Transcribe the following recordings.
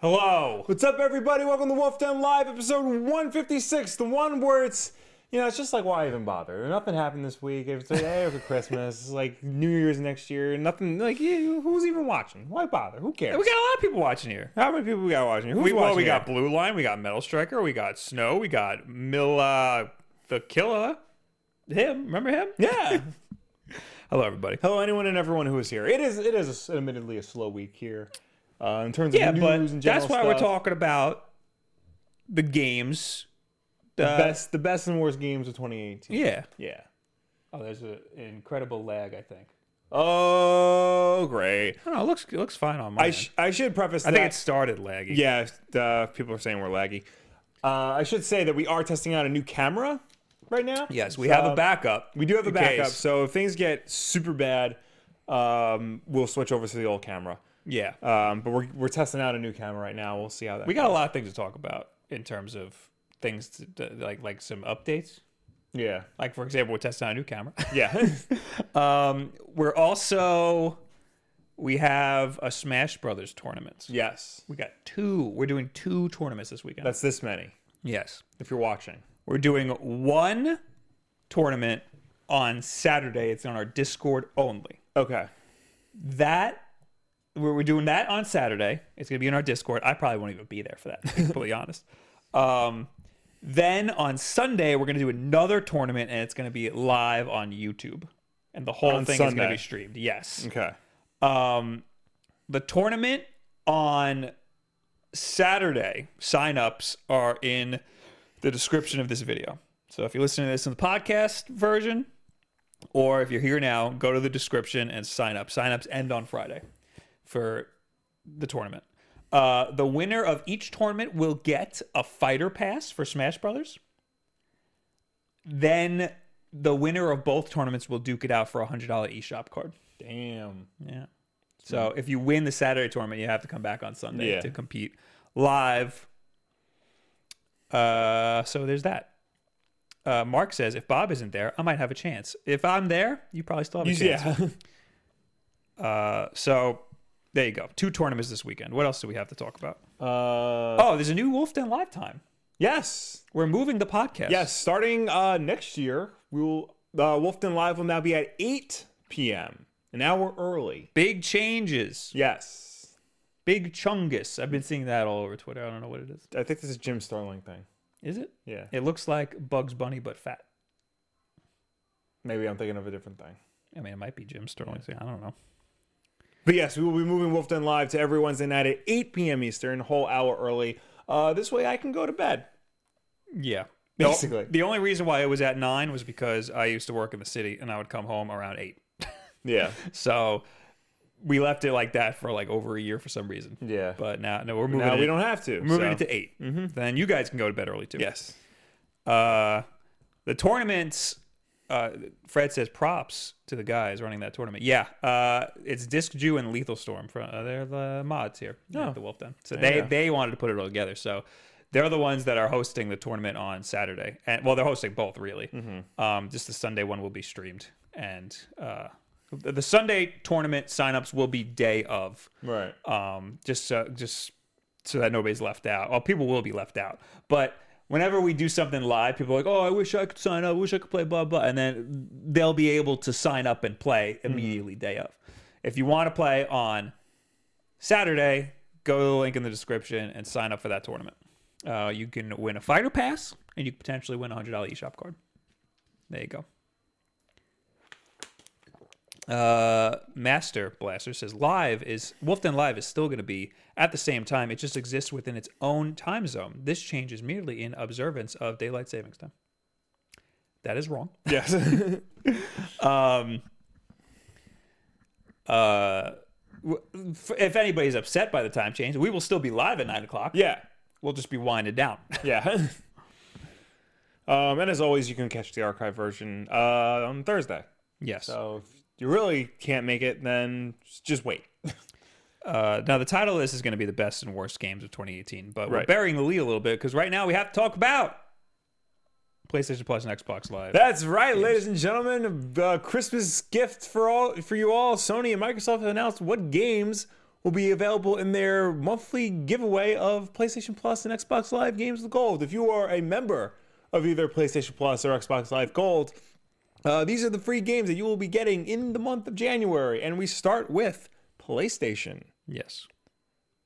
Hello. What's up, everybody? Welcome to Wolf Den Live, episode 156. The one where it's, you know, it's just like, why even bother? Nothing happened this week. It's like, hey, for Christmas, it's like New Year's next year. Nothing, like, yeah, who's even watching? Why bother? Who cares? We got a lot of people watching here. How many people we got watching? Who's We, watching? well, we here? got Blue Line, we got Metal Striker, we got Snow, we got Mila the Killer. Him, remember him? Yeah. Hello, everybody. Hello, anyone and everyone who is here. It is, it is admittedly a slow week here uh, in terms of Yeah, news but that's and general why stuff. we're talking about the games. The best, the best and worst games of 2018. uh, Yeah. Yeah. Oh, there's an incredible lag, I think. Oh, great. I don't know. It looks it looks fine on mine. I, sh- I should preface I that. think it started laggy. Yeah, uh, people are saying we're laggy. Uh, I should say that we are testing out a new camera right now. Yes, we So, uh, have a backup. We do have a in backup, case. so if things get super bad, um, we'll switch over to the old camera. Yeah. Um, but we're, we're testing out a new camera right now. We'll see how that. we got a lot of things to talk about in terms of things to, to- like like some updates. yeah, Like for example, we're testing out a new camera. yeah. um, we're also we have a Smash Brothers tournament. yes, We got two. We're doing two tournaments this weekend. that's this many. yes. If you're watching, We're doing one tournament on Saturday. It's on our Discord only. okay. That we're, we're doing that on Saturday. It's gonna be in our Discord. I probably won't even be there for that. To be completely honest. Um, then on Sunday we're gonna do another tournament, and it's gonna be live on YouTube, and the whole On thing is gonna Sunday. be streamed. Yes. Okay. Um, the tournament on Saturday signups are in the description of this video. So if you're listening to this in the podcast version, or if you're here now, go to the description and sign up. Signups end on Friday for the tournament. Uh, the winner of each tournament will get a fighter pass for Smash Brothers. Then the winner of both tournaments will duke it out for a hundred dollar eShop card. Damn. Yeah. So if you win the Saturday tournament, you have to come back on Sunday Yeah. to compete live. Uh, so there's that. Uh, Mark says if Bob isn't there, I might have a chance. If I'm there, you probably still have a chance. Yeah. Uh, so there you go. Two tournaments this weekend. What else do we have to talk about? uh, Oh, there's a new Wolf Den Live time. yes. We're moving the podcast. Yes, starting uh, next year, we will uh, Wolfden Live will now be at 8 p.m. an hour early. Big changes. Yes, Big chungus. I've been seeing that all over Twitter. I don't know what it is. I think this is Jim Sterling thing. Is it? Yeah, It looks like Bugs Bunny but fat. maybe I'm thinking of a different thing. I mean, it might be Jim Sterling. I don't know. But yes, we will be moving Wolfden Live to every Wednesday night at 8 p.m. Eastern, whole hour early. Uh, this way, I can go to bed. Yeah. Basically. The, the only reason why it was at nine was because I used to work in the city and I would come home around eight. Yeah, So we left it like that for like over a year for some reason. yeah. But But now, no, we're moving, now it, we don't have to. we're moving so- Mm-hmm. it to 8 Then you guys can go to bed early too. yes. Uh, the tournaments, uh, Fred says props to the guys running that tournament. Yeah. Uh, it's Disc Jew and Lethal Storm. From, uh, they're the mods here at the Wolf Den. So Oh. There they, you go. they wanted to put it all together. So they're the ones that are hosting the tournament on Saturday. And well, they're hosting both really. Mm-hmm. Um, just the Sunday one will be streamed. And uh, the the Sunday tournament signups will be day of Right. um, just so, just so that nobody's left out. Well, people will be left out, but whenever we do something live, people are like, "Oh, I wish I could sign up. I wish I could play." Blah blah, and then they'll be able to sign up and play immediately day of. If you want to play on Saturday, go to the link in the description and sign up for that tournament. Uh, you can win a fighter pass, and you can potentially win a hundred dollar eShop card. There you go. Uh, Master Blaster says live is Wolfden Live is still going to be at the same time. It just exists within its own time zone. This change is merely in observance of daylight savings time. That is wrong. Yes. Um, uh, w- f- if anybody's upset by the time change, we will still be live at nine o'clock. yeah. We'll just be winded down. Yeah. um, and as always, you can catch the archive version uh, on Thursday. yes. So if you really can't make it, then just wait. Uh, now the title of this is going to be the best and worst games of 2018, but we're Right. burying the lead a little bit because right now we have to talk about PlayStation Plus and Xbox Live. That's right, ladies and gentlemen. The Christmas gift for all for you all. Sony and Microsoft have announced what games will be available in their monthly giveaway of PlayStation Plus and Xbox Live Games with Gold. If you are a member of either PlayStation Plus or Xbox Live Gold, uh, these are the free games that you will be getting in the month of January. And we start with PlayStation. Yes.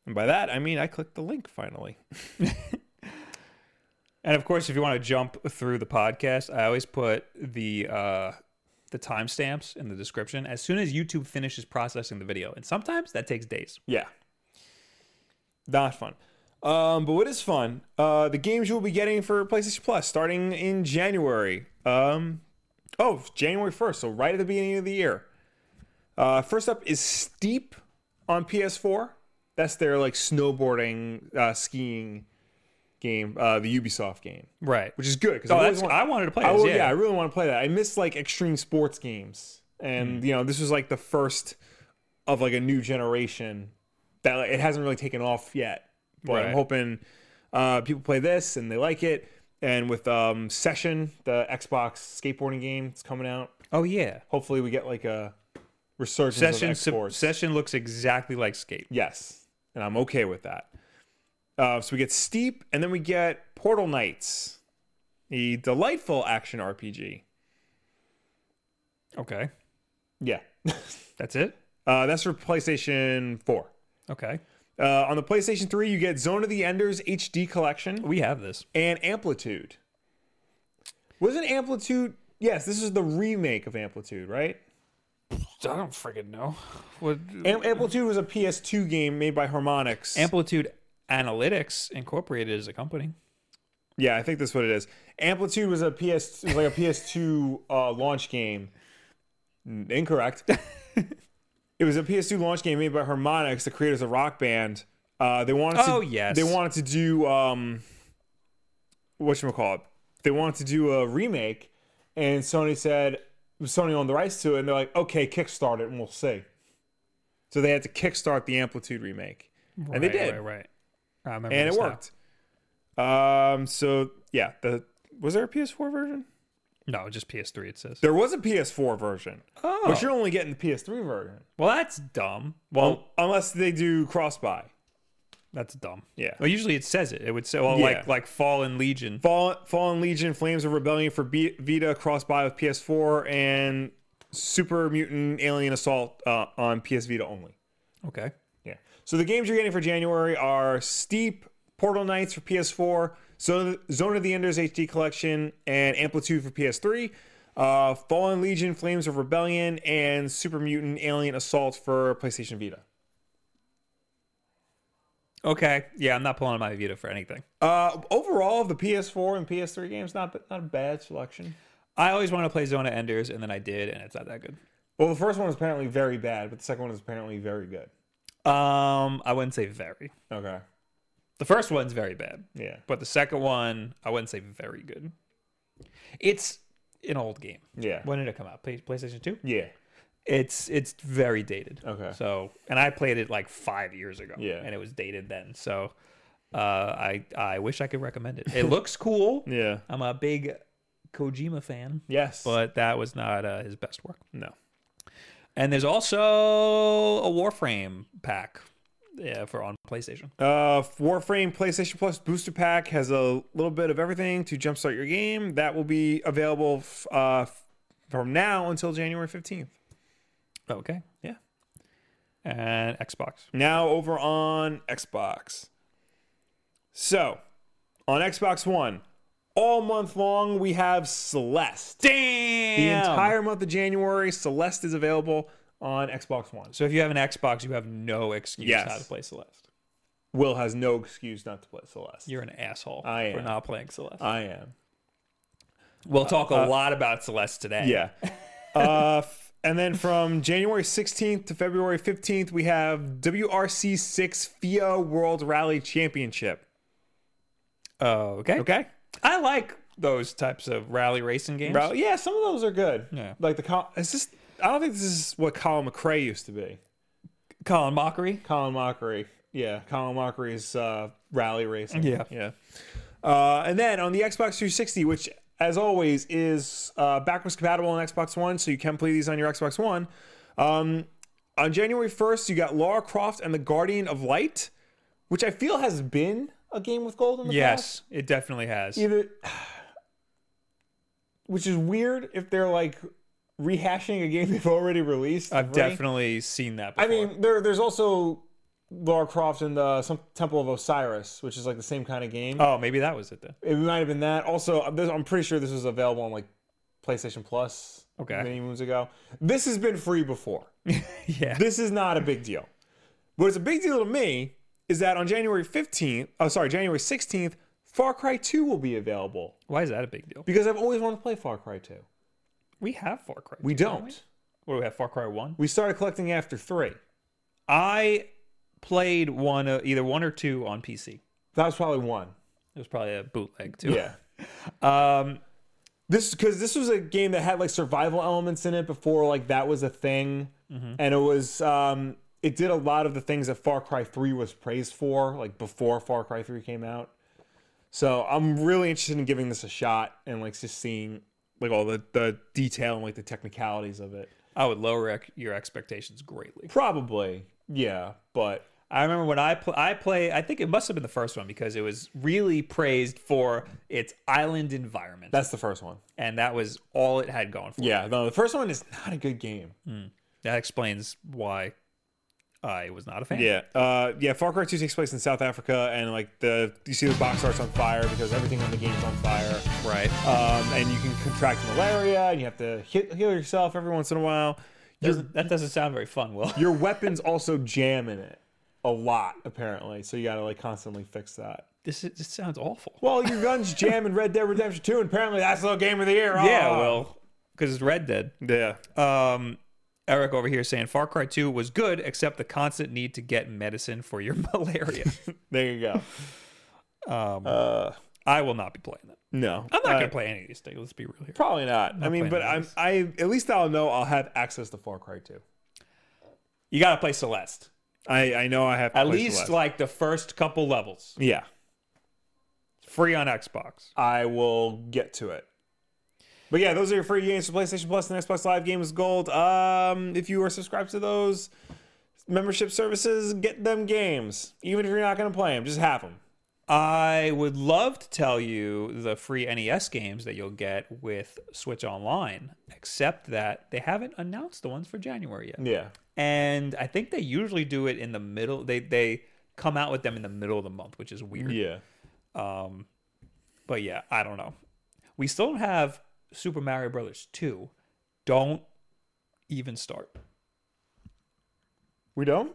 And by that, I mean I clicked the link finally. And of course, if you want to jump through the podcast, I always put the uh, the timestamps in the description as soon as YouTube finishes processing the video, and sometimes that takes days. Yeah. Not fun. Um, but what is fun? Uh, the games you will be getting for PlayStation Plus starting in January. Um, oh, it's January 1st, so right at the beginning of the year. Uh, first up is Steep on PS4. That's their like snowboarding, uh, skiing game, uh, the Ubisoft game, Right. which is good because Oh, that's, I wanted to play I this. will- yeah. yeah. I really want to play that. I miss like extreme sports games, Hmm. and you know, this was like the first of like a new generation that like, it hasn't really taken off yet. But I'm Right. hoping uh, people play this and they like it. And with um, Session, the Xbox skateboarding game, it's coming out. Oh yeah. Hopefully, we get like a resurgence Session of sports. session looks exactly like Skate. Yes, and I'm okay with that. Uh, so we get Steep, and then we get Portal Knights, the delightful action RPG. Okay. Yeah, That's it. Uh, that's for PlayStation 4. Okay. Uh, on the PlayStation 3, you get Zone of the Enders HD Collection We have this. and Amplitude. Wasn't Amplitude? Yes, this is the remake of Amplitude, right? I don't freaking know. What Am- Amplitude was a PS2 game made by Harmonix. Amplitude Analytics Incorporated is a company. yeah, I think that's what it is. Amplitude was a PS, was like a PS2 uh, launch game. N- Incorrect. it was a PS2 launch game made by Harmonix, the creators of Rock Band. Uh, they wanted to, Oh, yes. they wanted to do um, what you call it? They wanted to do a remake, and Sony said Sony owned the rights to it, and they're like, okay, kickstart it, and we'll see. So they had to kickstart the Amplitude remake, and they Right, did, Right. Right. I remember and it this now. worked. Um, so yeah, the was there a PS4 version? No, just PS3. It says. There was a PS4 version, Oh. but you're only getting the PS3 version, Well, that's dumb. Well, well, unless they do cross buy. that's dumb. Yeah. Well, usually it says it. It would say, well, Yeah. like like Fallen Legion. Fallen, Fallen Legion, Flames of Rebellion for B- Vita, cross by with PS4, and Super Mutant Alien Assault uh, on PS Vita only. Okay. Yeah. So the games you're getting for January are Steep, Portal Knights for PS4, Zone of the, Zone of the Enders HD Collection, and Amplitude for PS3, uh, Fallen Legion, Flames of Rebellion, and Super Mutant Alien Assault for PlayStation Vita. Okay. Yeah, I'm not pulling my Vita for anything. Uh, overall, the PS4 and PS3 games not not a bad selection. I always want to play Zona Enders, and then I did, and it's not that good. Well, the first one was apparently very bad, but the second one is apparently very good. Um, I wouldn't say very. Okay. The first one's very bad, Yeah. but the second one, I wouldn't say very good. It's an old game. Yeah. When did it come out? Play- PlayStation Two. Yeah. It's it's very dated. Okay. So, and I played it like five years ago. Yeah. And it was dated then. So, uh, I I wish I could recommend it. It looks cool. Yeah. I'm a big Kojima fan, Yes. but that was not uh, his best work. no. And there's also a Warframe pack yeah, for on PlayStation. Uh, Warframe PlayStation Plus Booster Pack has a little bit of everything to jumpstart your game. That will be available f- uh, f- from now until January 15th. Okay. Yeah. And Xbox. Now over on Xbox. So, on Xbox One, all month long, we have Celeste. Damn. The entire month of January, Celeste is available on Xbox One. so if you have an Xbox, you have no excuse Yes. how to play Celeste. Will has no excuse not to play Celeste. You're an asshole I for am. Uh, not playing Celeste. I am. we'll talk a uh, lot about Celeste today. Yeah. uh, f- and then from January 16th to February 15th, we have WRC6 FIA World Rally Championship. Oh, okay. Okay. I like those types of rally racing games. Bro, yeah, some of those are good. Yeah. Like the Col- it's just I don't think this is what Colin McRae used to be. Colin Mockery. Colin Mockery. Yeah, Colin Mockery's uh, rally racing. Yeah. Yeah. Uh, and then on the Xbox 360, which as always is uh, backwards compatible on Xbox One, so you can play these on your Xbox One. Um, On January 1st, you got Lara Croft and the Guardian of Light, which I feel has been a game with gold in the past. Yes, it definitely has. Either which is weird if they're like rehashing a game they've already released. I've right? definitely seen that I before. mean, there there's also Lara Croft and the some Temple of Osiris, which is like the same kind of game. oh, maybe that was it then. It might have been that. Also, uh, this, I'm pretty sure this was available on like PlayStation Plus. Okay. Many moons ago. This has been free before. Yeah. This is not a big deal. What's a big deal to me is that on January 15th, oh sorry, January 16th, Far Cry 2 will be available Why is that a big deal? because I've always wanted to play Far Cry 2. We have Far Cry. We don't. What do we have? Far Cry One. We started collecting after 3. I played one, uh, either one or two on PC. That was probably 1. It was probably a bootleg too. Yeah. Um, this because this was a game that had like survival elements in it before like that was a thing and it was um it did a lot of the things that far cry 3 was praised for like before far cry 3 came out so i'm really interested in giving this a shot and like just seeing like all the the detail and like the technicalities of it I would lower ex- your expectations greatly. probably yeah but I remember when I pl- I play. I think it must have been the first one because it was really praised for its island environment, that's the first one and that was all it had going for. it. yeah no the first one is not a good game That explains why I was not a fan. Yeah, uh, yeah. Far Cry 2 takes place in South Africa, and like the you see the box art's on fire because everything in the game's on fire, Right. um, and you can contract malaria, and you have to hit, heal yourself every once in a while. Your, Doesn't- that doesn't sound very fun, Will. your weapons also jam in it a lot, apparently. So you gotta like constantly fix that. This is, this sounds awful. Well, your guns jam in Red Dead Redemption 2, and apparently that's the game of the year. Yeah, Ah. Uh, well, because it's Red Dead. yeah. Um, Eric over here saying Far Cry 2 was good, except the constant need to get medicine for your malaria. There you go. Um, Uh, I will not be playing that. no, I'm not Uh, going to play any of these things. Let's be real here. Probably not. I playing mean, but any I'm of I at least I'll know I'll have access to Far Cry 2. You got to play Celeste. I I know I have to At play least Celeste. like the first couple levels. Yeah, It's free on Xbox. I will get to it. But yeah, those are your free games for PlayStation Plus and Xbox Live Games Gold. Um, if you are subscribed to those membership services, get them games. Even if you're not going to play them, just have them. I would love to tell you the free NES games that you'll get with Switch Online, except that they haven't announced the ones for January yet. Yeah. and I think they usually do it in the middle. They they come out with them in the middle of the month, which is weird. Yeah. Um, but yeah, I don't know. We still don't have Super Mario Brothers two. Don't even start. We don't?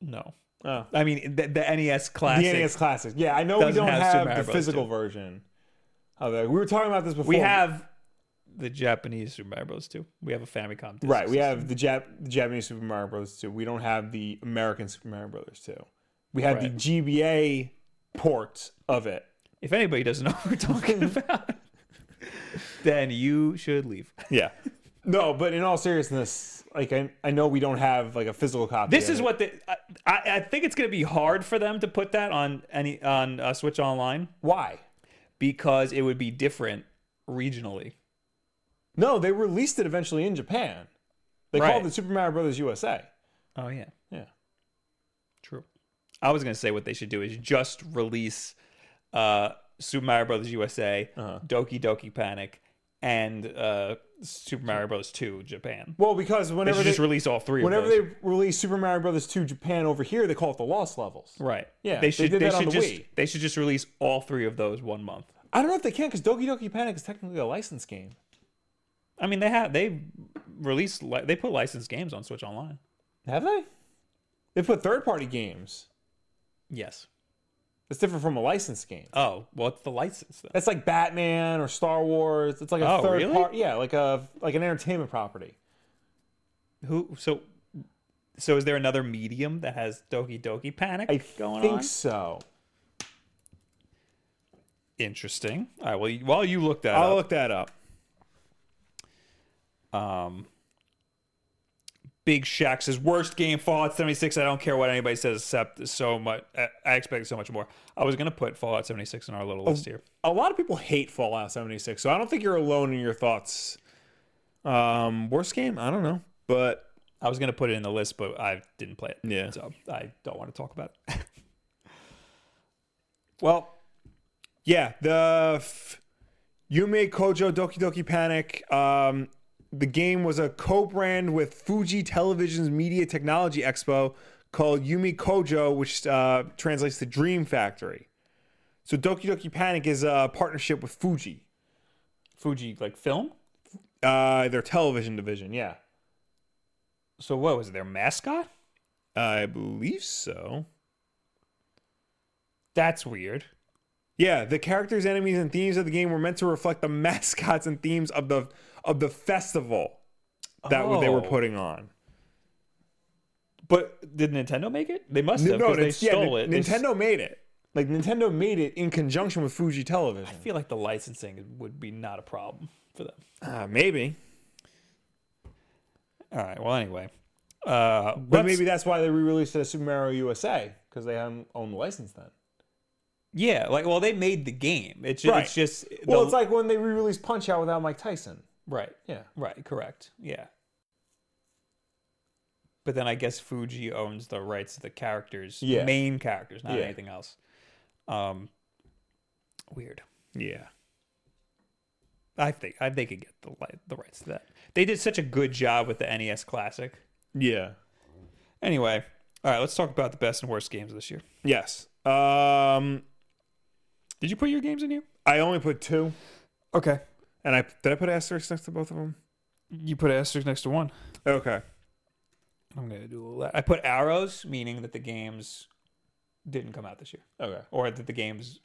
No, Oh. I mean the, the NES The classic. NES Classic. Yeah, I know we Doesn't don't have have, Super Mario the Bros. physical version of it. We were talking about this before. we have the Japanese Super Mario Brothers two. We have a Famicom. Disc Right, we system. have the, Jap- the Japanese Super Mario Brothers 2. We don't have the American Super Mario Brothers 2. We have Right. the GBA port of it. If anybody doesn't know what we're talking about, then you should leave. Yeah. No, but in all seriousness, like I, I know we don't have like a physical copy. This of is it. what the I, I I think it's going to be hard for them to put that on any on uh, Switch Online why? because it would be different regionally. No, they released it eventually in Japan. They Right. called it Super Mario Brothers USA. Oh yeah, Yeah. true. I was going to say what they should do is just release uh, Super Mario Brothers USA, Uh-huh. Doki Doki Panic, and uh, Super Mario Bros. Two Japan. Well, because They whenever should they, just release all three. whenever of those. they release Super Mario Brothers 2 Japan over here, they call it the Lost Levels. right, Yeah, they they should did that on should the just Wii. they should just release all three of those one month. I don't know if they can because Doki Doki Panic is technically a licensed game. I mean, they have they released li- they put licensed games on Switch Online. Have they? They put third party games. Yes. That's different from a licensed game. Oh, well, it's the license then. That's like Batman or Star Wars. It's like a Oh, third really? part. Yeah, like a like an entertainment property. Who? So, so is there another medium that has Doki Doki Panic I going think on? so. Interesting. All right. Well, you- while you look that up, look that up. um, Big Shaq says worst game Fallout 76. I don't care what anybody says except it's so much. I, I expect so much more. I was gonna put Fallout 76 in our little list here. A lot of people hate Fallout 76, so I don't think you're alone in your thoughts. Um, worst game? I don't know, but I was gonna put it in the list, but I didn't play it. Yeah. So I don't want to talk about it. well, Yeah, the f- Yume Kojo Doki Doki Panic. Um, the game was a co-brand with Fuji Television's Media Technology Expo called Yumi Kojo, which uh, translates to Dream Factory. So Doki Doki Panic is a partnership with Fuji, Fuji like film. uh, their television division. Yeah, So what was it? Their mascot? I believe so. That's weird. Yeah, the characters, enemies, and themes of the game were meant to reflect the mascots and themes of the of the festival that they were Oh. putting on. But did Nintendo make it? They must have No, because they it's- yeah, stole Nin- it. They s- Nintendo made it. Like Nintendo made it in conjunction with Fuji Television. I feel like the licensing would be not a problem for them. Uh, maybe, All right. Well, anyway, uh, but let's- maybe that's why they re-released it as Super Mario USA because they hadn't owned the license then. yeah. Like, well, they made the game. It's just, Right. it's just Well, the- it's like when they re-released Punch Out without Mike Tyson. right, Yeah, right, correct, yeah. But then I guess Fuji owns the rights to the characters, Yeah. main characters, not Yeah. anything else. Um, weird. yeah. I think I they could get the li- the rights to that. They did such a good job with the NES Classic. Yeah. Anyway, all right, let's talk about the best and worst games this year. Yes. Um, Did you put your games in here? I only put two, Okay. and I did I put asterisks next to both of them. You put asterisks next to one. Okay. I'm gonna do a little. I put arrows, meaning that the games didn't come out this year, Okay. or that the games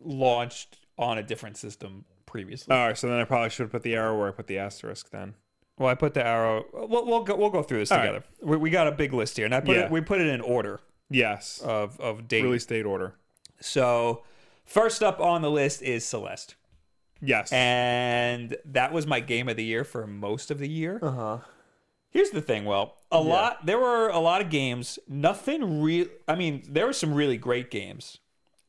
launched on a different system previously. All right. So then I probably should have put the arrow where I put the asterisk then. well, I put the arrow. We'll, we'll go. We'll go through this All right. together. We, we got a big list here, and I put Yeah. it, we put it in order Yes. of of date. Release date order. So first up on the list is Celeste, Yes. and that was my game of the year for most of the year. uh huh. Here's the thing, well, a lot there were a lot of games, nothing real I mean, there were some really great games.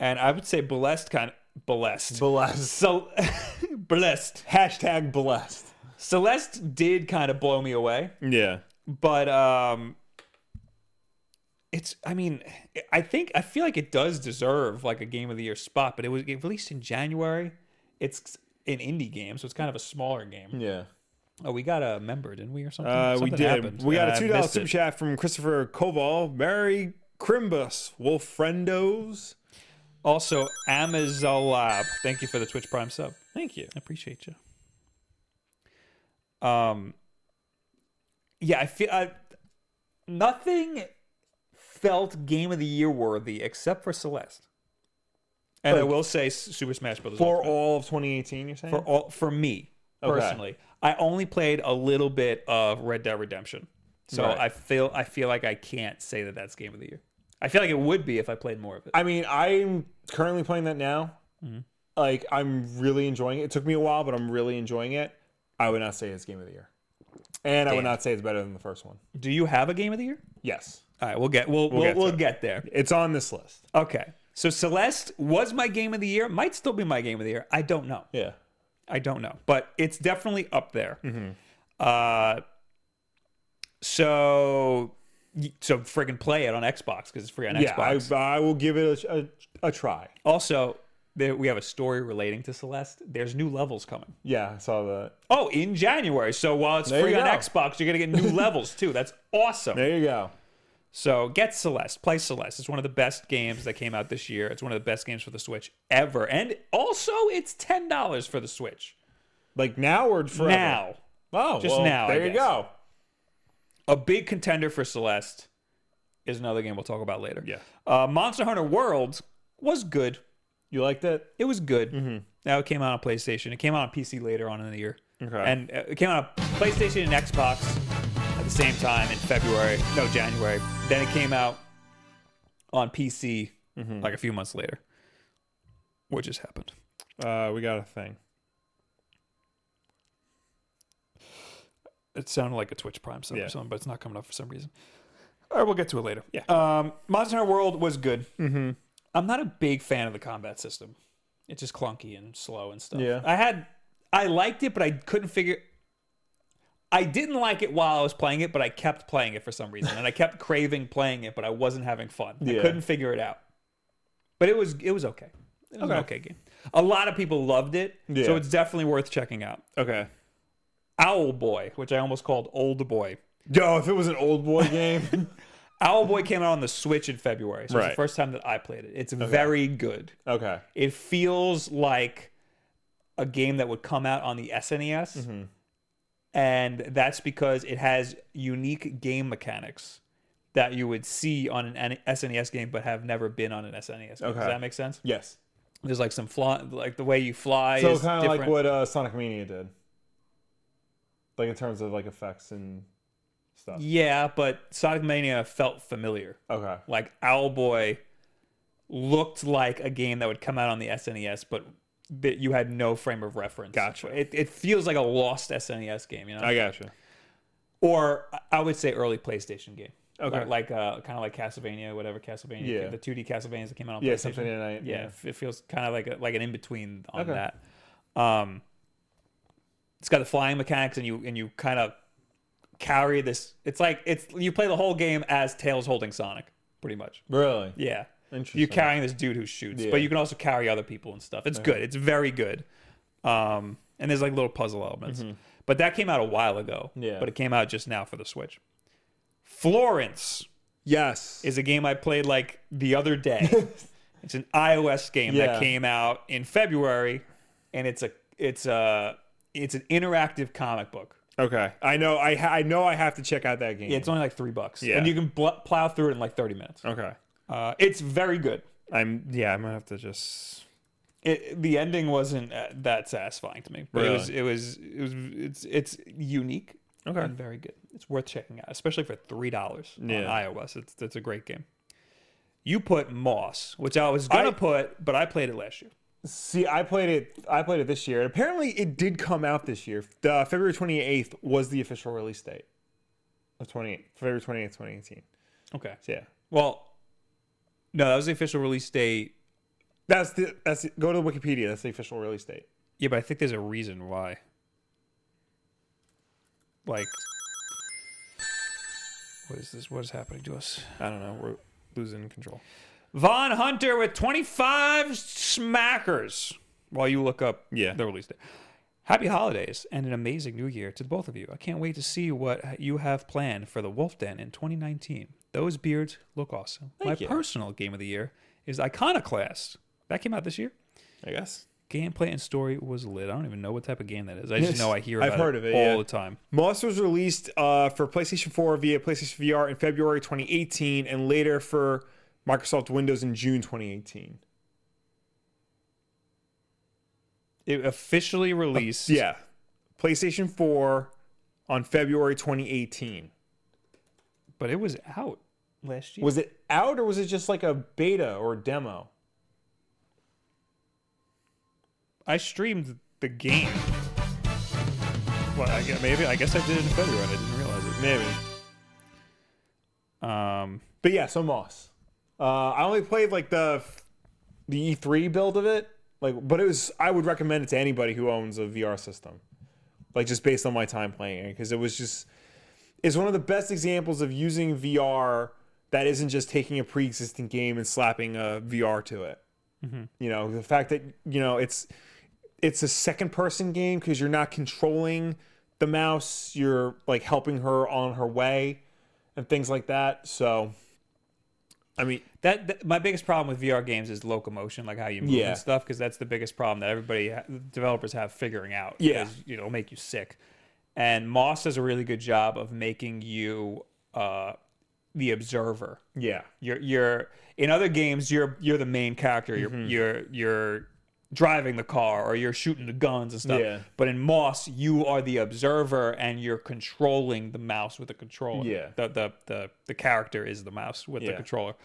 And I would say blessed kind of blessed. Blessed. so blessed. Hashtag blessed. Celeste did kind of blow me away, Yeah. but um it's I mean, I think I feel like it does deserve like a game of the year spot, but it was released in January. It's an indie game, so it's kind of a smaller game. Yeah. Oh, we got a member, didn't we, or something? Hmm. Uh, we Something did. happened, We got and a I two dollar missed super it. chat from Christopher Koval, Mary Crimbus, Wolfrendos. Also, Amazon Lab. Thank you for the Twitch Prime sub. Thank you. I appreciate you. Um, yeah, I feel I, nothing felt game of the year worthy except for Celeste. And I Like- will say, S- Super Smash Bros. For Ultimate. all of 2018, you're saying? for all for me Okay. personally, I only played a little bit of Red Dead Redemption, so Right. I feel I feel like I can't say that that's game of the year. I feel like it would be if I played more of it. I mean, I'm currently playing that now. Mm-hmm. Like, I'm really enjoying it. It took me a while, but I'm really enjoying it. I would not say it's game of the year, and I would Damn. not say it's better than the first one. Do you have a game of the year? Yes, All right, we'll get we'll we'll, get to we'll it. get there. it's on this list. Okay. So Celeste was my game of the year, might still be my game of the year. I don't know. Yeah. I don't know, but it's definitely up there. Mm-hmm. Uh, so so friggin' play it on Xbox because it's free on Yeah, I, Xbox. I will give it a, a, a try. also, there, we have a story relating to Celeste. There's new levels coming. Yeah, I saw that. Oh, in January. So while it's There free you on go. Xbox, you're gonna get new levels too. That's awesome. There you go. So get Celeste, play Celeste. It's one of the best games that came out this year. It's one of the best games for the Switch ever. And also, it's ten dollars for the Switch Like now or forever? now. Oh, Just well, now, I There you guess. go. A big contender for Celeste is another game we'll talk about later. Yeah. uh, Monster Hunter World was good. You liked it? It was good. Now it came out on PlayStation. It came out on PC later on in the year, Okay. and uh, it came out on PlayStation and Xbox at the same time in February. No, January. Then it came out on PC like a few months later, which just happened. Uh, we got a thing. It sounded like a Twitch Prime sub Yeah. or something, but it's not coming up for some reason. All right, we'll get to it later. Yeah. Um, Monster Hunter World was good. Mm-hmm. I'm not a big fan of the combat system. It's just clunky and slow and stuff. Yeah. I had, I liked it, but I couldn't figure. I didn't like it while I was playing it, but I kept playing it for some reason, and I kept craving playing it, but I wasn't having fun. Yeah. I couldn't figure it out. But it was it was okay. It was an Okay. okay game. A lot of people loved it, Yeah. so it's definitely worth checking out. Okay. Owl Boy, which I almost called Old Boy. Yo, if it was an old boy game. Owl Boy came out on the Switch in February, so it's Right. the first time that I played it. It's very good. okay. It feels like a game that would come out on the SNES. Mm-hmm. And that's because it has unique game mechanics that you would see on an N- SNES game but have never been on an SNES. Game. Okay. Does that make sense? Yes. There's like some fly, like the way you fly So is kind of different. like what uh, Sonic Mania did, like in terms of like effects and stuff. yeah, but Sonic Mania felt familiar. Okay. Like Owlboy looked like a game that would come out on the SNES, but that you had no frame of reference. Gotcha. It, it feels like a lost SNES game, you know? gotcha. or I would say early PlayStation game. Okay. Like, like uh, kind of like Castlevania, whatever Castlevania, Yeah. the 2D Castlevanias that came out on Yeah, PlayStation. something tonight. yeah, it- it feels kind of like a, like an in between on Okay. that. Um, it's got the flying mechanics, and you and you kind of carry this. It's like it's you play the whole game as Tails holding Sonic, pretty much. Really. Yeah, Interesting. you're carrying this dude who shoots, Yeah. but you can also carry other people and stuff. It's good. It's very good. Um, and there's like little puzzle elements. But that came out a while ago. Mm-hmm. Yeah. But it came out just now for the Switch. Florence yes. is a game I played like the other day. it's an iOS game Yeah. that came out in February, and it's a it's a it's an interactive comic book. okay. I know. I ha- I know. I have to check out that game. Yeah, It's only like three bucks, Yeah. and you can bl- plow through it in like thirty minutes. okay. Uh, it's very good. I'm. Yeah. I'm gonna have to just. it, the ending wasn't uh, that satisfying to me, but it was it was it was it's it's unique Okay. and very good. It's worth checking out, especially for three dollars Yeah. on iOS. It's that's a great game. You put Moss, which I was gonna I- put, but I played it last year. See, I played it. I played it this year. Apparently, it did come out this year. The February 28th was the official release date. Of 28 February 28th, 2018. Okay. So, yeah. Well, no, that was the official release date. That's the that's the, go to Wikipedia. That's the official release date. Yeah, but I think there's a reason why. Like, what is this? What is happening to us? I don't know. We're losing control. Von Hunter with 25 smackers while you look up Yeah. the release date. Happy holidays and an amazing new year to both of you. I can't wait to see what you have planned for the Wolf Den in 2019. Those beards look awesome. My you. personal game of the year is Iconoclast. That came out this year. I guess. Gameplay and story was lit. I don't even know what type of game that is. I just Yes. know I hear I've about heard of it, all yeah. the time. Moss was released uh, for PlayStation 4 via PlayStation VR in February 2018 and later for Microsoft Windows in June 2018. It officially released. Yeah. PlayStation 4 on February 2018. But it was out last year. Was it out or was it just like a beta or demo? I streamed the game. Well, I guess, maybe I guess I did it in February. I didn't realize Maybe. it. Um, But yeah, so Moss. Uh, I only played like the the E3 build of it, like, but it was. I would recommend it to anybody who owns a VR system, like just based on my time playing it, because it was just. It's one of the best examples of using VR that isn't just taking a pre-existing game and slapping a VR to it. You know, the fact that you know it's it's a second person game because you're not controlling the mouse, you're like helping her on her way and things like that. So, I mean, that, that my biggest problem with VR games is locomotion, like how you move Yeah. and stuff, because that's the biggest problem that everybody ha- developers have figuring out. Yeah. 'cause, you know, it'll make you sick. And Moss does a really good job of making you uh, the observer. yeah, You're you're in other games you're you're the main character. You're Mm-hmm. you're you're driving the car or you're shooting the guns and stuff. Yeah. But in Moss, you are the observer and you're controlling the mouse with the controller. Yeah. The the the, the character is the mouse with the Yeah. controller.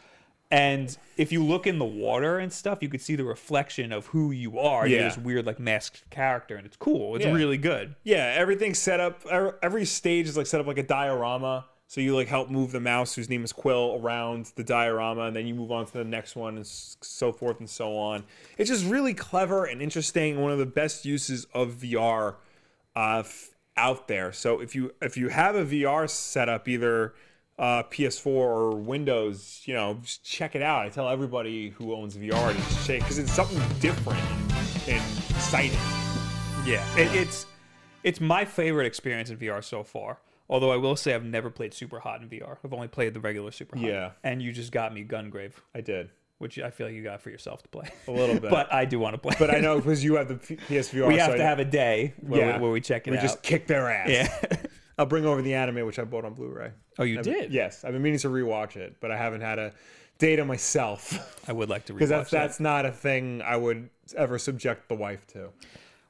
And if you look in the water and stuff, you could see the reflection of who you are. You're Yeah. this weird like masked character and it's cool. It's Yeah. really good. yeah. Everything's set up. er- Every stage is like set up like a diorama. So you like help move the mouse, whose name is Quill, around the diorama, and then you move on to the next one, and s- so forth and so on. It's just really clever and interesting. One of the best uses of VR, uh, f- out there. So if you if you have a VR setup, either uh, PS4 or Windows, you know, just check it out. I tell everybody who owns VR to check because it's something different and exciting. Yeah, it, it's it's my favorite experience in VR so far. Although I will say I've never played Super Hot in VR. I've only played the regular Super Hot. Yeah. And you just got me Gungrave, I did which I feel you got for yourself to play. a little bit, but I do want to play. but I know because you have the P- PSVR. we so have I- to have a day where, Yeah. we, where we check it we out. just kick their ass. yeah. I'll bring over the anime which I bought on Blu-ray. oh, you I've- did. Yes, I've been meaning to rewatch it, but I haven't had a day to myself I would like to rewatch because that's that. that's not a thing I would ever subject the wife to.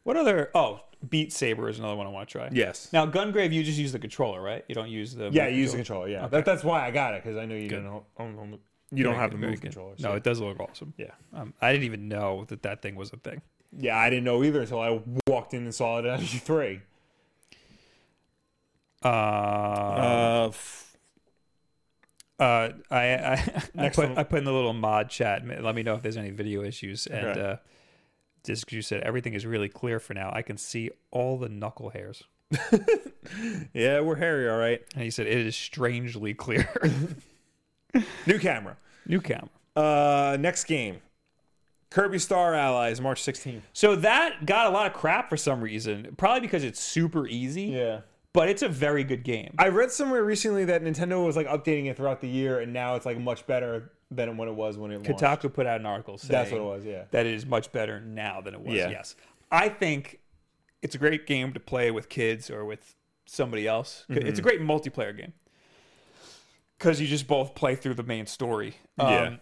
What other? Oh, Beat Saber is another one I want to try. Yes. Now, Gungrave, you just use the controller, right? You don't use the Yeah, move you use the controller. controller. Yeah, that, that's why I got it because I knew you didn't. own- own- own- you don't Very have good, the very move good. controller. No, so- it does look awesome. yeah, Um, I didn't even know that that thing was a thing. yeah, I didn't know either until I walked in and saw it at E E3. Uh, uh, Uh, I I, I Next put one. I put in the little mod chat. ma- Let me know if there's any video issues. And Okay. uh, Disc Juice said everything is really clear for now. I can see all the knuckle hairs. yeah, we're hairy, all right. And he said it is strangely clear. New camera. New camera. Uh, next game, Kirby Star Allies, March 16th. So that got a lot of crap for some reason. Probably because it's super easy. Yeah. But it's a very good game. I read somewhere recently that Nintendo was like updating it throughout the year, and now it's like much better than when it was when it launched. Kotaku put out an article saying That's what it was, yeah. that it is much better now than it was. Yeah. Yes, I think it's a great game to play with kids or with somebody else. Mm-hmm. 'Cause It's a great multiplayer game because you just both play through the main story. Um, Yeah.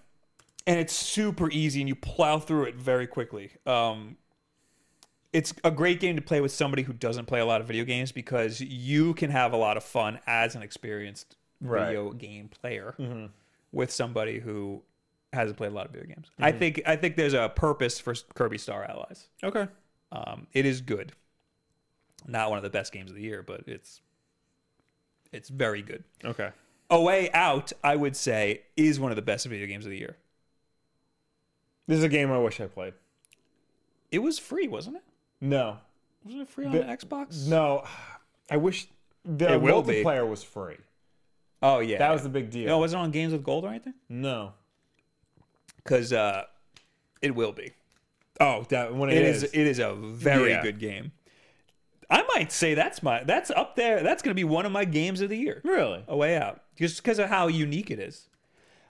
and it's super easy and you plow through it very quickly. Um, it's a great game to play with somebody who doesn't play a lot of video games because you can have a lot of fun as an experienced Right. Mm-hmm. video game player with somebody who hasn't played a lot of video games. Mm-hmm. I think I think there's a purpose for Kirby Star Allies. Okay. Um, it is good. Not one of the best games of the year, but it's it's very good. Okay. A Way Out, I would say, is one of the best video games of the year. This is a game I wish I played. It was free, wasn't it? No. Wasn't it free on The- Xbox? No. I wish the It will be. multiplayer was free. Oh yeah, That was the big no. deal. Was it on Games with Gold or anything? No. Because uh, it will be. Oh, that when it is. is. It is a very Yeah. good game. I might say that's my that's up there. That's going to be one of my games of the year. Really? A Way Out, just because of how unique it is.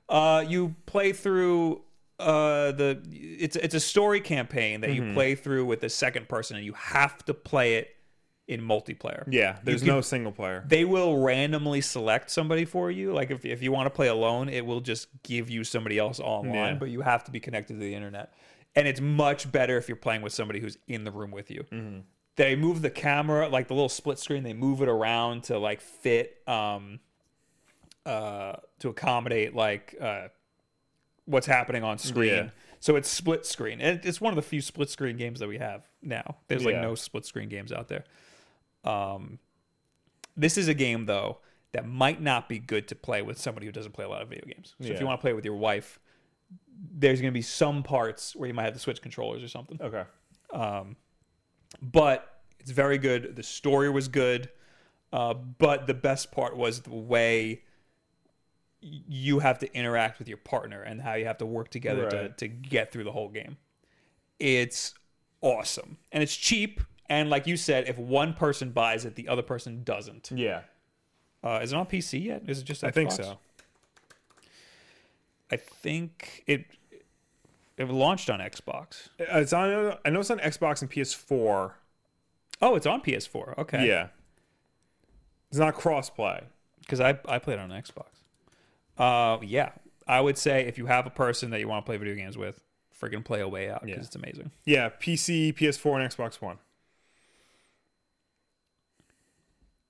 Uh, you play through uh, the it's it's a story campaign that Mm-hmm. you play through with the second person, and you have to play it in multiplayer. Yeah. There's can- no single player. They will randomly select somebody for you. Like if, if you want to play alone, it will just give you somebody else online, Yeah. but you have to be connected to the internet. And it's much better if you're playing with somebody who's in the room with you. Mm-hmm. They move the camera, like the little split screen, they move it around to like fit um uh to accommodate like uh what's happening on screen. Yeah. So it's split screen. And it's one of the few split screen games that we have now. There's like Yeah. no split screen games out there. Um this is a game though that might not be good to play with somebody who doesn't play a lot of video games. So if Yeah. you want to play with your wife, there's going to be some parts where you might have to switch controllers or something. Okay. But it's very good. The story was good. Uh, but the best part was the way y- you have to interact with your partner and how you have to work together to, Right. to get through the whole game. It's awesome. And it's cheap. And like you said, if one person buys it, the other person doesn't. Yeah. Uh, is it on PC yet? Is it just? Xbox? I think so. I think it it launched on Xbox. Uh, It's on. I know it's on Xbox and PS4. Oh, it's on PS4. Okay. Yeah. It's not crossplay. Because I I played it on Xbox. Uh, yeah. I would say if you have a person that you want to play video games with, freaking play a way out because Yeah. it's amazing. Yeah. PC, PS4, and Xbox One.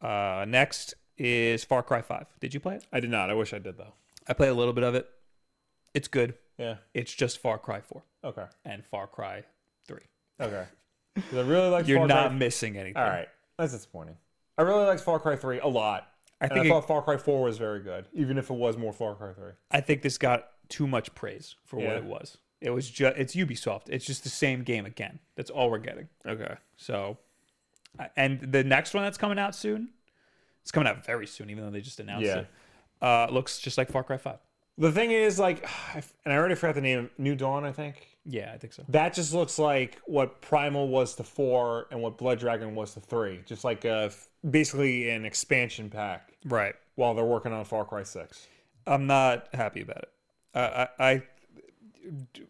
Uh, next is Far Cry Five. Did you play it? I did not. I wish I did though. I played a little bit of it. It's good. Yeah. It's just Far Cry Four Okay. and Far Cry Three. Okay. 'Cause I really like. You're Far not Cry. missing anything. All right. That's disappointing. I really liked Far Cry Three a lot. I And think I it- thought Far Cry Four was very good, even if it was more Far Cry Three. I think this got too much praise for what Yeah. it was. It was just it's Ubisoft. It's just the same game again. That's all we're getting. Okay. So Uh, And the next one that's coming out soon, it's coming out very soon, even though they just announced Yeah. it. Uh, looks just like Far Cry Five. The thing is, like, and I already forgot the name. New Dawn, I think. Yeah, I think so. That just looks like what Primal was to four and what Blood Dragon was to three. Just like a, basically an expansion pack Right. while they're working on Far Cry six. I'm not happy about it. Uh, I, I d-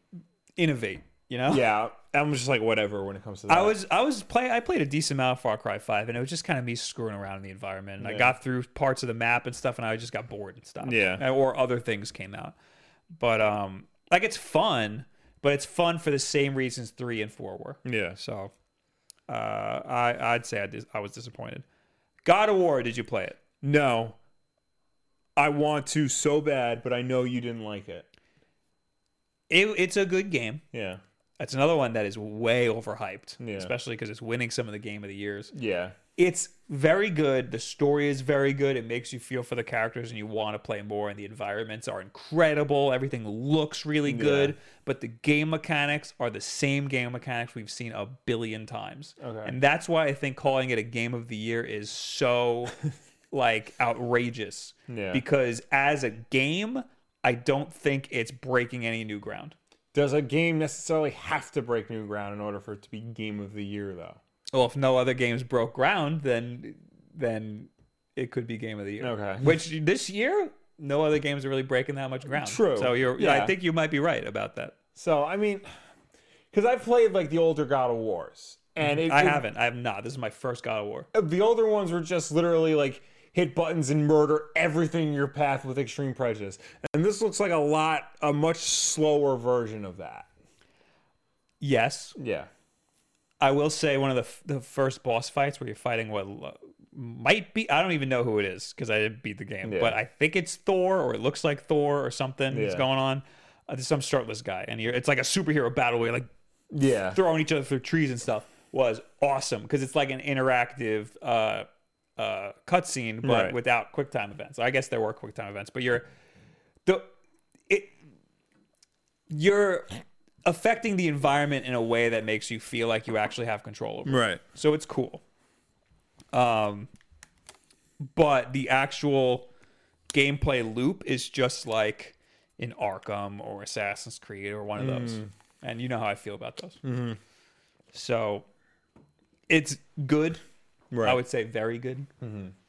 innovate, you know. Yeah, I'm just like whatever when it comes to that. I was I was play I played a decent amount of Far Cry Five, and it was just kind of me screwing around in the environment. And I got through parts of the map and stuff, and I just got bored and stopped. Yeah. And- or other things came out. But um, like it's fun, but it's fun for the same reasons three and four were. yeah. So, uh, I I'd say I, dis- I was disappointed. God of War, did you play it? No, I want to so bad, but I know you didn't like it. it it's a good game. Yeah, That's another one that is way overhyped, Yeah. especially because it's winning some of the game of the years. yeah, It's very good. The story is very good. It makes you feel for the characters and you want to play more. And the environments are incredible. Everything looks really good. But the game mechanics are the same game mechanics we've seen a billion times. Okay. And that's why I think calling it a game of the year is so like outrageous. Yeah. Because as a game, I don't think it's breaking any new ground. Does a game necessarily have to break new ground in order for it to be game of the year, though? well, if no other games broke ground, then then it could be game of the year. Okay. Which this year, no other games are really breaking that much ground. True. So you're, Yeah. I think you might be right about that. So I mean, because I've played like the older God of Wars, and it, I it- haven't. I have not. This is my first God of War. the older ones were just literally like hit buttons and murder everything in your path with extreme prejudice, and this looks like a lot, a much slower version of that. Yes, Yeah. I will say one of the f- the first boss fights where you're fighting what lo- might be I don't even know who it is because I didn't beat the game, Yeah. but I think it's Thor or it looks like Thor or something that's Yeah. going on. Uh, there's some shirtless guy, and you're, it's like a superhero battle where you're like Yeah. throwing each other through trees and stuff was awesome because it's like an interactive uh, uh, cutscene, but Right. without QuickTime events. I guess there were QuickTime events, but you're the it you're affecting the environment in a way that makes you feel like you actually have control over. it. Right. So it's cool. Um, but the actual gameplay loop is just like in Arkham or Assassin's Creed or one of those. Mm. And you know how I feel about those. Mm-hmm. So it's good. Right. Mm-hmm. I would say very good.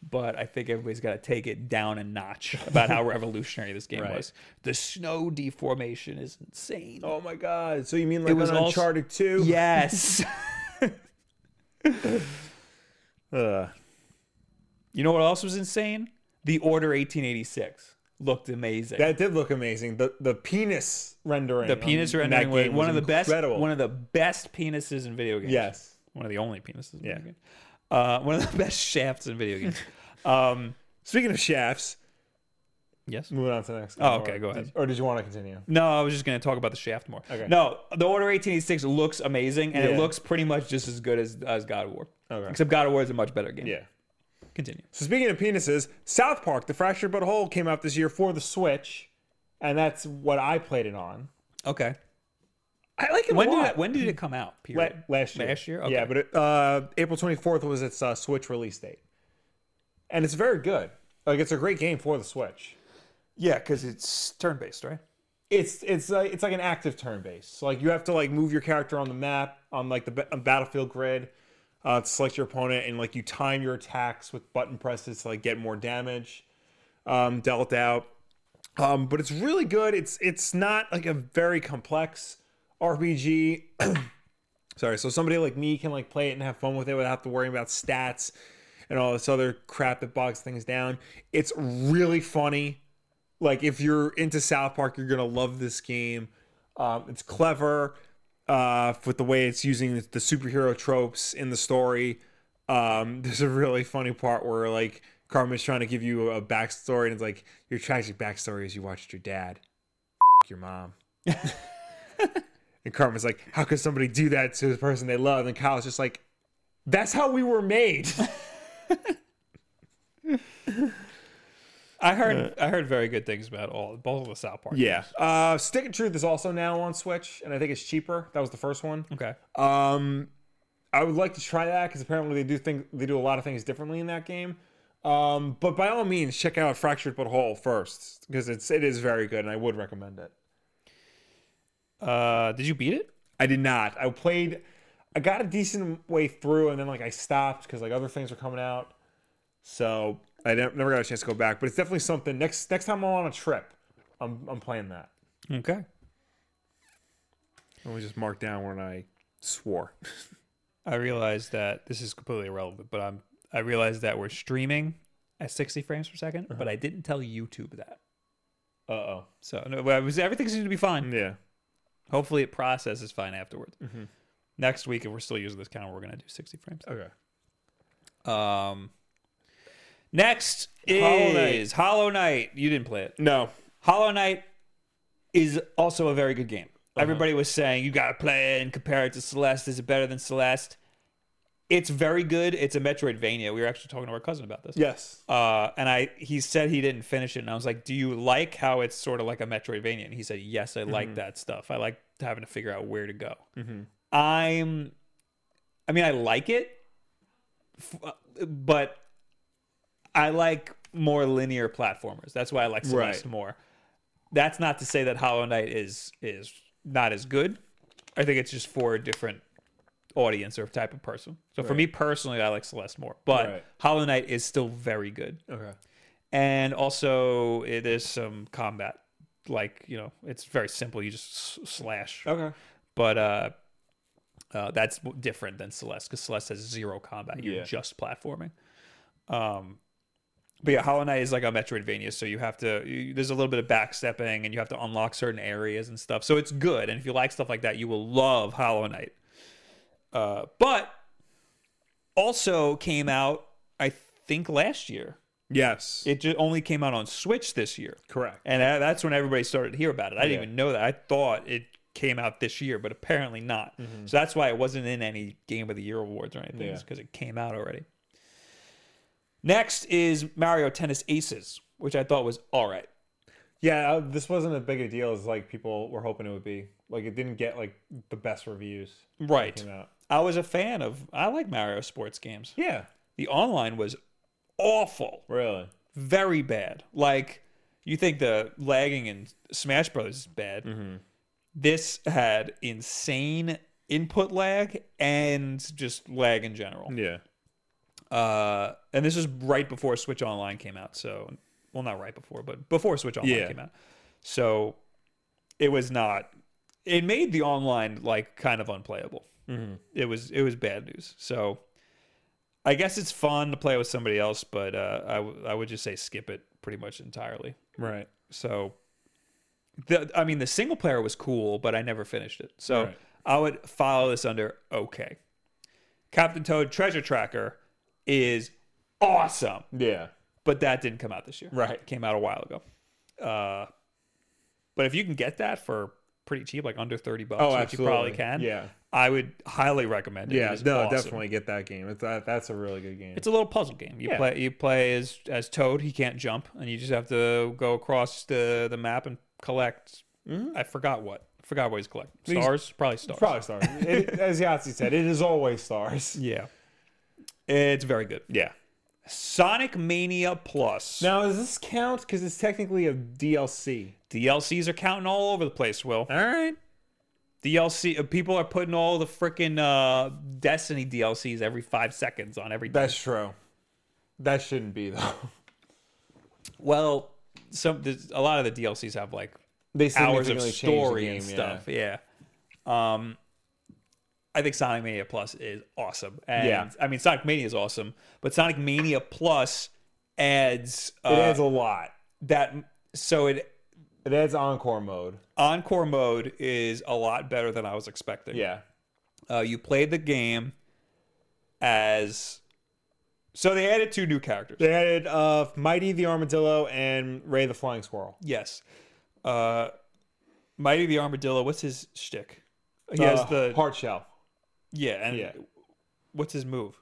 But I think everybody's got to take it down a notch about how revolutionary this game Right. was. The snow deformation is insane. Oh my god! So you mean like was on also- Uncharted Two? Yes. Ugh. you know what else was insane? The Order 1886 looked amazing. That did look amazing. The the penis rendering. the penis rendering was one of the best one of the best penises in video games. yes. One of the only penises in video games. Uh, one of the best shafts in video games. um, Speaking of shafts, yes. moving on to the next. Oh, okay, go ahead. Or did you want to continue? No, I was just going to talk about the shaft more. Okay. No, the Order 1886 looks amazing, and Yeah. it looks pretty much just as good as, as God of War. Okay. Except God of War is a much better game. Yeah. Continue. So speaking of penises, South Park: The Fractured But Whole came out this year for the Switch, and that's what I played it on. Okay. I like it When a did lot. it, when did it come out? La- Period. last year. Last year? Okay. Yeah, but it, uh, April 24th was its uh, Switch release date, and it's very good. Like it's a great game for the Switch. yeah, because it's turn based, right? it's it's like it's like an active turn base. So like you have to like move your character on the map on like the ba- on battlefield grid uh, to select your opponent, and like you time your attacks with button presses to like get more damage um, dealt out. Um, but it's really good. It's it's not like a very complex RPG. Sorry, so somebody like me can like play it and have fun with it without worrying about stats and all this other crap that bogs things down. It's really funny like if you're into South Park, you're gonna love this game. Um, it's clever uh, with the way it's using the superhero tropes in the story. Um, there's a really funny part where like Carmen's trying to give you a backstory, and it's like your tragic backstory is you watched your dad f- your mom. and Carmen's like, how could somebody do that to the person they love? And Kyle's just like, that's how we were made. I heard I heard very good things about all both of the South Park. yeah. Uh, Stick of Truth is also now on Switch, and I think it's cheaper. That was the first one. Okay. Um, I would like to try that because apparently they do think they do a lot of things differently in that game. Um, but by all means, check out Fractured But Whole first because it's it is very good and I would recommend it. Uh, did you beat it? I did not. I played. I got a decent way through, and then like I stopped because like other things were coming out. So I didn't- never got a chance to go back. But it's definitely something. Next next time I'm on a trip, I'm I'm playing that. Okay. Let me just mark down when I swore. I realize that this is completely irrelevant, but I'm I realize that we're streaming at 60 frames per 2nd but I didn't tell YouTube that. Uh oh. So no, but it was everything seems to be fine. Yeah. Hopefully, it processes fine afterwards. Next week, if we're still using this camera, we're gonna do 60 frames. Okay. Um. Next Hollow Knight. is Hollow Knight. You didn't play it. No. Hollow Knight is also a very good game. Everybody was saying you gotta play it and compare it to Celeste. Is it better than Celeste? It's very good. It's a Metroidvania. We were actually talking to our cousin about this. Yes. Uh, and I, he said he didn't finish it, and I was like, "Do you like how it's sort of like a Metroidvania?" And he said, "Yes, I like that stuff. I like having to figure out where to go." I'm, I mean, I like it, f- uh, but I like more linear platformers. That's why I like Celeste Right. more. That's not to say that Hollow Knight is is not as good. I think it's just for a different audience or type of person. So for me personally, I like Celeste more, but Right. Hollow Knight is still very good. Okay. And also, it is some combat. Like you know, it's very simple. You just s- slash Okay. but uh, uh, that's w- different than Celeste because Celeste has zero combat. You're Yeah. just platforming. Um, but yeah, Hollow Knight is like a Metroidvania, so you have to. You, there's a little bit of backstepping, and you have to unlock certain areas and stuff. So it's good, and if you like stuff like that, you will love Hollow Knight. Uh, but also came out, I think, last year. Yes. It just only came out on Switch this year. Correct. And that- that's when everybody started to hear about it. I didn't Yeah. even know that. I thought it came out this year, but apparently not. So that's why it wasn't in any Game of the Year awards or anything, Mm-hmm. Yeah. because it came out already. Next is Mario Tennis Aces, which I thought was all right. Yeah. uh, This wasn't as big a deal as like people were hoping it would be. Like it didn't get like the best reviews. Right. Came out. I was a fan of, I like Mario sports games. Yeah. The online was awful, Really. very bad. Like, you think the lagging in Smash Bros. is bad. This had insane input lag and just lag in general. Yeah. Uh, and this is right before Switch Online came out. So, well, not right before, but before Switch Online Yeah. came out. So, it was not. It made the online like kind of unplayable. It was it was bad news. So, I guess it's fun to play with somebody else, but uh, I w- I would just say skip it pretty much entirely. Right. So, the I mean, the single player was cool, but I never finished it. So Right. I would follow this under okay. Captain Toad Treasure Tracker is awesome, Yeah. but that didn't come out this year. Right. It came out a while ago. Uh, but if you can get that for pretty cheap, like under thirty bucks, Oh, which you probably absolutely. can, Yeah. I would highly recommend it. It Yeah, is no, awesome. definitely get that game. It's, that, that's a really good game. It's a little puzzle game. You Yeah. play you play as as Toad. He can't jump, and you just have to go across the the map and collect. I forgot what. I forgot what Mm-hmm. he's collecting. Stars, probably stars. probably stars. It- as Yahtzee said, it is always stars. Yeah, it's very good. Yeah. Sonic Mania Plus. Now, does this count? Because it's technically a DLC. DLCs are counting all over the place. Will All right. DLC uh, people are putting all the freaking uh, Destiny DLCs every five seconds on every. That's true. That shouldn't be though. well, some there's- a lot of the DLCs have like They hours of significantly changed the story game, and yeah. stuff. Yeah. Um, I think Sonic Mania Plus is awesome. And Yeah. I mean, Sonic Mania is awesome, but Sonic Mania Plus adds, uh, It adds a lot. that. So it It adds encore mode. encore mode is a lot better than I was expecting. Yeah. Uh, you played the game as. So they added two new characters. They added uh, Mighty the Armadillo and Ray the Flying Squirrel. Yes. Uh, Mighty the Armadillo. What's his shtick? He has Uh, the heart shell. yeah, and Yeah. what's his move?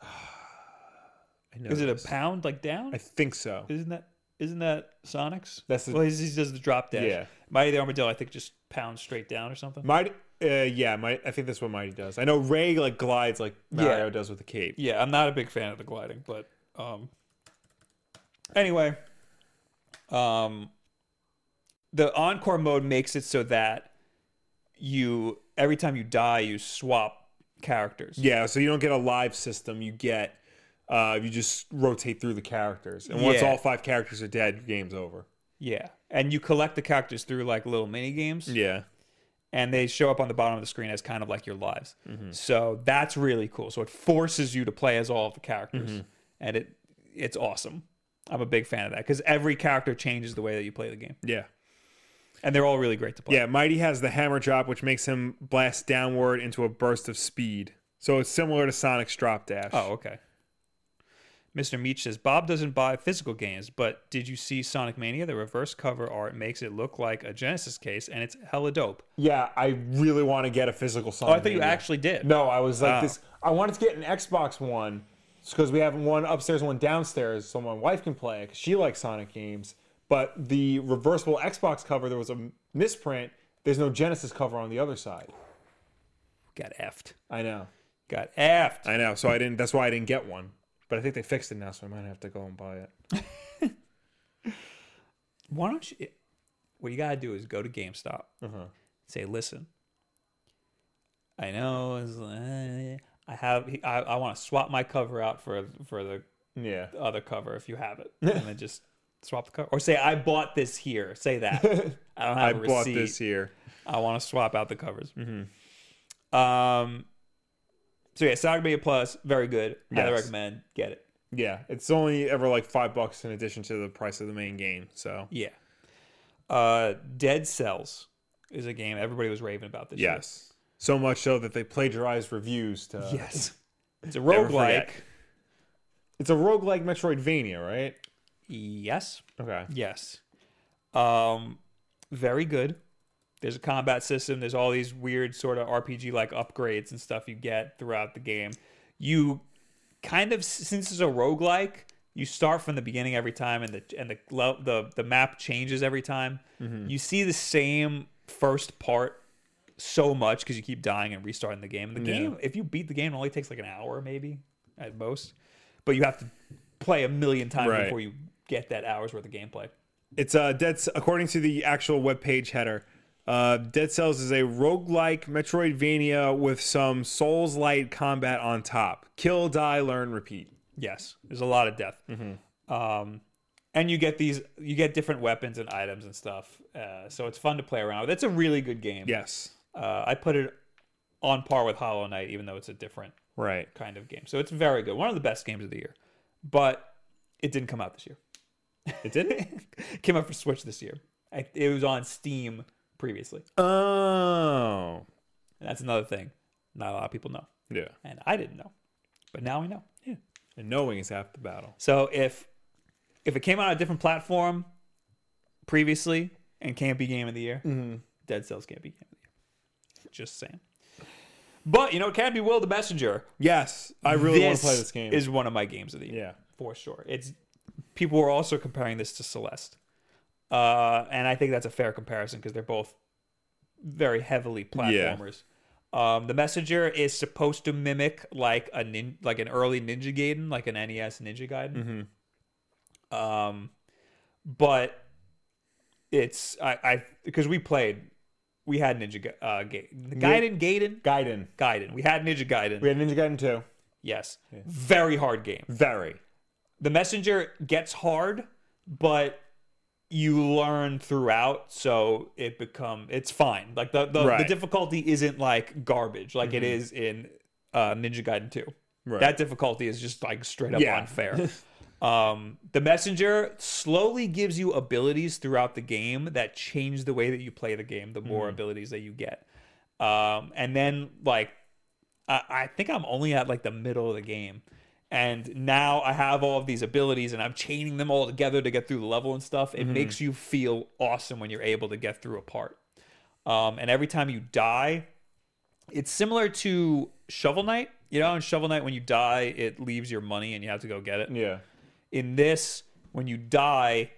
I know Is it a this. pound like down? I think so. Isn't that isn't that Sonic's? That's the- well, he's, he does the drop dash. Yeah. Mighty the Armadillo, I think, just pounds straight down or something. Mighty. Uh, yeah, my, I think that's what Mighty does. I know Ray like glides like Mario Yeah. does with the cape. Yeah, I'm not a big fan of the gliding, but um anyway, um the encore mode makes it so that you every time you die you swap characters. Yeah, so you don't get a live system. You get uh, you just rotate through the characters, and once Yeah. all five characters are dead, your game's over. Yeah. And you collect the characters through like little mini games Yeah, and they show up on the bottom of the screen as kind of like your lives. Mm-hmm. So that's really cool. So it forces you to play as all of the characters Mm-hmm. and it it's awesome. I'm a big fan of that cuz every character changes the way that you play the game. yeah, And they're all really great to play. yeah. Mighty has the hammer drop, which makes him blast downward into a burst of speed. So it's similar to Sonic's drop dash. Oh, okay. Mr. Meach says Bob doesn't buy physical games, but did you see Sonic Mania? The reverse cover art makes it look like a Genesis case, and it's hella dope. yeah. I really want to get a physical Oh, Sonic. I thought you Mania. actually did. No, I was like Oh. this. I wanted to get an Xbox One because we have one upstairs, one downstairs, so my wife can play it 'cause she likes Sonic games. But the reversible Xbox cover, there was a misprint. There's no Genesis cover on the other side. got effed. I know. Got effed. I know. So I didn't. That's why I didn't get one. But I think they fixed it now, so I might have to go and buy it. Why don't you? What you gotta do is go to GameStop. Uh-huh. Say, listen, I know. it's, uh, I have. I, I want to swap my cover out for for the Yeah. other cover if you have it, and then just swap the cover. Or say, I bought this here. Say that. I don't have I a receipt. bought this here. Mm-hmm. I want to swap out the covers. Um. So yeah, Sonic Mania Plus, very good. Highly Yes. recommend. Get it. Yeah. It's only ever like five bucks in addition to the price of the main game. So Yeah. Uh, Dead Cells is a game everybody was raving about this. year. yes. So much so that they plagiarized reviews to. Yes. It's a Never roguelike. forget. It's a roguelike Metroidvania, right? Yes. Okay. Yes. Um, very good. There's a combat system. There's all these weird sort of RPG like upgrades and stuff you get throughout the game. You kind of since it's a roguelike, you start from the beginning every time, and the and the lo- the the map changes every time. Mm-hmm. You see the same first part so much because you keep dying and restarting the game. And the Yeah. game, if you beat the game, it only takes like an hour maybe at most, but you have to play a million times Right. before you get that hour's worth of gameplay. It's uh, Dead. C- According to the actual webpage header, uh, Dead Cells is a roguelike Metroidvania with some Souls-like combat on top. Kill, die, learn, repeat. Yes, there's a lot of death. Um, and you get these, you get different weapons and items and stuff. Uh, so it's fun to play around with. It's a really good game. Yes. Uh, I put it on par with Hollow Knight, even though it's a different Right. kind of game. So it's very good. One of the best games of the year. But it didn't come out this year. It didn't. It came out for Switch this year. I, it was on Steam previously. oh. And that's another thing not a lot of people know. Yeah. And I didn't know. But now I know. Yeah. And knowing is half the battle. So if if it came out on a different platform previously and can't be game of the year, Mm-hmm. Dead Cells can't be game of the year. Just saying. But you know, it can be Will the Messenger. Yes, I really want to play this game. Is one of my games of the year yeah. for sure. It's people were also comparing this to Celeste, uh, and I think that's a fair comparison because they're both very heavily platformers. Um, the Messenger is supposed to mimic like a nin- like an early Ninja Gaiden, like an NES Ninja Gaiden. Um, but it's I I because we played, we had Ninja Ga- uh, Ga- Gaiden Gaiden Gaiden. Gaiden. We had Ninja Gaiden. We had Ninja Gaiden 2. yes, very hard game Very. the messenger gets hard but you learn throughout so it become it's fine like the the, the Right. Mm-hmm. difficulty isn't like garbage like it is in uh ninja gaiden 2 Right. that difficulty is just like straight up Yeah. unfair um the messenger slowly gives you abilities throughout the game that change the way that you play the game the more Mm-hmm. abilities that you get um and then like I, I think I'm only at like the middle of the game. And now I have all of these abilities and I'm chaining them all together to get through the level and stuff. It makes you feel awesome when you're able to get through a part. Um, and every time you die, it's similar to Shovel Knight. You know, in Shovel Knight, when you die, it leaves your money and you have to go get it. Yeah. In this, when you die,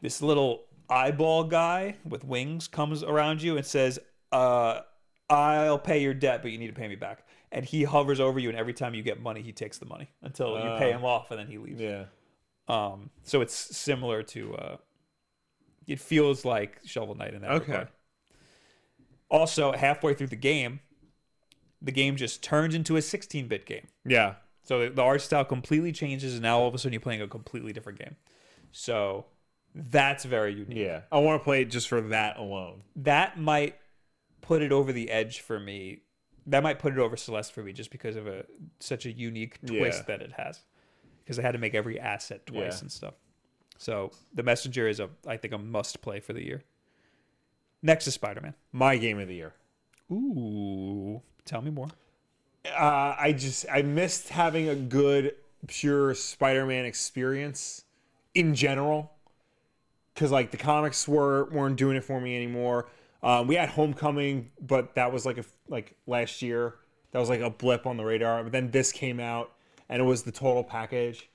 this little eyeball guy with wings comes around you and says, uh, I'll pay your debt, but you need to pay me back. And he hovers over you, and every time you get money, he takes the money until you pay him off, and then he leaves. Uh. Yeah. Um, so it's similar to. Uh, it feels like Shovel Knight in that Okay. regard. Also, halfway through the game, the game just turns into a 16-bit game. Yeah. So the- the art style completely changes, and now all of a sudden you're playing a completely different game. So that's very unique. Yeah. I want to play it just for that alone. That might put it over the edge for me. That might put it over Celeste for me, just because of a such a unique twist Yeah. that it has. Because I had to make every asset twice Yeah. and stuff. So the messenger is a, I think, a must play for the year. Next is Spider Man. My game of the year. Ooh, tell me more. uh, I just I missed having a good pure Spider-Man experience in general because like the comics were weren't doing it for me anymore. Um, we had Homecoming, but that was like a like last year. That was like a blip on the radar. But then this came out, and it was the total package.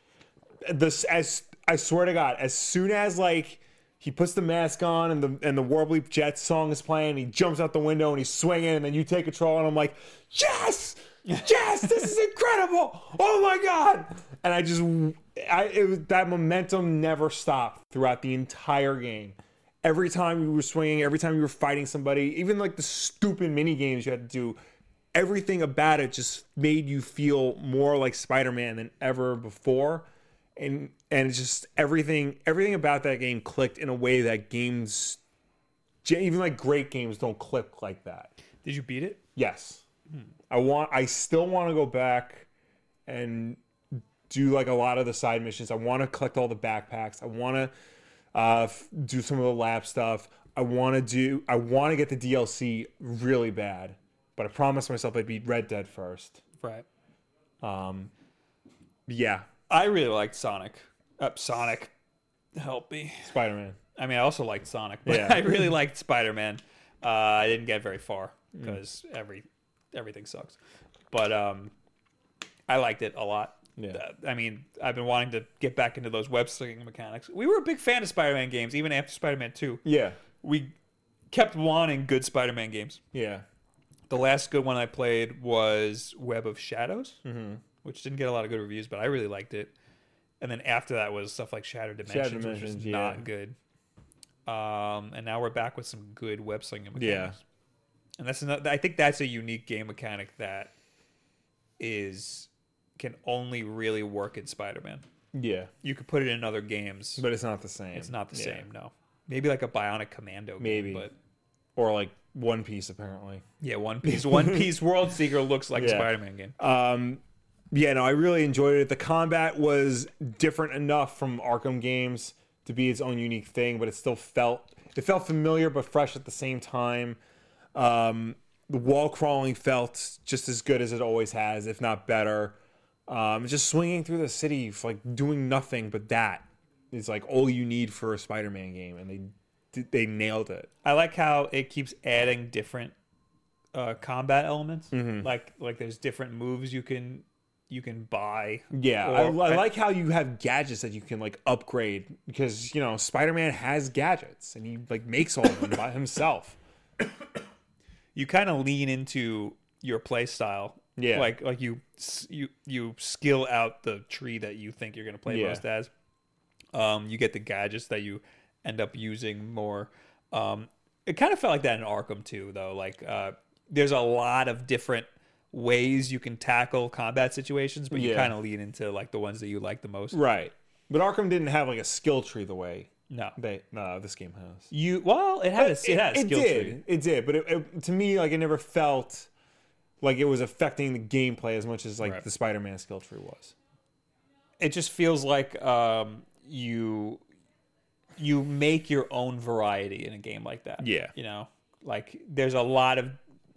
This as I swear to God, as soon as like he puts the mask on and the and the Warbleep Jets song is playing, and he jumps out the window and he's swinging, and then you take control, and I'm like, yes, yes, this is incredible! Oh my God! And I just, I it was, that momentum never stopped throughout the entire game. Every time you were swinging, every time you were fighting somebody, even like the stupid mini games you had to do, everything about it just made you feel more like Spider-Man than ever before. And and it's just everything everything about that game clicked in a way that games even like great games don't click like that. Did you beat it? Yes. I want I still want to go back and do like a lot of the side missions. I want to collect all the backpacks. I want to uh, f- do some of the lab stuff. I want to do I want to get the DLC really bad, but I promised myself I'd beat Red Dead first. Right. Um yeah, I really liked Sonic. Uh, Sonic, help me. Spider-Man. I mean, I also liked Sonic, but Yeah. I really liked Spider Man. Uh, I didn't get very far Mm. because every everything sucks, but um, I liked it a lot. Yeah. Uh, I mean, I've been wanting to get back into those web slinging mechanics. We were a big fan of Spider Man games, even after Spider Man Two. Yeah. We kept wanting good Spider Man games. Yeah. The last good one I played was Web of Shadows, Mm-hmm. which didn't get a lot of good reviews, but I really liked it. And then after that was stuff like Shattered Dimensions, which is Dimensions, yeah. not good. Um, and now we're back with some good web slinging mechanics. Yeah. And that's another. I think that's a unique game mechanic that is can only really work in Spider-Man. Yeah. You could put it in other games. But it's not the same. it's not the Yeah. same. No. Maybe like a Bionic Commando. Game, Maybe. but Or like One Piece apparently. yeah, One Piece. One Piece World Seeker looks like a Yeah. Spider-Man game. Um, yeah, no, I really enjoyed it. The combat was different enough from Arkham games to be its own unique thing, but it still felt it felt familiar but fresh at the same time. Um, the wall crawling felt just as good as it always has, if not better. Um, just swinging through the city, f- like doing nothing but that is like all you need for a Spider-Man game, and they they nailed it. I like how it keeps adding different uh, combat elements. Like like there's different moves you can you can buy. Yeah, Or- I, I like how you have gadgets that you can like upgrade because you know Spider Man has gadgets and he like makes all of them by himself. You kind of lean into your play style. Yeah. Like like you s- you you skill out the tree that you think you're going to play Yeah. most as. Um you get the gadgets that you end up using more. Um it kind of felt like that in Arkham too though. Like uh there's a lot of different ways you can tackle combat situations, but you Yeah. kind of lean into like the ones that you like the most. Right, but Arkham didn't have like a skill tree the way No. they no this game has. You well, it had a, it, had a skill did, tree. it did, but it, it- to me like it never felt like it was affecting the gameplay as much as like Right. the Spider Man skill tree was. It just feels like um, you you make your own variety in a game like that. Yeah. you know, like there's a lot of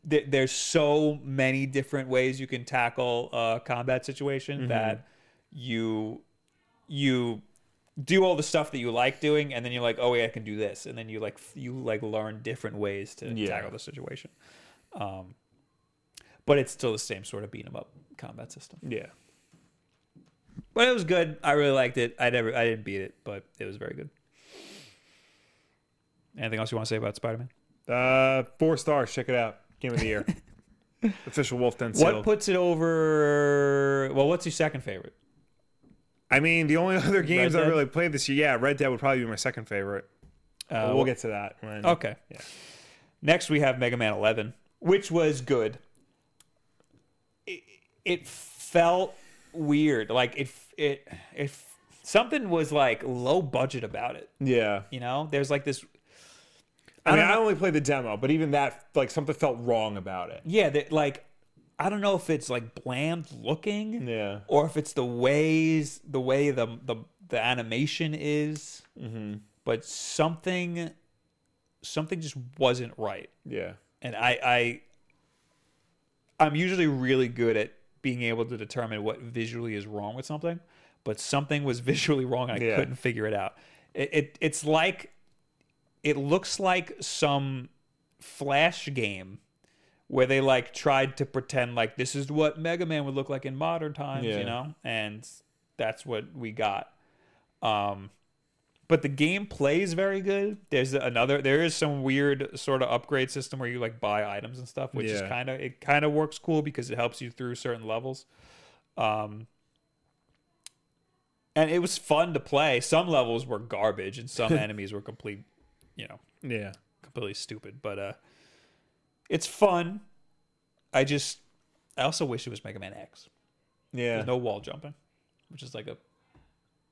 there, there's so many different ways you can tackle a combat situation Mm-hmm. that you you do all the stuff that you like doing and then you're like oh wait i can do this and then you like f- you like learn different ways to Yeah. tackle the situation um but it's still the same sort of beat 'em up combat system Yeah, but it was good i really liked it i never i didn't beat it but it was very good anything else you want to say about spider-man uh, four stars. Check it out. Game of the year. Official Wolf Den What Seal. puts it over? Well, what's your second favorite? I mean, the only other games I Dead? really played this year, yeah, Red Dead would probably be my second favorite. Uh, But we'll get to that. When, Okay. Next, we have Mega Man 11, which was good. It, it felt weird. Like it, it, it, something was like low budget about it. Yeah. You know, there's like this. I, mean, don't I only played the demo, but even that, like, something felt wrong about it. Yeah, that like, I don't know if it's like bland looking, Yeah. or if it's the ways the way the the the animation is. Mm-hmm. But something, something just wasn't right. Yeah. and I, I I'm usually really good at being able to determine what visually is wrong with something, but something was visually wrong and I Yeah. couldn't figure it out. It, it it's like it looks like some flash game where they like tried to pretend like this is what Mega Man would look like in modern times, Yeah. you know, and that's what we got. Um, but the game plays very good. There's another. There is some weird sort of upgrade system where you like buy items and stuff, which is Yeah. kind of it kind of works cool because it helps you through certain levels. Um, and it was fun to play. Some levels were garbage, and some enemies were complete, you know, Yeah. completely stupid. But uh, it's fun. I just, I also wish it was Mega Man X. Yeah. There's no wall jumping, which is like a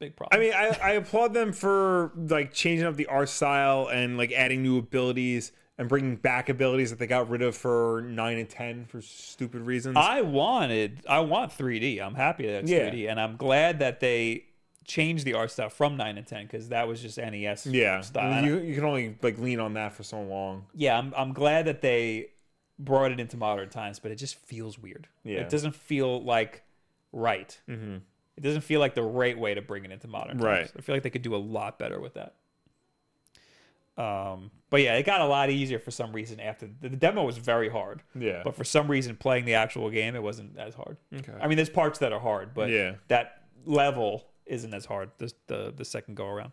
big problem. I mean, I, I applaud them for like changing up the art style and like adding new abilities and bringing back abilities that they got rid of for nine and ten for stupid reasons. I wanted, I want 3D. I'm happy that it's Yeah. 3D, and I'm glad that they changed the art style from nine and ten because that was just E NES yeah, style. you you can only like lean on that for so long. yeah, I'm, I'm glad that they brought it into modern times, but it just feels weird. Yeah. it doesn't feel like right. Mm-hmm. It doesn't feel like the right way to bring it into modern times. Right. I feel like they could do a lot better with that. Um, but yeah, it got a lot easier for some reason after the the demo was very hard. Yeah, But for some reason, playing the actual game, it wasn't as hard. Okay. I mean, there's parts that are hard, but Yeah. that level isn't as hard the, the the second go around.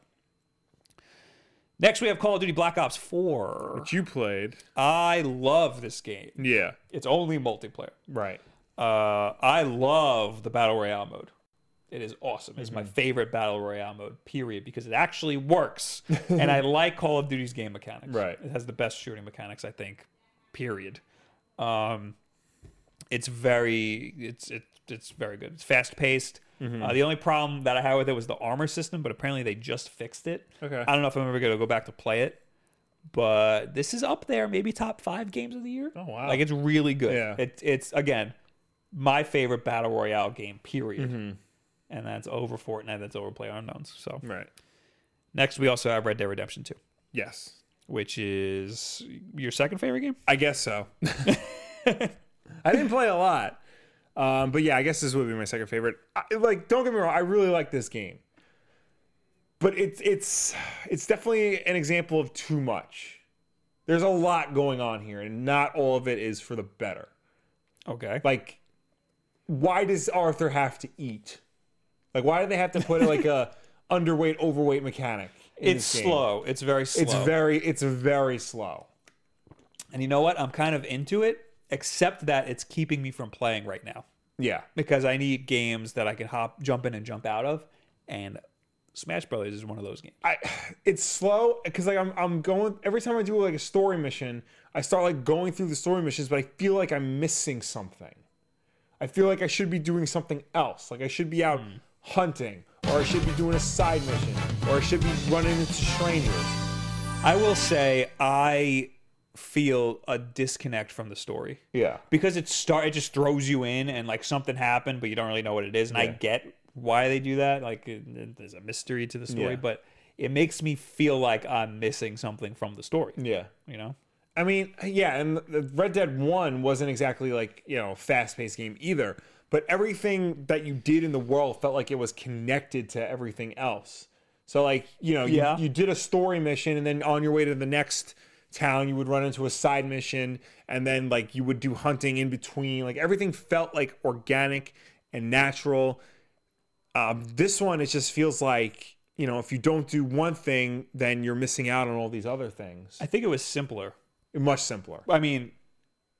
Next, we have Call of Duty Black Ops 4. but you played. I love this game. Yeah, It's only multiplayer. right. Uh, I love the battle royale mode. It is awesome. It's Mm-hmm. my favorite battle royale mode, period, because it actually works. and I like Call of Duty's game mechanics. Right. It has the best shooting mechanics, I think, period. Um, it's very it's it, it's very good. It's fast paced. Mm-hmm. Uh, the only problem that I had with it was the armor system, but apparently they just fixed it. Okay. I don't know if I'm ever gonna go back to play it, but this is up there, maybe top five games of the year. Oh, wow. Like it's really good. Yeah. It's it's again my favorite battle royale game. Period. Mm-hmm. And that's over Fortnite. That's over Player Unknowns. So Right. next we also have Red Dead Redemption Two, Yes, which is your second favorite game. I guess so. I didn't play a lot, um, but yeah, I guess this would be my second favorite. I, like, don't get me wrong, I really like this game, but it's it's it's definitely an example of too much. There's a lot going on here, and not all of it is for the better. Okay. Like, why does Arthur have to eat? Like, why do they have to put like a underweight, overweight mechanic? in It's this game? slow. It's very slow. It's very it's very slow. and you know what? I'm kind of into it, except that it's keeping me from playing right now Yeah. because I need games that I can hop, jump in, and jump out of, and Smash Brothers is one of those games. I it's slow because like I'm I'm going every time I do like a story mission, I start like going through the story missions, but I feel like I'm missing something. I feel like I should be doing something else. Like I should be out hunting, or I should be doing a side mission, or I should be running into strangers. I will say I feel a disconnect from the story Yeah. because it start it just throws you in and like something happened but you don't really know what it is and I Yeah. get why they do that like it- it- there's a mystery to the story Yeah. but it makes me feel like I'm missing something from the story Yeah. you know I mean, yeah, and the Red Dead One wasn't exactly like you know fast paced game either. But everything that you did in the world felt like it was connected to everything else. So like you know, Yeah. you, you did a story mission, and then on your way to the next town, you would run into a side mission, and then like you would do hunting in between. Like everything felt like organic and natural. Um, this one, it just feels like you know, if you don't do one thing, then you're missing out on all these other things. I think it was simpler Much simpler. I mean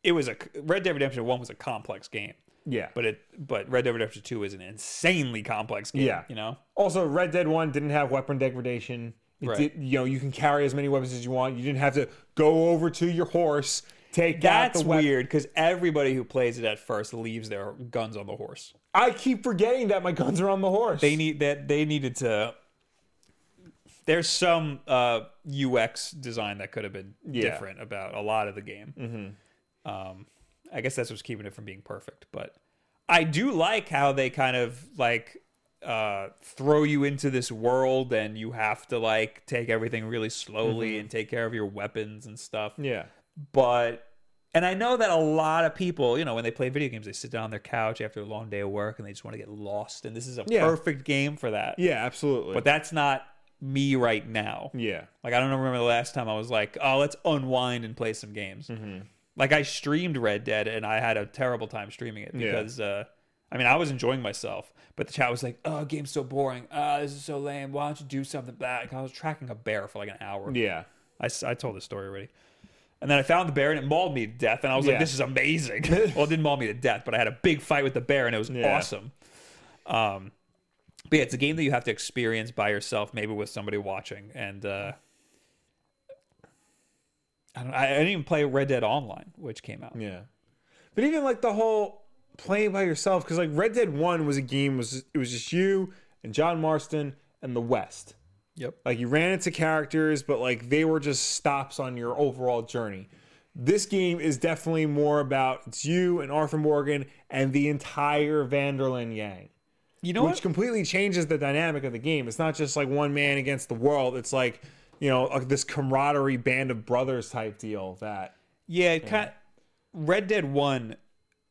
it was a Red Dead Redemption One was a complex game, Yeah. but it but Red Dead Redemption Two is an insanely complex game. Yeah. you know. Also, Red Dead One didn't have weapon degradation. It Right. did- you know, you can carry as many weapons as you want. You didn't have to go over to your horse, take out That's the weapon. weird because everybody who plays it at first leaves their guns on the horse. I keep forgetting that my guns are on the horse. They need that they needed to. There's some uh, UX design that could have been Yeah. different about a lot of the game. Um, I guess that's what's keeping it from being perfect. But I do like how they kind of like uh, throw you into this world and you have to like take everything really slowly and take care of your weapons and stuff yeah. but and I know that a lot of people, you know, when they play video games, they sit down on their couch after a long day of work and they just want to get lost. And this is a Yeah. perfect game for that. Yeah, absolutely. But that's not me right now. yeah. Like I don't remember the last time I was like, oh, let's unwind and play some games. Mm-hmm. Like I streamed Red Dead and I had a terrible time streaming it because uh, I mean I was enjoying myself, but the chat was like, oh, game's so boring. Ah, this is so lame. Why don't you do something back? I was tracking a bear for like an hour. Yeah. I, s- I told this story already. And then I found the bear and it mauled me to death. And I was Yeah. like, this is amazing. well, it didn't maul me to death, but I had a big fight with the bear and it was Yeah. awesome. Um, but yeah, it's a game that you have to experience by yourself, maybe with somebody watching. And uh, I, don't, I I didn't even play Red Dead Online, which came out. Yeah. But even like the whole playing by yourself, because like Red Dead One was a game was it was just you and John Marston and the West. Yep. Like you ran into characters, but like they were just stops on your overall journey. This game is definitely more about it's you and Arthur Morgan and the entire Vanderlyn gang, You know which what? completely changes the dynamic of the game. It's not just like one man against the world. It's like you know like this camaraderie band of brothers type deal that Yeah, it kind Red Dead 1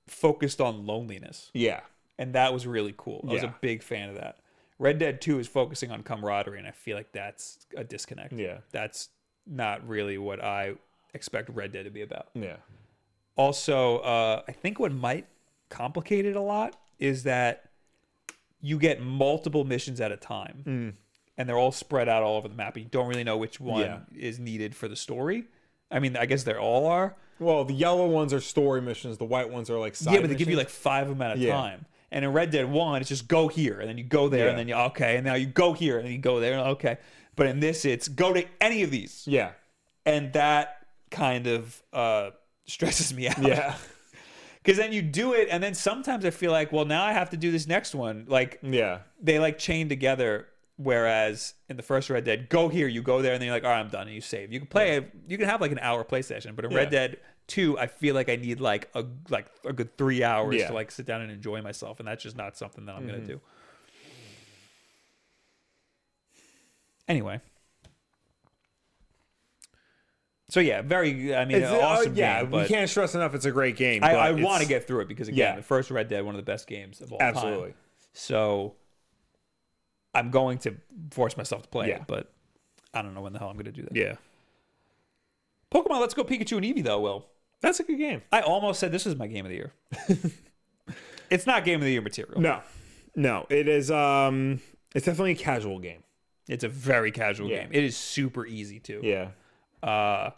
focused on loneliness. yeah and that was really cool. I was Yeah. a big fan of that. Red Dead 2 is focusing on camaraderie, and I feel like that's a disconnect. Yeah. That's not really what I expect Red Dead to be about. yeah Also, uh, I think what might complicate it a lot is that you get multiple missions at a time, Mm. and they're all spread out all over the map. and You don't really know which one Yeah. is needed for the story. I mean, I guess they all are, Well, the yellow ones are story missions. The white ones are like side yeah, but they give you missions. like five of them at a Yeah. time. And in Red Dead One, it's just go here, and then you go there, Yeah. and then you okay, and now you go here, and then you go there, and okay. But in this, it's go to any of these, yeah, and that kind of uh, stresses me out. yeah, because then you do it, and then sometimes I feel like, well, now I have to do this next one. Like yeah, they like chain together. Whereas in the first Red Dead, go here, you go there, and then you're like, all right, I'm done, and you save. You can play, you can have like an hour play session, but in Red Yeah. Dead Two, I feel like I need like a like a good three hours Yeah. Mm-hmm. to like sit down and enjoy myself, and that's just not something that I'm gonna do. Anyway. So yeah, very. I mean, It's- uh, awesome yeah, game. we But can't stress enough. It's a great game. I, but I it's- want to get through it because again, Yeah. the first Red Dead, one of the best games of all time. absolutely. So I'm going to force myself to play Yeah. it, but I don't know when the hell I'm going to do that. Yeah, Pokemon Let's Go Pikachu and Eevee, though, Will. that's a good game. I almost said this was my game of the year. it's not game of the year material. No, no, it is. Um, it's definitely a casual game. It's a very casual Yeah. game. It is super easy, too. Yeah, Uh,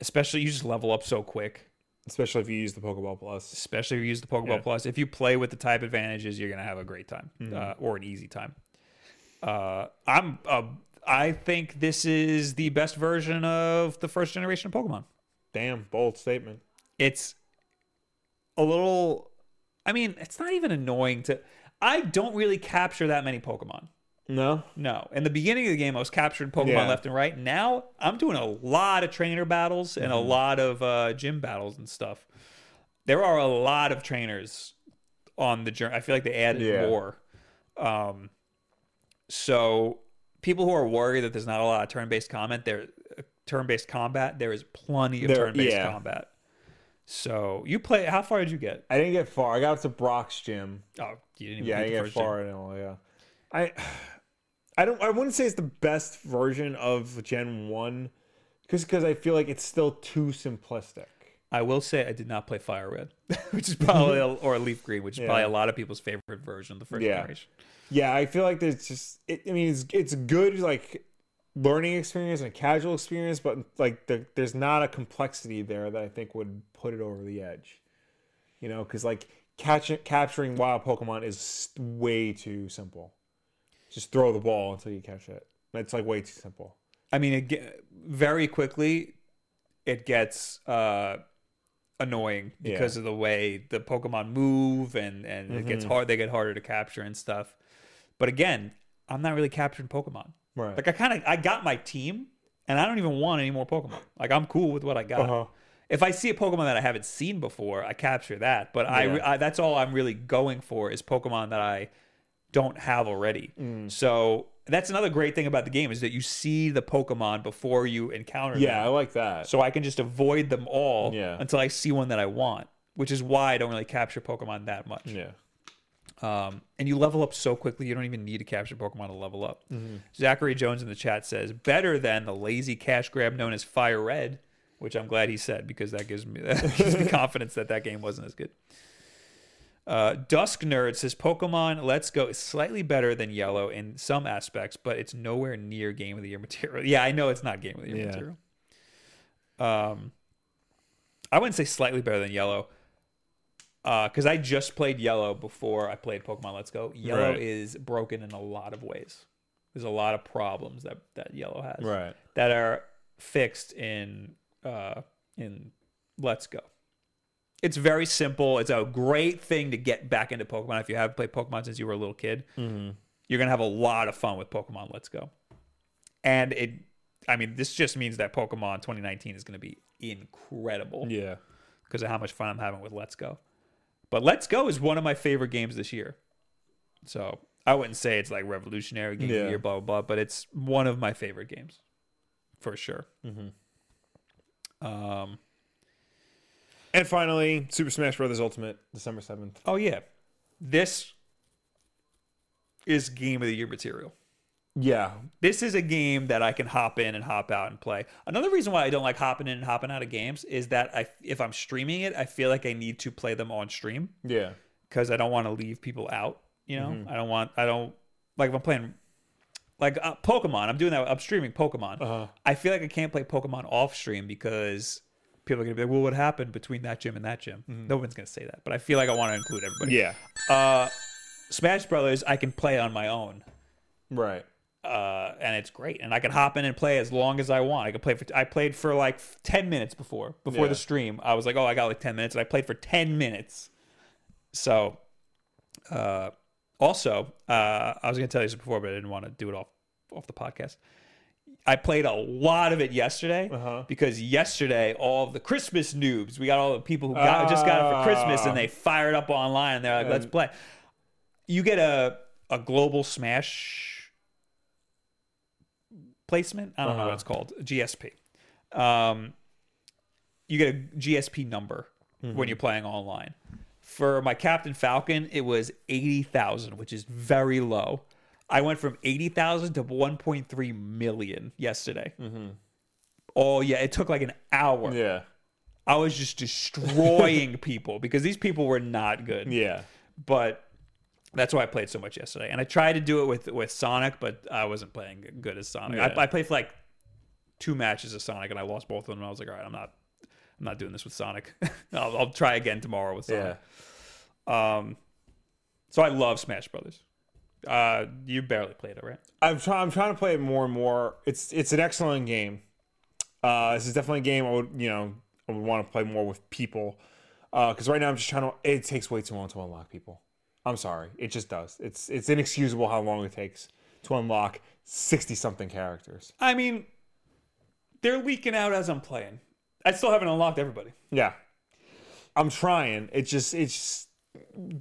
especially, you just level up so quick, especially if you use the Pokeball Plus. especially if you use the Pokeball Yeah. Mm-hmm. Plus. If you play with the type advantages, you're going to have a great time uh, or an easy time. Uh, I'm. Uh, I think this is the best version of the first generation of Pokemon. Damn, bold statement. it's a little i mean it's not even annoying to i don't really capture that many pokemon No, no in the beginning of the game i was capturing pokemon Yeah. left and right now i'm doing a lot of trainer battles and Mm-hmm. a lot of uh, gym battles and stuff there are a lot of trainers on the journey i feel like they added Yeah. more um, so people who are worried that there's not a lot of turn-based comment there uh, turn-based combat there is plenty of There- turn-based yeah. combat so you play how far did you get I didn't get far. I got up to Brock's gym. oh you didn't even Yeah, I beat the didn't get first gym. far at all. Yeah, I, I don't. I wouldn't say it's the best version of Gen One, just because I feel like it's still too simplistic. i will say i did not play fire red which is probably or leaf green which is probably a lot of people's favorite version of the first Yeah. generation Yeah, I feel like there's just. It, I mean, it's it's good like learning experience and a casual experience, but like the, there's not a complexity there that I think would put it over the edge. You know, because like catch, capturing wild Pokemon is way too simple. Just throw the ball until you catch it. It's like way too simple. I mean, it ge- very quickly, it gets uh, annoying because of the way the Pokemon move, and and it gets hard. They get harder to capture and stuff. But again, I'm not really capturing Pokemon. Right. Like I kind of I got my team, and I don't even want any more Pokemon. Like I'm cool with what I got. Uh-huh. If I see a Pokemon that I haven't seen before, I capture that. But I, Yeah. I that's all I'm really going for is Pokemon that I don't have already. Mm. So that's another great thing about the game is that you see the Pokemon before you encounter yeah, I them. like that. So I can just avoid them all Yeah. until I see one that I want, which is why I don't really capture Pokemon that much. yeah. Um, and you level up so quickly, you don't even need to capture Pokemon to level up. Zachary Jones in the chat says, better than the lazy cash grab known as Fire Red, which I'm glad he said because that gives me, that gives me confidence that that game wasn't as good. Uh, Dusk Nerd says, Pokemon Let's Go is slightly better than Yellow in some aspects, but it's nowhere near Game of the Year material. Yeah, I know it's not Game of the Year Yeah. material. Um, I wouldn't say slightly better than Yellow because I just played Yellow before I played Pokemon Let's Go. Yellow Right. is broken in a lot of ways. There's a lot of problems that that Yellow has Right. that are fixed in uh, in Let's Go. It's very simple. It's a great thing to get back into Pokemon if you haven't played Pokemon since you were a little kid. Mm-hmm. You're gonna have a lot of fun with Pokemon Let's Go, and it. I mean, this just means that Pokemon 2019 is gonna be incredible Yeah. because of how much fun I'm having with Let's Go. But Let's Go is one of my favorite games this year. So I wouldn't say it's like revolutionary game of Yeah. the year, blah blah blah, but it's one of my favorite games for sure. Um, And finally, Super Smash Brothers Ultimate, December seventh. oh yeah, this is game of the year material. Yeah. This is a game that I can hop in and hop out and play. Another reason why I don't like hopping in and hopping out of games is that I, if I'm streaming it, I feel like I need to play them on stream. Yeah. because I don't want to leave people out. You know, I don't want I don't like if I'm playing like uh, Pokemon. I'm doing that. I'm streaming Pokemon. Uh-huh. I feel like I can't play Pokemon off stream because people are gonna be like, "Well, what happened between that gym and that gym?" No one's gonna say that, but I feel like I want to include everybody. Yeah. Uh, Smash Brothers, I can play on my own. Right. Uh, and it's great, and I can hop in and play as long as I want. I can play for. I played for like ten minutes before before Yeah. the stream. I was like, oh, I got like ten minutes, and I played for ten minutes. So, uh, also, uh, I was gonna tell you this before, but I didn't want to do it off off the podcast. I played a lot of it yesterday Uh-huh. because yesterday all of the Christmas noobs, we got all the people who got, just got it for Christmas, and Ah. they fired up online and they're like, let's play. You get a a global smash placement. I don't know what Uh-huh. it's called. GSP. Um, you get a GSP number Mm-hmm. when you're playing online. For my Captain Falcon, it was 80,000, which is very low. I went from 80,000 to 1.3 million yesterday. Oh, yeah. It took like an hour. Mm-hmm. Yeah. I was just destroying people because these people were not good Yeah. but that's why I played so much yesterday. And I tried to do it with with Sonic, but I wasn't playing good as Sonic. Yeah. I, I played for like two matches of Sonic, and I lost both of them. And I was like, all right, I'm not, I'm not doing this with Sonic. I'll, I'll try again tomorrow with Yeah. Sonic. Um, so I love Smash Brothers. Uh, you barely played it, right? I'm trying. I'm trying to play it more and more. It's it's an excellent game. Uh, this is definitely a game I would you know I would want to play more with people. Because right now I'm just trying to. It takes way too long to unlock people. I'm sorry, it just does. It's it's inexcusable how long it takes to unlock sixty something characters. I mean, they're leaking out as I'm playing. I still haven't unlocked everybody. Yeah, I'm trying. It just it's just,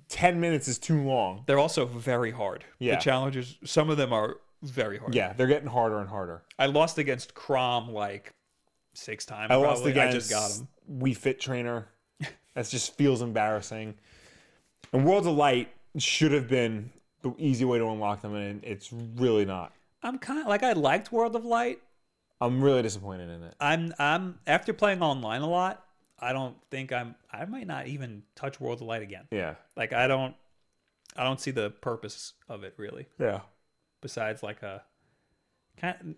ten minutes is too long. They're also very hard. Yeah. The challenges, some of them are very hard. Yeah, they're getting harder and harder. I lost against Crom like six times. I lost probably. against I just got him. We Fit Trainer. That just feels embarrassing. And Worlds of Light should have been the easy way to unlock them, and it's really not. I'm kind of like I liked World of Light. I'm really disappointed in it. I'm I'm after playing online a lot. I don't think I'm. I might not even touch World of Light again. Yeah. Like I don't. I don't see the purpose of it really. Yeah. Besides like a kind.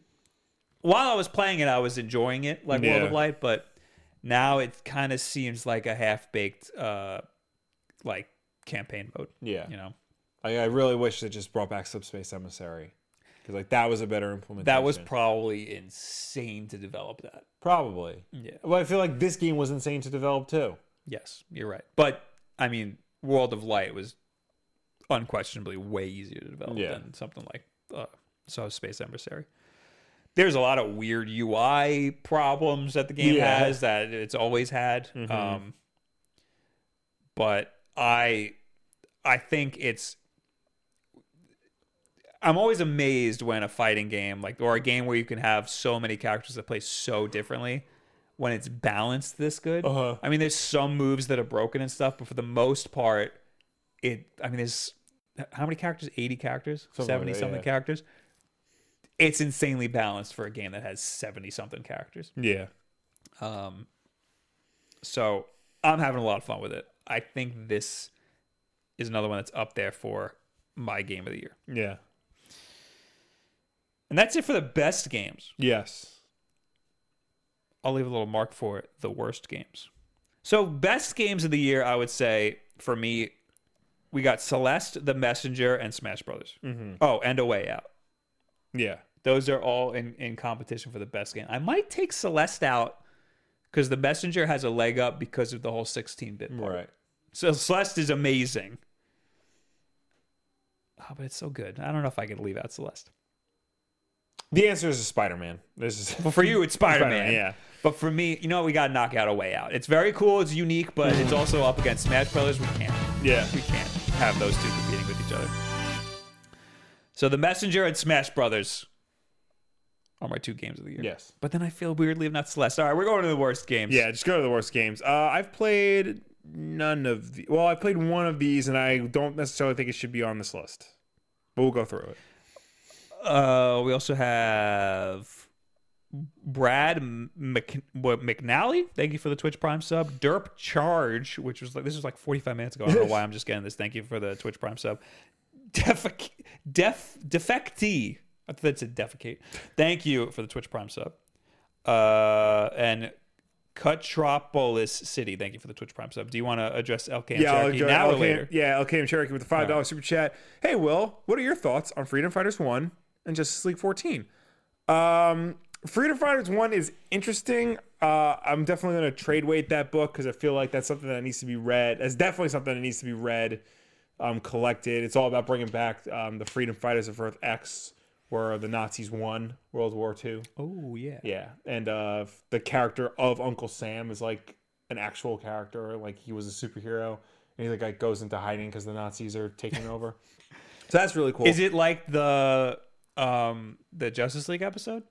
while I was playing it, I was enjoying it like World of Yeah. Light, but now it kind of seems like a half baked uh like campaign mode. Yeah. You know. I, I really wish they just brought back Subspace Emissary because like that was a better implementation. That was probably insane to develop that. probably. Yeah. Well, I feel like this game was insane to develop too. Yes, you're right. But I mean, World of Light was unquestionably way easier to develop Yeah. than something like uh, so Space Emissary. There's a lot of weird UI problems that the game Yeah. Mm-hmm. has that it's always had. Um, but I, I think it's. I'm always amazed when a fighting game like or a game where you can have so many characters that play so differently when it's balanced this good. Uh-huh. I mean, there's some moves that are broken and stuff, but for the most part, it. I mean, there's how many characters? 80 characters, Something like 70 that, something yeah. characters. It's insanely balanced for a game that has 70 something characters. Yeah. Hmm. Um, so I'm having a lot of fun with it. I think this is another one that's up there for my game of the year. Yeah. And that's it for the best games. Yes. I'll leave a little mark for the worst games. So, best games of the year, I would say for me, we got Celeste, The Messenger, and Smash Brothers. Mm-hmm. Oh, and A Way Out. Yeah. Those are all in, in competition for the best game. I might take Celeste out because The Messenger has a leg up because of the whole 16 bit part. Right. So, Celeste is amazing. Oh, but it's so good. I don't know if I could leave out Celeste. The answer is Spider Man. This is Well, for you, it's Spider Man. Spider-Man, yeah. But for me, you know, we got to knock out a way out. It's very cool. It's unique, but it's also up against Smash Brothers. We can't. yeah. We can't have those two competing with each other. So the Messenger and Smash Brothers are my two games of the year. Yes. But then I feel weirdly I'm not Celeste. All right, we're going to the worst games. Yeah, just go to the worst games. Uh, I've played none of the. Well, I played one of these, and I don't necessarily think it should be on this list. But we'll go through it. Uh, we also have Brad M- Mc- what, McNally. Thank you for the Twitch Prime sub. Derp Charge, which was like this was like 45 minutes ago. I don't know why I'm just getting this. Thank you for the Twitch Prime sub. Defec- def defectee. I thought that said defecate. Thank you for the Twitch Prime sub. Uh, and Cutropolis City. Thank you for the Twitch Prime sub. Do you want to address LKM Yeah, Cherokee I'll go, now or LKM later? Yeah, LKM Cherokee with the five dollar super chat. Hey, Will, what are your thoughts on Freedom Fighters One and Justice League Fourteen? Um, Freedom Fighters One is interesting. Uh, I'm definitely going to trade weight that book because I feel like that's something that needs to be read. That's definitely something that needs to be read, um, collected. It's all about bringing back um, the Freedom Fighters of Earth X, where the Nazis won World War Two. Oh yeah. Yeah, and uh, the character of Uncle Sam is like an actual character, like he was a superhero, and he like, like goes into hiding because the Nazis are taking over. so that's really cool. Is it like the um the Justice League episode?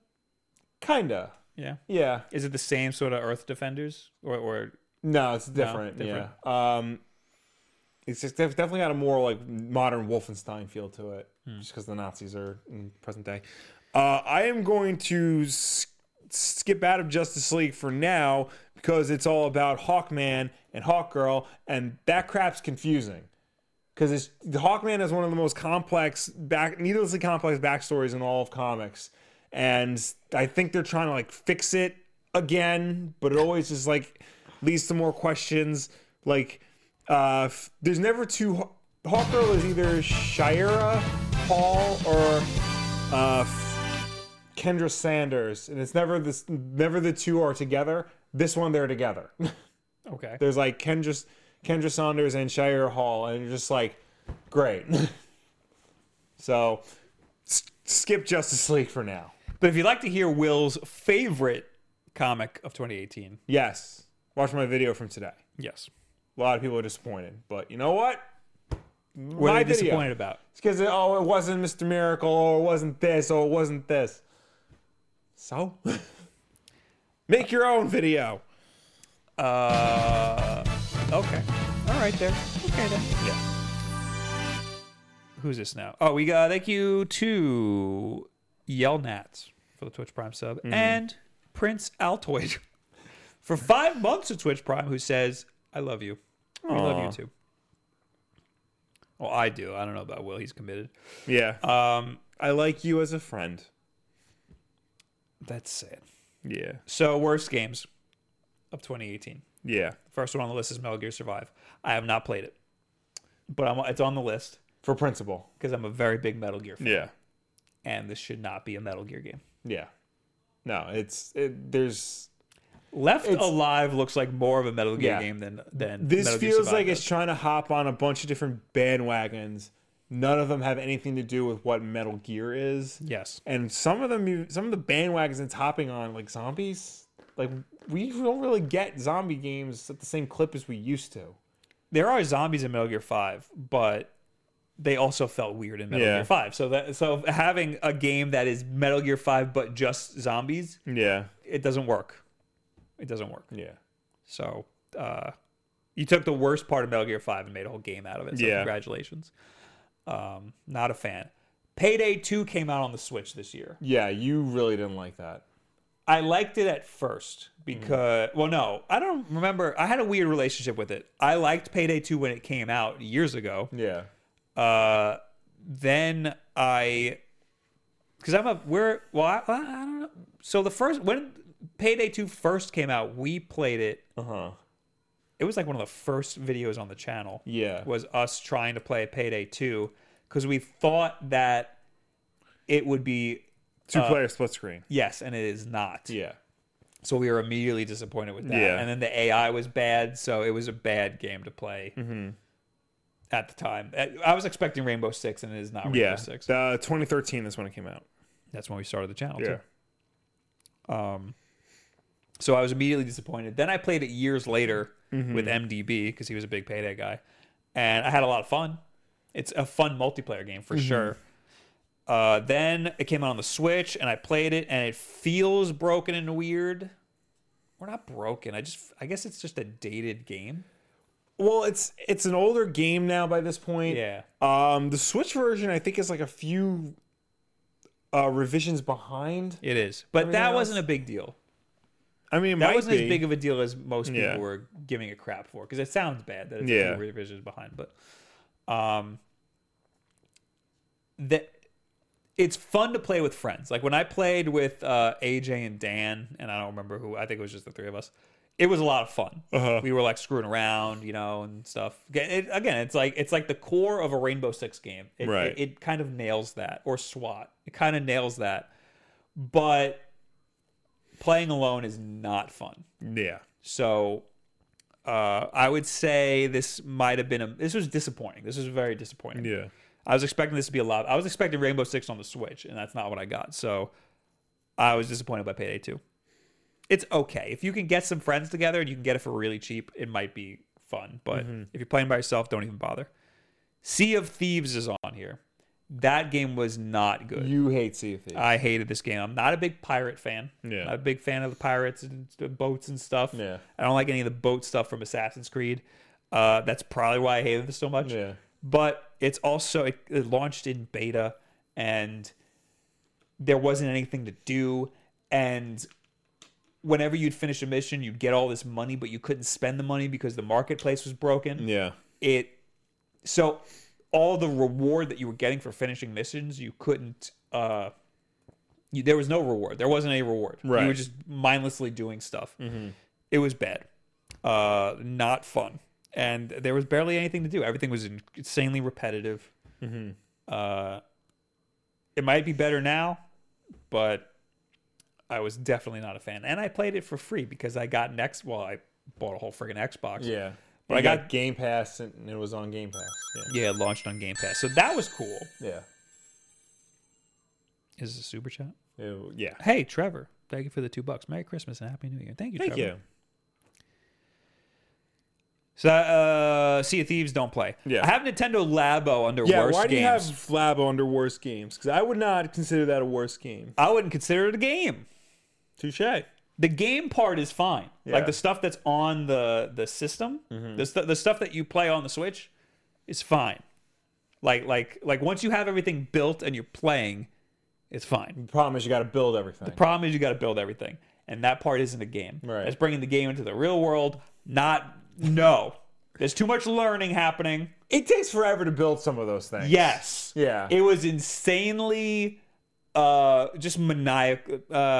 kinda? Yeah. Yeah. Is it the same sort of Earth Defenders or or No, it's different. different. Yeah. Um, it's just it's definitely got a more like modern Wolfenstein feel to it, just because the Nazis are in present day. Uh, I am going to s- skip out of Justice League for now because it's all about Hawkman and Hawkgirl, and that crap's confusing. Because it's the Hawkman has one of the most complex back, needlessly complex backstories in all of comics, and I think they're trying to like fix it again, but it always just like leads to more questions. Like, uh, f- there's never two. Haw- Hawkgirl is either Shira Hall or uh, f- Kendra Sanders, and it's never this. Never the two are together. This one they're together. okay? There's like Kendra, Kendra Saunders and Shire Hall, and you're just like, great. so, s- skip Justice League for now. But if you'd like to hear Will's favorite comic of 2018, Yes, watch my video from today. yes, A lot of people are disappointed, but you know what? what are My you video. disappointed about? It's because oh, it wasn't Mr. Miracle, or it wasn't this, or it wasn't this. So, make your own video. Uh, okay, all right there. Okay then. Yeah. Who's this now? Oh, we got thank you to Yell Nats for the Twitch Prime sub and Prince Altoid for five months of Twitch Prime, who says I love you. We love Aw. you too. Well, I do. I don't know Uh, Um, about Will. He's committed. Yeah, Um, I like you as a friend. That's sad. Yeah. So worst games of 2018. Yeah. First one on the list is Metal Gear Survive. I have not played it, but I'm, it's on the list For principle. because I'm a very big Metal Gear fan, Yeah. and this should not be a Metal Gear game. Yeah. No, it's it, there's Left It's- Alive looks like more of a Metal Gear Yeah. game than than this Metal Gear feels Survive like does. it's trying to hop on a bunch of different bandwagons. None of them have anything to do with what Metal Gear is. yes. And some of them, you- some of the bandwagons it's hopping on, like zombies. Like we don't really get zombie games at the same clip as we used to. There are zombies in Metal Gear Five, but they also felt weird in Metal Yeah. Gear Five. So that so having a game that is Metal Gear Five but just zombies, Yeah. it doesn't work. It doesn't work. Yeah. So uh, you took the worst part of Metal Gear Five and made a whole game out of it. So Yeah. congratulations. Um, not a fan. Payday Two came out on the Switch this year. Yeah. You really didn't like that. I liked it at first because, well, no, I don't remember. I had a weird relationship with it. I liked Payday 2 when it came out years ago. Yeah. Uh, then I, because I'm a, we're, well, I, I don't know. So the first, when Payday 2 first came out, we played it. Uh huh. It was like one of the first videos on the channel. Yeah. Was us trying to play Payday 2 because we thought that it would be, Two player split screen. yes, and it is not. Uh, Yeah. So we were immediately disappointed with that. Yeah. And then the AI was bad, so it was a bad game to play Mm-hmm. at the time. I- I was expecting Rainbow Six, and it is not Rainbow Yeah. Six. Uh, 2013 is when it came out. That's when we started the channel. Too. Um, so I was immediately disappointed. Then I played it years later Mm-hmm. with MDB because he was a big payday guy, and I had a lot of fun. It's a fun multiplayer game Mm-hmm. for sure. Uh, then it came out on the Switch, and I played it, and it feels broken and weird. We're not broken. I just, I guess it's just a dated game. Well, it's it's an older game now by this point. Yeah. Um, the Switch version I think is like a few uh, revisions behind. It is, but Everything that else- wasn't a big deal. I mean, it That might wasn't be. as big of a deal as most people Yeah. were giving it crap for because it sounds bad that it's Yeah. a few revisions behind, but um, that it's fun to play with friends. Like when I played with uh, AJ and Dan, and I don't remember who. I think it was just the three of us. It was a lot of fun. Uh-huh. We were like screwing around, you know, and stuff. Again, It, again, it's like it's like the core of a Rainbow Six game. It, Right. It, it kind of nails that, or SWAT. It kind of nails that, but playing alone is not fun. Yeah. So uh, I would say this might have been a this was disappointing. This was very disappointing. Yeah. I was expecting this to be a lot. I was expecting Rainbow Six on the Switch, and that's not what I got. So I was disappointed by Payday Two. It's okay if you can get some friends together and you can get it for really cheap. It might be fun, but if you're playing by yourself, don't even bother. Sea of Thieves is on here. That game was not good. You hate Sea of Thieves. I hated this game. I'm not a big pirate fan. Yeah. Not a big fan of the pirates and the boats and stuff. Yeah. I don't like any of the boat stuff from Assassin's Creed. Uh, that's probably why I hated this so much. Yeah. But it's also it, it launched in beta and there wasn't anything to do and whenever you'd finish a mission you'd get all this money but you couldn't spend the money because the marketplace was broken yeah. it so all the reward that you were getting for finishing missions you couldn't uh you, there was no reward there wasn't any reward you were Right. just mindlessly doing stuff it was bad uh not fun and there was barely anything to do everything was insanely repetitive uh it might be better now but i was definitely not a fan and i played it for free because i got next well i bought a whole friggin' xbox Yeah. But But I I got- got Game Pass and it was on Game Pass. Yeah, it launched on Game Pass. So that was cool. Yeah. Is this a super chat? Yeah. Ew, yeah. Hey, Trevor. Thank you for the two bucks. Merry Christmas and Happy New Year. Thank you, Thank Trevor. you. So, uh, Sea of Thieves don't play. Yeah. I have Nintendo Labo under Yeah. worst why do games. you have Flab under worst games? Because I would not consider that a worst game. I wouldn't consider it a game. Touche. The game part is fine. Yeah. Mm-hmm. Like the stuff that's on the the system, the, stu- the stuff that you play on the Switch is fine. Like like like once you have everything built and you're playing, it's fine. The problem is you got to build everything. problem is you got to build everything, and that part isn't a game. Right. That's bringing the game into the real world. Not no. There's too much learning happening. it takes forever to build some of those things. Yes. Yeah. It was insanely uh, just maniac, uh,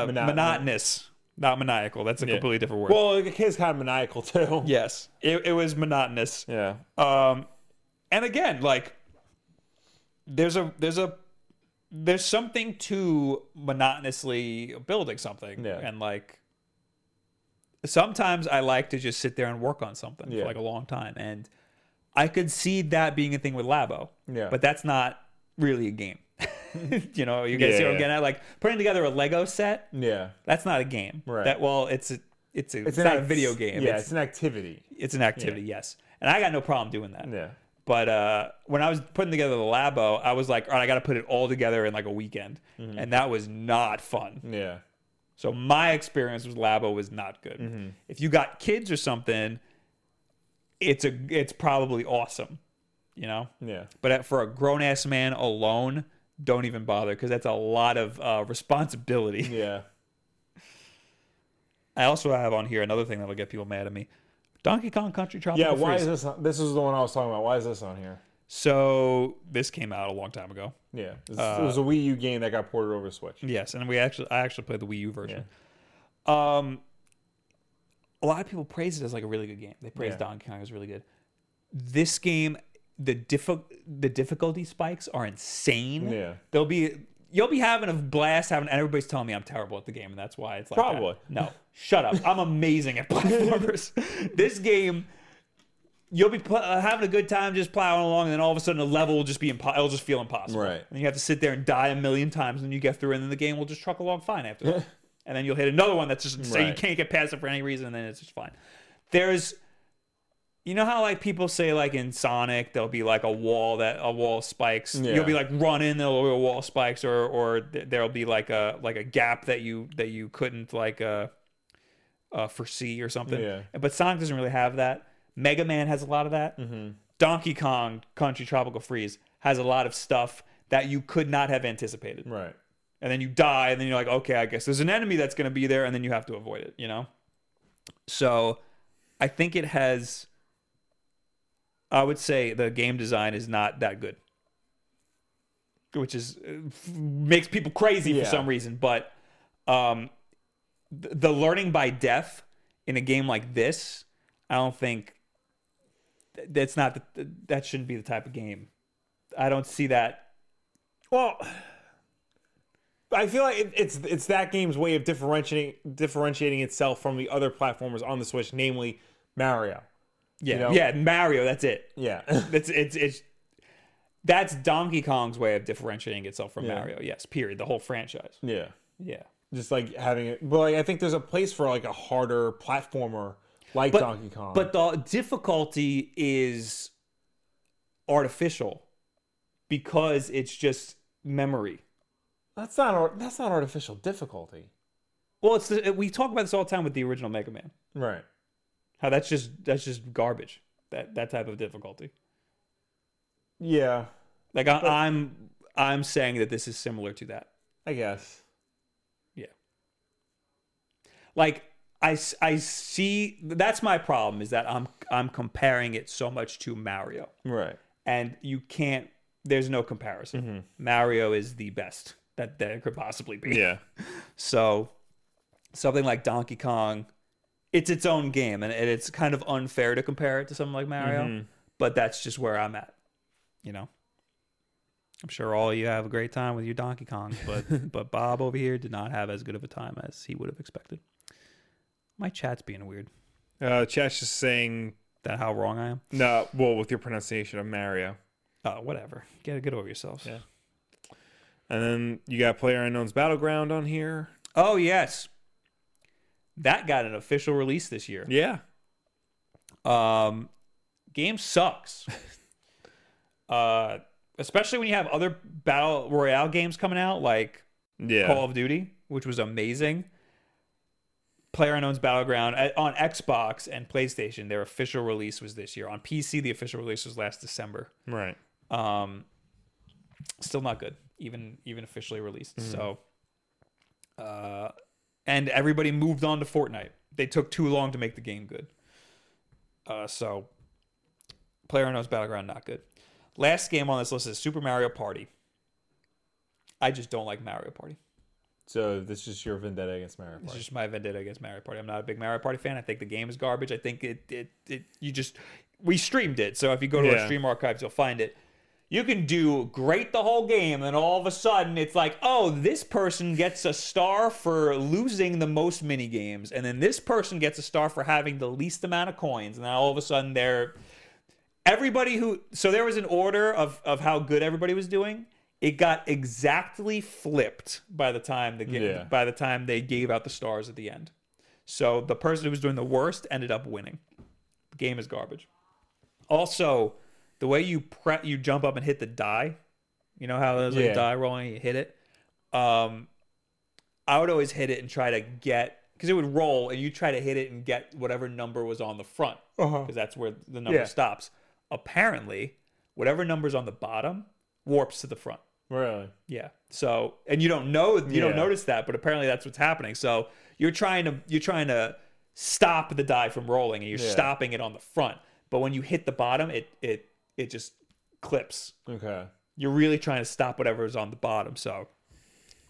Monotonous. monotonous, not maniacal. That's a completely different word. Well, his kind of maniacal too. yes, it, it was monotonous. Yeah. Um, and again, like there's a there's a there's something to monotonously building something, Yeah. and like sometimes I like to just sit there and work on something Yeah. for like a long time, and I could see that being a thing with Labo, Yeah. but that's not really a game. you know, you guys Yeah, see what yeah. I'm getting at? Like putting together a Lego set, Yeah. that's not a game. Right. That well, it's a it's a it's, not act- a video game. Yeah, it's, It's an activity. it's an activity, yes. And I got no problem doing that. Yeah. But uh, when I was putting together the Labo, I was like, all right, I got to put it all together in like a weekend. Mm-hmm. And that was not fun. Yeah. So my experience with Labo was not good. Mm-hmm. If you got kids or something, it's a it's probably awesome, you know? Yeah. But uh, for a grown ass man alone, don't even bother because that's a lot of uh, responsibility. Yeah. I also have on here another thing that'll get people mad at me Donkey Kong Country Tropical Yeah. Why Freeze. is this? On, this is the one I was talking about. Why is this on here? so this came out a long time ago. Yeah. uh, This- it was a Wii U game that got ported over to Switch. Yes, and we actually I actually played the Wii U version. Um a lot of people praise it as like a really good game. They praise Yeah. Donkey Kong as really good. This game, the diffi- the difficulty spikes are insane. Yeah. They'll be you'll be having a blast having and everybody's telling me I'm terrible at the game and that's why it's like that. Probably. No. Shut up. I'm amazing at platformers. this game You'll be pl- uh, having a good time just plowing along, and then all of a sudden, a level will just be impo- it'll just feel impossible. Right. And you have to sit there and die a million times, and you get through, and then the game will just truck along fine after that. and then you'll hit another one that's just say you Right. can't get past it for any reason, and then it's just fine. There's, you know how like people say like in Sonic there'll be like a wall that a wall spikes. Yeah. You'll be like running, there'll be a wall spikes, or or th- there'll be like a like a gap that you that you couldn't like uh, uh foresee or something. Yeah. But Sonic doesn't really have that. Mega Man has a lot of that. Donkey Kong Country Tropical Freeze has a lot of stuff that you could not have anticipated. Right. And then you die, and then you're like, okay, I guess there's an enemy that's going to be there, and then you have to avoid it, you know? So I think it has. I would say the game design is not that good, which is f- makes people crazy Yeah. for some reason. But um, th- the learning by death in a game like this, I don't think th- that's not the, th- that shouldn't be the type of game. I don't see that. Well, I feel like it, it's it's that game's way of differentiating differentiating itself from the other platformers on the Switch, namely Mario. Yeah, know? yeah, Mario. That's it. Yeah. That's it's it's that's Donkey Kong's way of differentiating itself from Yeah. Mario. Yes, period. The whole franchise. yeah. Yeah. Just like having it, but like, I think there's a place for like a harder platformer like Donkey Kong. But the difficulty is artificial because it's just memory. that's not ar- that's not artificial difficulty. Well, it's the, we talk about this all the time with the original Mega Man. Right. How that's just that's just garbage. That that type of difficulty. Yeah. Like I, I'm I'm saying that this is similar to that. I guess. Yeah. Like I, s- I see that's my problem is that I'm I'm comparing it so much to Mario Right. and you can't there's no comparison. Mario is the best that there could possibly be. Yeah. So something like Donkey Kong it's its own game and and it's kind of unfair to compare it to something like Mario, but that's just where I'm at, you know. I'm sure all you have a great time with your Donkey Kongs, but but Bob over here did not have as good of a time as he would have expected. My chat's being weird. Uh, Chat's just saying That how wrong I am. no. Well, with your pronunciation of Mario, Uh, whatever. Get get over yourselves. Yeah. and then you got Player Unknown's Battleground on here. Oh yes, that got an official release this year. Yeah. Um, game sucks. uh, especially when you have other battle royale games coming out like Yeah. Call of Duty, which was amazing. PlayerUnknown's Battleground uh, on Xbox and PlayStation. Their official release was this year. On PC, the official release was last December. Right. Um, still not good, even even officially released. So, uh, and everybody moved on to Fortnite. They took too long to make the game good. Uh, so, PlayerUnknown's Battleground not good. Last game on this list is Super Mario Party. I just don't like Mario Party. So this is your vendetta against Mario It's Party. just my vendetta against Mario Party. I'm not a big Mario Party fan. I think the game is garbage. I think it it, it you just we streamed it. So if you go to our Yeah. stream archives, you'll find it. You can do great the whole game, and all of a sudden it's like, oh, this person gets a star for losing the most mini games, and then this person gets a star for having the least amount of coins, and now all of a sudden they're everybody who so there was an order of of how good everybody was doing it got exactly flipped by the time the game Yeah. by the time they gave out the stars at the end so the person who was doing the worst ended up winning the game is garbage also the way you prep you jump up and hit the die you know how there's like Yeah. a die rolling you hit it um i would always hit it and try to get because it would roll and you try to hit it and get whatever number was on the front Uh-huh. because that's where the number Yeah. stops. Apparently, whatever number's on the bottom warps to the front. Really? Yeah. So, and you don't know, you Yeah. don't notice that, but apparently that's what's happening. So you're trying to you're trying to stop the die from rolling, and you're Yeah. stopping it on the front. But when you hit the bottom, it it it just clips. Okay. You're really trying to stop whatever is on the bottom. So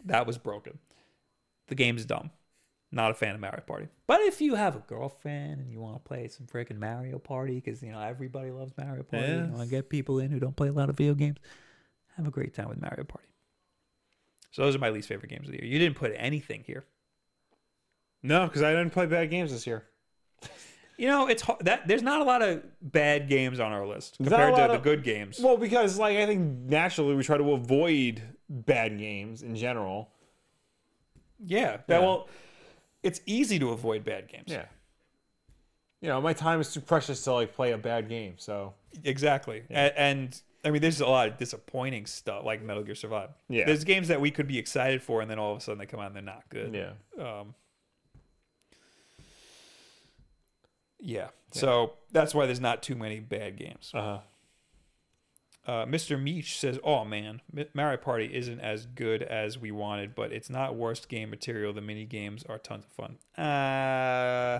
that was broken. The game's dumb. Not a fan of Mario Party. But if you have a girlfriend and you want to play some freaking Mario Party, because you know everybody loves Mario Party, Yeah. you want to get people in who don't play a lot of video games, have a great time with Mario Party. So those are my least favorite games of the year. You didn't put anything here. No, because I didn't play bad games this year. You know, it's hard, that there's not a lot of bad games on our list There's not compared a to lot the of- good games. Well, because like I think naturally we try to avoid bad games in general. yeah, that Yeah. well, it's easy to avoid bad games. You know, my time is too precious to like play a bad game. So Exactly. A- And, I mean, there's a lot of disappointing stuff like Metal Gear Survive. Yeah. There's games that we could be excited for, and then all of a sudden they come out and they're not good. yeah. Um, yeah. So that's why there's not too many bad games. Uh huh. Uh, Mr. Meach says, "Oh man, M- Mario Party isn't as good as we wanted, but it's not worst game material. The mini games are tons of fun." Uh,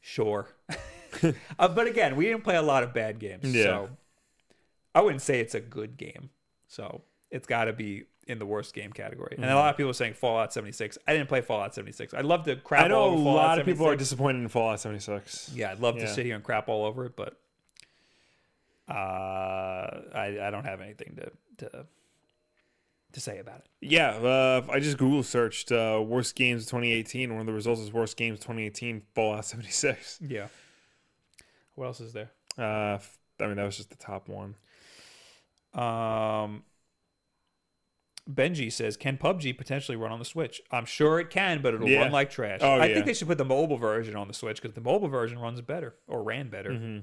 sure. uh, but again, we didn't play a lot of bad games, Yeah. so I wouldn't say it's a good game. So it's got to be in the worst game category. And Mm-hmm. a lot of people are saying Fallout 76. I didn't play Fallout 76. I'd love to crap. I know all a over Fallout lot of people are 76. disappointed in Fallout 76. Yeah, I'd love Yeah. to sit here and crap all over it, but uh, I, I don't have anything to to to say about it. Yeah, uh, I just Google searched uh, worst games of 2018. One of the results is worst games 2018 Fallout 76. Yeah. What else is there? Uh, f- I mean, that was just the top one. Um, Benji says, can PUBG potentially run on the Switch? I'm sure it can, but it'll Yeah. run like trash. Oh, I yeah. think they should put the mobile version on the Switch because the mobile version runs better or ran better.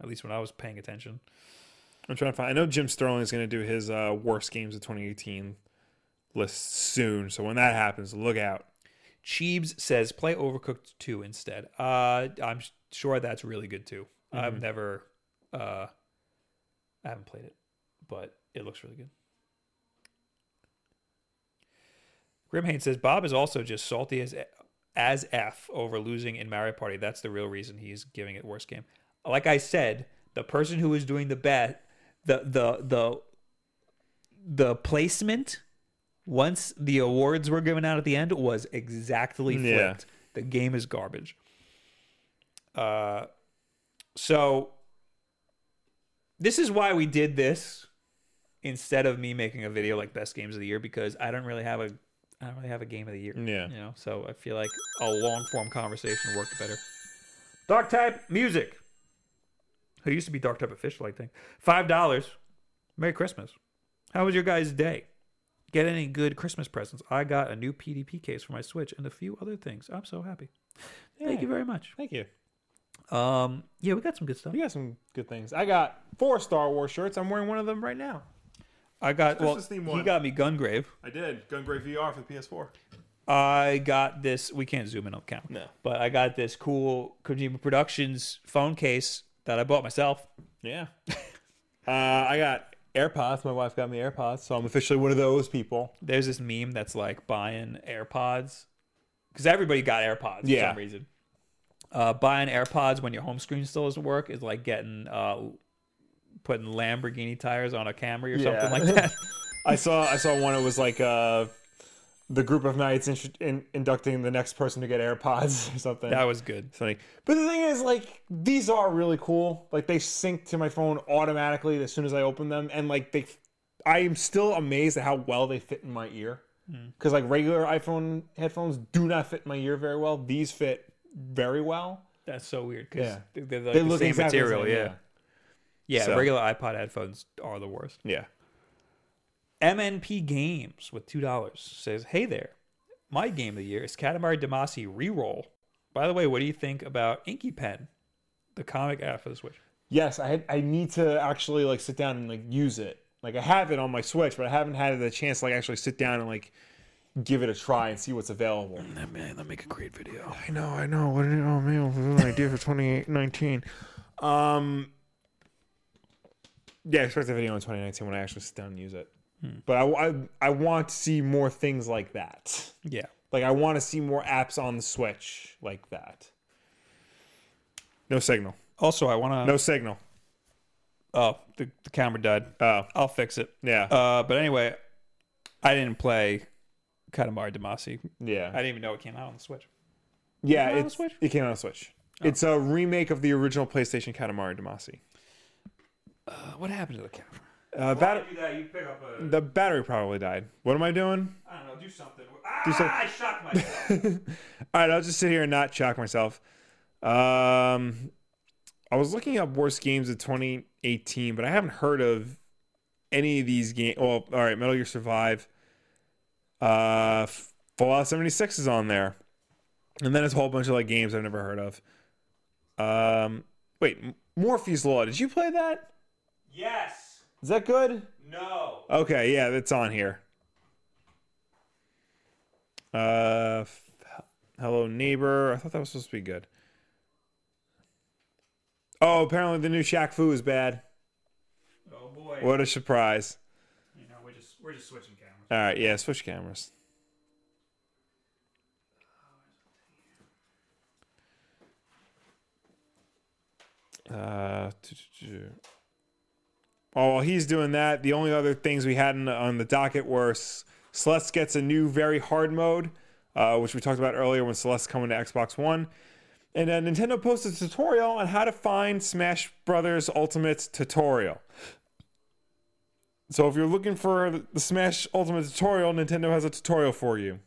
At least when I was paying attention. I'm trying to find. I know Jim Sterling is going to do his uh, worst games of 2018 list soon. So when that happens, look out. Cheebs says play Overcooked 2 instead. Uh, I'm s- sure that's really good too. I've never, uh, I haven't played it, but it looks really good. Grimhane says Bob is also just salty as as f over losing in Mario Party. That's the real reason he's giving it worst game. Like I said, the person who is doing the bad, the the the the placement once the awards were given out at the end was exactly flipped. Yeah. The game is garbage. Uh, so this is why we did this instead of me making a video like best games of the year because I don't really have a I don't really have a game of the year. Yeah. You know, so I feel like a long form conversation worked better. Dark type music. Who used to be dark type official, I think. Five dollars. Merry Christmas. How was your guys' day? Get any good Christmas presents? I got a new PDP case for my Switch and a few other things. I'm so happy. Thank you very much. Thank you. Um, yeah, we got some good stuff. You got some good things. I got four Star Wars shirts. I'm wearing one of them right now. I got well. Christmas theme He one. got me Gungrave. I did. Gungrave VR for the PS4. I got this. We can't zoom in on camera. No. But I got this cool Kojima Productions phone case that I bought myself. Yeah. uh, I got AirPods. My wife got me AirPods, so I'm officially one of those people. There's this meme that's like buying AirPods because everybody got AirPods for Yeah. some reason. Uh, buying AirPods when your home screen still doesn't work is like getting uh, putting Lamborghini tires on a Camry or Yeah. something like that. I saw I saw one. It was like uh, the group of knights in, in, inducting the next person to get AirPods or something. That was good. Funny. But the thing is, like, these are really cool. Like, they sync to my phone automatically as soon as I open them, and like, they, I am still amazed at how well they fit in my ear. Hmm. Because like regular iPhone headphones do not fit in my ear very well. These fit very well. That's so weird because Yeah. they're like They the look same exactly the material. same, yeah. Yeah, So- regular iPod headphones are the worst. Yeah. MNP Games with two dollars says, "Hey there, my game of the year is Katamari Damacy Reroll. By the way, what do you think about Inky Pen, the comic app for the Switch? Yes, I had, I need to actually like sit down and like use it. Like I have it on my Switch, but I haven't had the chance to like actually sit down and like give it a try and see what's available. Man, let me make a great video. I know, I know. What an, oh man, what an idea for 2019. Um, yeah, expect a video in 2019 when I actually sit down and use it. But I, I, I want to see more things like that. Yeah, Like I want to see more apps on the Switch like that. No signal. Also, I want to. No signal. Oh, the, the camera died. Oh, I'll fix it. yeah, Uh, but anyway, I didn't play Katamari Damacy. I yeah, didn't even know it came out on the Switch. yeah. it on It's, Switch? Oh. it came out on Switch. It's a remake of the original PlayStation Katamari Damacy. Uh, what happened to the camera? Uh, bat- do that, you pick up a. the battery probably died. What am I doing? I don't know. Do something. Ah, something. I shocked myself. All right, I'll just sit here and not shock myself. Um, I was looking up worst games of 2018, but I haven't heard of any of these games. Well, all right, Metal Gear Survive. Uh, Fallout 76 is on there, and then it's a whole bunch of like games I've never heard of. Um, wait, M- Morphe's Law. Did you play that? yes. Is that good? No. Okay, yeah, that's on here. Uh, f- hello neighbor. I thought that was supposed to be good. Oh, apparently the new Shaq Fu is bad. Oh boy. What a surprise! You know, we're just we're just switching cameras. All right, yeah, switch cameras. Uh, tu- tu- tu. oh, while he's doing that, the only other things we had in, on the docket were S- Celeste gets a new very hard mode, uh, which we talked about earlier when Celeste's coming to Xbox One. And uh, Nintendo posted a tutorial on how to find Smash Brothers Ultimate tutorial. So if you're looking for the Smash Ultimate tutorial, Nintendo has a tutorial for you.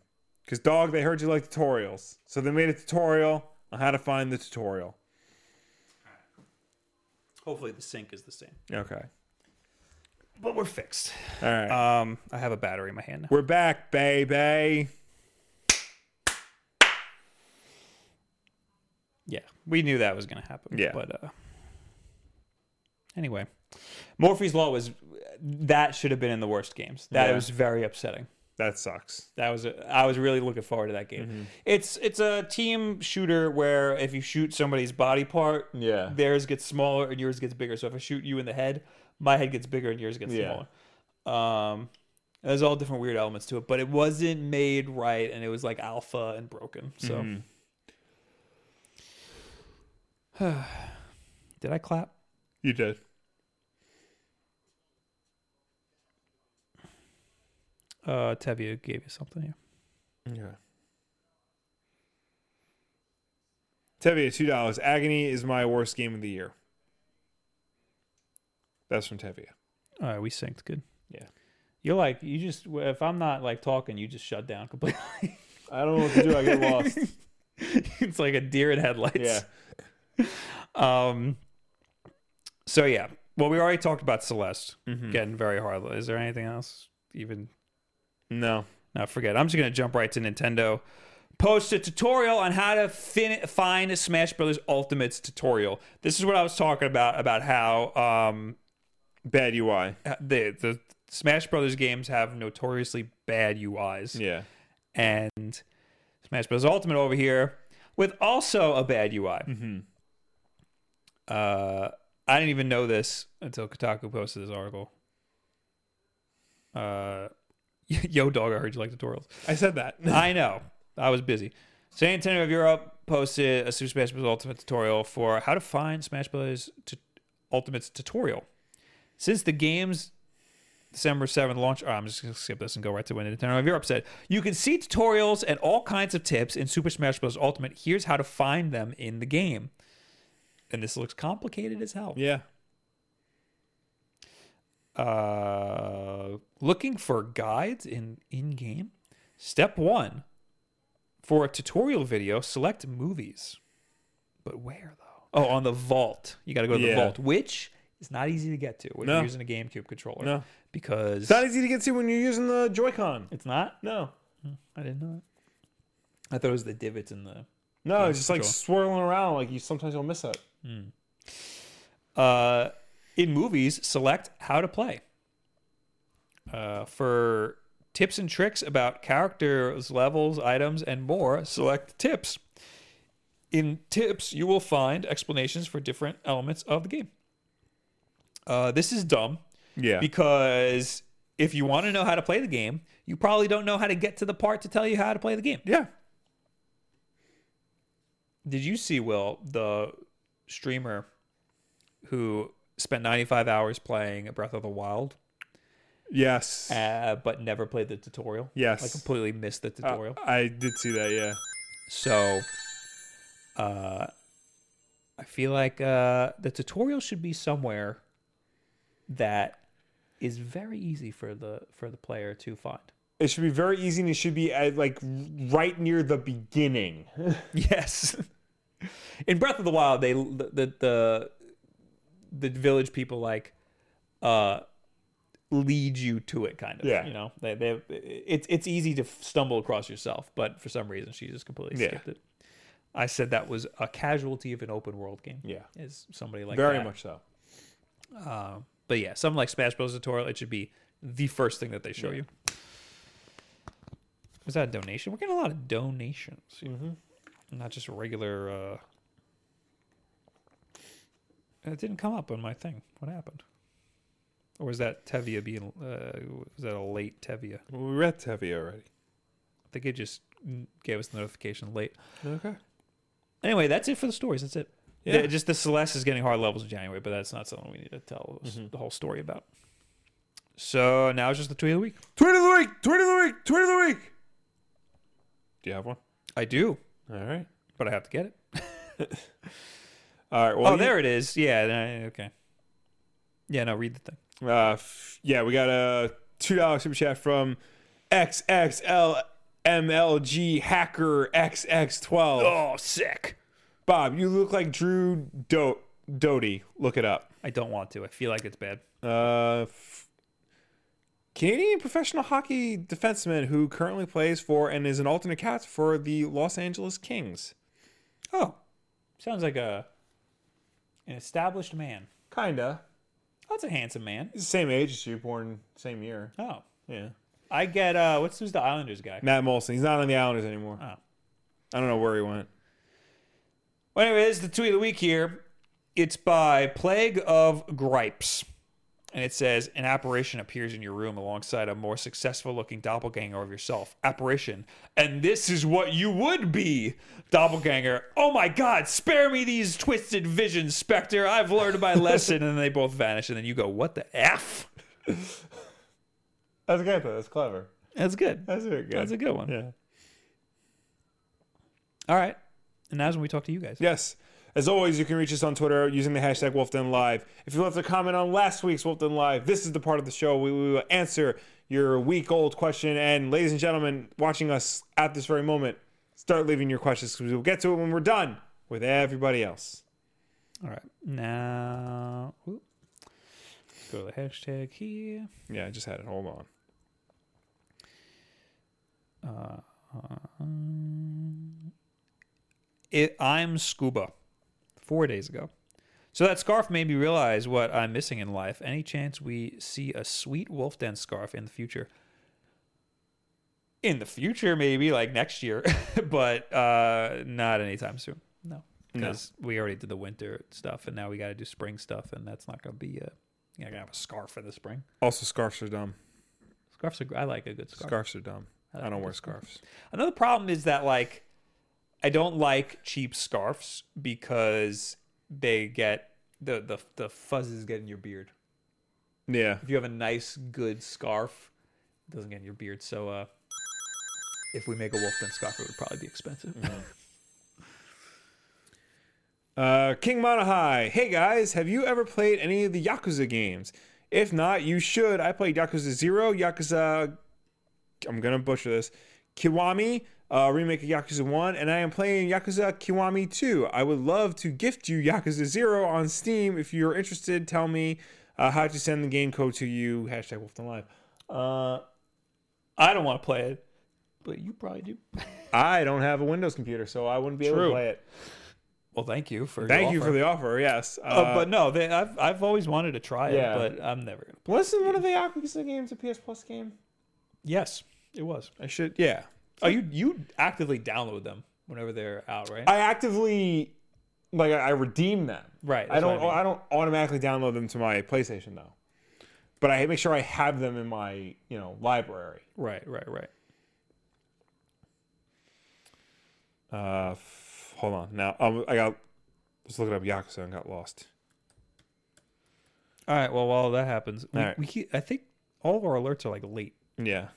Because, dog, they heard you like tutorials. So they made a tutorial on how to find the tutorial. Hopefully, the sync is the same. Okay. But we're fixed. All right. Um, I have a battery in my hand now. We're back, baby. Yeah, we knew that was going to happen. Yeah. but uh, anyway, Morphe's Law was that should have been in the worst games. That Yeah. was very upsetting. That sucks. That was a, I was really looking forward to that game. It's it's a team shooter where if you shoot somebody's body part, Yeah. theirs gets smaller and yours gets bigger. So if I shoot you in the head, my head gets bigger and yours gets Yeah. smaller. Um, there's all different weird elements to it, but it wasn't made right, and it was like alpha and broken. So, Mm-hmm. did I clap? You did. Uh, Tevye gave you something. Here. Yeah. Tevye, $2. Agony is my worst game of the year. That's from Tevye. All right, we synced good. Yeah. You're like you just if I'm not like talking, you just shut down completely. I don't know what to do. I get lost. it's like a deer in headlights. yeah. Um. So yeah, well, we already talked about Celeste getting very hard. Is there anything else even No. Now forget. it. I'm just gonna jump right to Nintendo. Post a tutorial on how to fin- find a Smash Brothers Ultimate's tutorial. This is what I was talking about about how um, Bad UI. the the Smash Brothers games have notoriously bad UIs, Yeah. and Smash Brothers Ultimate over here with also a bad UI. Uh, I didn't even know this until Kotaku posted this article. Uh, yo, dog, I heard you like tutorials. I said that. I know. I was busy. San Antonio of Europe posted a Super Smash Bros. Ultimate tutorial for how to find Smash Bros. Tu- Ultimate's tutorial. Since the game's December 7th launch. Oh, I'm just going to skip this and go right to when Nintendo of Europe said, You can see tutorials and all kinds of tips in Super Smash Bros. Ultimate. Here's how to find them in the game. And this looks complicated as hell. Yeah. Uh, looking for guides in in game. Step one: for a tutorial video, select movies. But where though? Oh, on the vault. You got to go to the Yeah. vault, which is not easy to get to when No. you're using a GameCube controller. No. because It's not easy to get to when you're using the Joy-Con. it's not. No. I didn't know that. I thought it was the divots in the No, it's just like control. swirling around. Like you sometimes you'll miss it. Uh, in movies, select how to play. Uh, for tips and tricks about characters, levels, items, and more, select tips. In tips, you will find explanations for different elements of the game. Uh, this is dumb Yeah. because if you want to know how to play the game, you probably don't know how to get to the part to tell you how to play the game. yeah. Did you see Will the streamer who spent 95 hours playing Breath of the Wild, Yes. uh, but never played the tutorial? Yes. like completely missed the tutorial. I did see that. Yeah. so, uh, I feel like uh, the tutorial should be somewhere that is very easy for the for the player to find. It should be very easy, and it should be at, like right near the beginning. Yes. In Breath of the Wild, they the the the, the village people like uh lead you to it kind of Yeah. you know they, they it's it's easy to stumble across yourself but for some reason she just completely Yeah. skipped it i said that was a casualty of an open world game Yeah. is somebody like Very that. much so. Uh, but yeah something like smash bros tutorial it should be the first thing that they show Yeah. you was that a donation we're getting a lot of donations Mm-hmm. not just regular uh it didn't come up on my thing what happened or was that tevia being uh was that a late tevia Well, we read heavy already. i think it just n- gave us the notification late Okay. anyway that's it for the stories that's it Yeah. yeah just the celeste is getting hard levels in january but that's not something we need to tell us the whole story about so now it's just the tweet of the week Tweet of the week. Tweet of the week. Tweet of the week. Do you have one? i do All right. but i have to get it All right. Well, oh you- there it is yeah then I- okay yeah no read the thing Uh, f- yeah, we got a two dollar super chat from XXLMLG Hacker XX12. oh sick Bob, you look like Drew Do- Doty. Look it up. i don't want to i feel like it's bad Uh, f- Canadian professional hockey defenseman who currently plays for and is an alternate captain for the Los Angeles Kings. Oh, sounds like a an established man. Oh, Kinda. That's a handsome man. Same age as you, born same year. Oh, Yeah. I get uh, what's who's the Islanders guy? Matt Molson. He's not on the Islanders anymore. Oh. I don't know where he went. Well, anyway, this is the tweet of the week here. It's by Plague of Gripes. And it says, An apparition appears in your room alongside a more successful looking doppelganger of yourself. Apparition. And this is what you would be, doppelganger. Oh my God, spare me these twisted visions, Spectre. I've learned my lesson. and then they both vanish. And then you go, What the F? That's good though. That's clever. That's good. That's very good. That's a good one. Yeah. All right. And now's when we talk to you guys. Yes. As always, you can reach us on Twitter using the hashtag WolfDenLive. If you left a comment on last week's WolfDenLive, this is the part of the show where we will answer your week old question. And ladies and gentlemen watching us at this very moment, start leaving your questions because we'll get to it when we're done with everybody else. All right. Now, whoop. go to the hashtag here. Yeah, I just had it. Hold on. Uh, um, it, I'm scuba. Four days ago. So that scarf made me realize what I'm missing in life. Any chance we see a sweet wolf den scarf in the future? In the future, maybe like next year, but uh, not anytime soon. No, No. because we already did the winter stuff, and now we got to do spring stuff, and that's not going to be. Uh, you're not gonna have a scarf for the spring. Also, scarves are dumb. Scarfs are. gr- I like a good scarf. Scarves are dumb. I don't wear scarves. Another problem is that like I don't like cheap scarves because they get the the the fuzzes get in your beard. Yeah. If you have a nice, good scarf, it doesn't get in your beard. So uh, if we make a wolf den scarf, it would probably be expensive. Mm-hmm. Uh, King Monahai. Hey guys, have you ever played any of the Yakuza games? If not, you should. I played Yakuza Zero, Yakuza. I'm gonna butcher this. Kiwami, uh, remake of Yakuza One, and I am playing Yakuza Kiwami Two. I would love to gift you Yakuza Zero on Steam if you're interested. Tell me uh, how to send the game code to you. Hashtag Wolfden Live. Uh, I don't want to play it, but you probably do. I don't have a Windows computer, so I wouldn't be able True. to play it. Well, thank you for your Thank you offer. for the offer. Yes, uh, Uh, but no, they, I've I've always wanted to try Yeah. it, but I'm never gonna. wasn't one of the Yakuza games a PS Plus game? Yes, it was. I should. Yeah. Oh, you you actively download them whenever they're out, right? I actively like I I redeem them. Right, I that's what don't. I, I mean. don't automatically download them to my PlayStation though. But I make sure I have them in my you know library. right, right, right. Uh, f- hold on. Now um, I got. Let's look it up Yakuza and got lost. All right. Well, while that happens, we, All right. we keep, I think all of our alerts are like late. Yeah.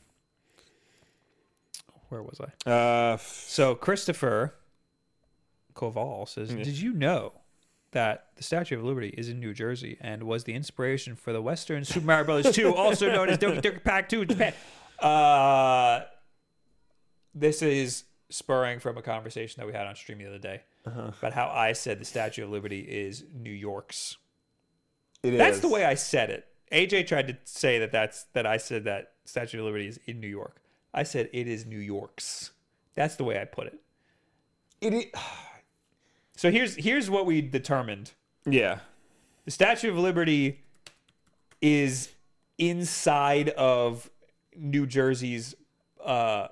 Where was I? Uh, f- So Christopher Koval says, "Did you know that the Statue of Liberty is in New Jersey and was the inspiration for the Western Super Mario Brothers 2, also known as Doki Doki Pack 2 in Japan?" Uh, this is spurring from a conversation that we had on stream the other day about how I said the Statue of Liberty is New York's. it That's is. the way I said it. AJ tried to say that that's that I said that Statue of Liberty is in New York. I said it is New York's. That's the way I put it. It is. So here's here's what we determined. Yeah. The Statue of Liberty is inside of New Jersey's uh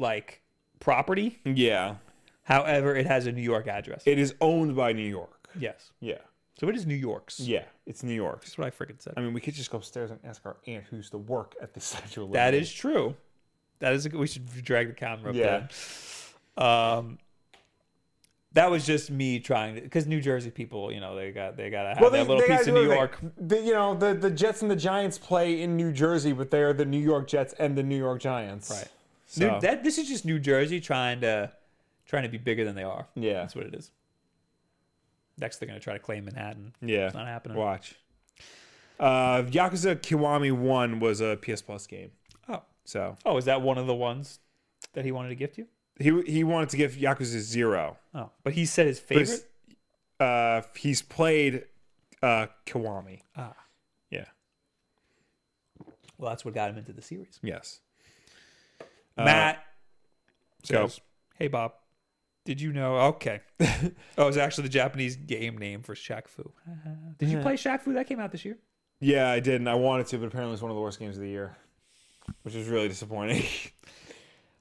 like property. Yeah. However, it has a New York address. It is owned by New York. yes. Yeah. So it is New York's. Yeah. It's New York's. That's what I freaking said. I mean, we could just go upstairs and ask our aunt who's to work at the Statue of Liberty. That is true. That is a, good- we should drag the camera up Yeah. there. Um that was just me trying to because New Jersey people, you know, they got they gotta have that little gotta piece of do New it. York. The, you know, the, the Jets and the Giants play in New Jersey, but they're the New York Jets and the New York Giants. Right. So, New, that this is just New Jersey trying to trying to be bigger than they are. Yeah. that's what it is. Next, they're gonna try to claim Manhattan. yeah. not happening. Watch. Uh, Yakuza Kiwami 1 was a PS Plus game. Oh, So oh, is that one of the ones that he wanted to gift you? he he wanted to give Yakuza 0. Oh, but he said his But favorite. uh, he's played uh, Kiwami. Ah. Yeah. Well, that's what got him into the series. Yes. Uh, Matt go. says, "Hey Bob, did you know?" Okay, oh, it's actually the Japanese game name for Shaq Fu. did you play Shaq Fu? That came out this year. Yeah, I did, and I wanted to, but apparently it's one of the worst games of the year, which is really disappointing.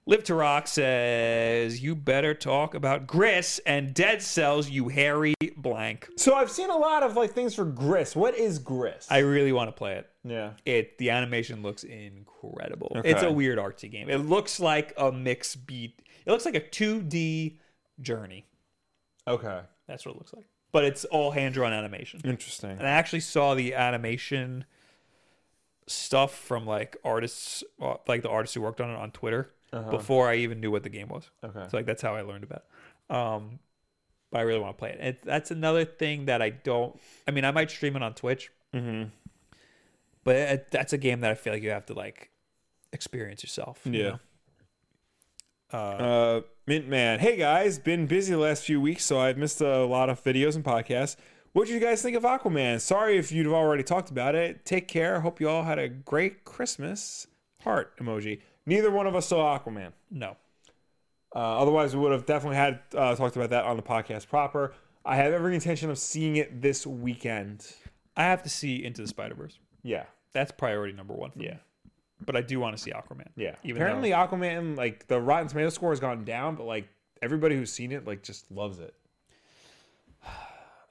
Live to Rock says, "You better talk about Gris and Dead Cells, you hairy blank." so I've seen a lot of like things for Gris. What is Gris? I really want to play it. yeah. It the animation looks incredible. It's a Okay. weird artsy game. It looks like a mix beat. It looks like a 2D journey. Okay. That's what it looks like. But it's all hand drawn animation. Interesting. And I actually saw the animation stuff from like artists, uh, like the artists who worked on it on Twitter before I even knew what the game was. Uh-huh. Okay. So like that's how I learned about. It. Um, but I really want to play it. And that's another thing that I don't. I mean, I might stream it on Twitch, Mm-hmm. but it, that's a game that I feel like you have to like experience yourself. you Yeah. know? Uh, Mint Man, hey guys, been busy the last few weeks, so I've missed a lot of videos and podcasts. What did you guys think of Aquaman? Sorry if you've already talked about it. Take care. Hope you all had a great Christmas. Heart emoji. Neither one of us saw Aquaman. No. Uh, otherwise, we would have definitely had uh, talked about that on the podcast proper. I have every intention of seeing it this weekend. I have to see Into the Spider Verse. Yeah, That's priority number one. For Me. yeah, But I do want to see Aquaman. yeah. Even Apparently, though, Aquaman like the Rotten Tomato score has gone down, but like everybody who's seen it like just loves it.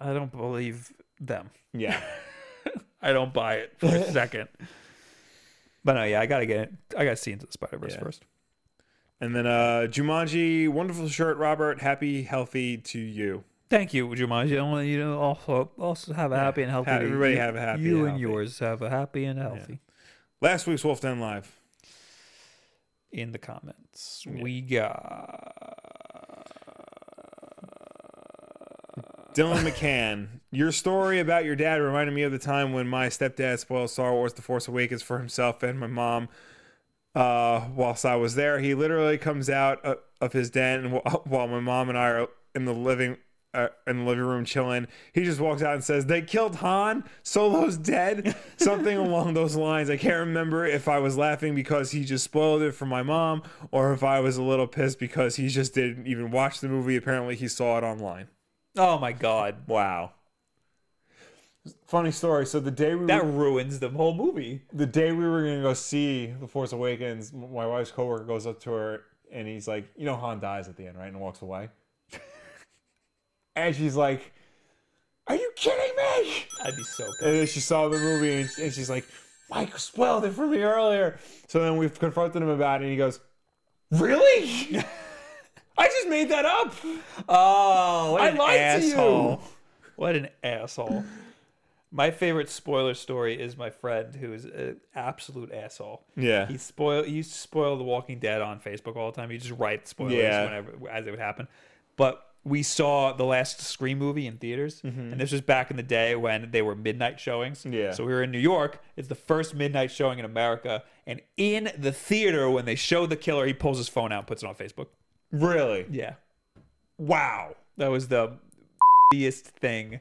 I don't believe them. Yeah. I don't buy it for a second. But no, yeah, I gotta get it. I gotta see into the Spider Verse Yeah. first. And then uh Jumanji, wonderful shirt, Robert. Happy, healthy to you. Thank you, Jumanji. I want you to also also have a happy and healthy. Ha- day. everybody You- have a happy You and and healthy. yours have a happy and healthy. Last week's Wolf Den Live. In the comments, we got Dylan McCann, your story about your dad reminded me of the time when my stepdad spoiled Star Wars The Force Awakens for himself and my mom. Uh, whilst I was there, he literally comes out uh, of his den and wh- while my mom and I are in the living uh, in the living room chilling. He just walks out and says, "They killed Han. Solo's dead." Something along those lines. I can't remember if I was laughing because he just spoiled it for my mom, or if I was a little pissed because he just didn't even watch the movie. Apparently, he saw it online. Oh my god, Wow. Funny story. So the day we that ruins the whole movie. the day we were gonna go see The Force Awakens, m- my wife's coworker goes up to her and he's like, "You know, Han dies at the end, right?" And walks away. and she's like, "Are you kidding me?" I'd be so. And then she saw the movie and, and she's like, "Mike spoiled it for me earlier." So then we've confronted him about it, and he goes, "Really? I just made that up." Oh, what I an lied to asshole. you. What an asshole. My favorite spoiler story is my friend who is an absolute asshole. Yeah. He spoil he used to spoil The Walking Dead on Facebook all the time. He just write spoilers Yeah. whenever as it would happen. But we saw the last Scream movie in theaters, and this was back in the day when they were midnight showings. Mm-hmm. Yeah. So we were in New York. It's the first midnight showing in America, and in the theater when they show the killer, he pulls his phone out, and puts it on Facebook. Really? Yeah. Wow. That was the biggest thing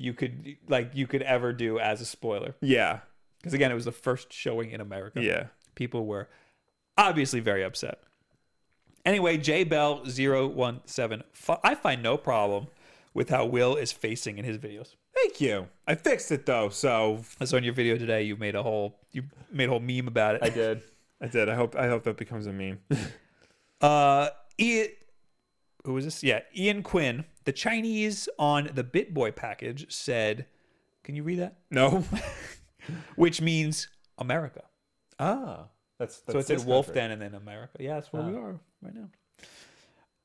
you could like you could ever do as a spoiler. Yeah. Because again, it was the first showing in America. Yeah. People were obviously very upset. Anyway, J Bell 017. fi- I find no problem with how Will is facing in his videos. Thank you. I fixed it though, so I saw in your video today you made a whole you made a whole meme about it. I did. I did. I hope. I hope that becomes a meme. Uh, Ian, who was this? Yeah, Ian Quinn, the Chinese on the BitBoy package said, "Can you read that?" no. Which means America. Ah, that's, that's So it said this Wolf country. Uh. Den and then America. Yeah, that's where we are right now.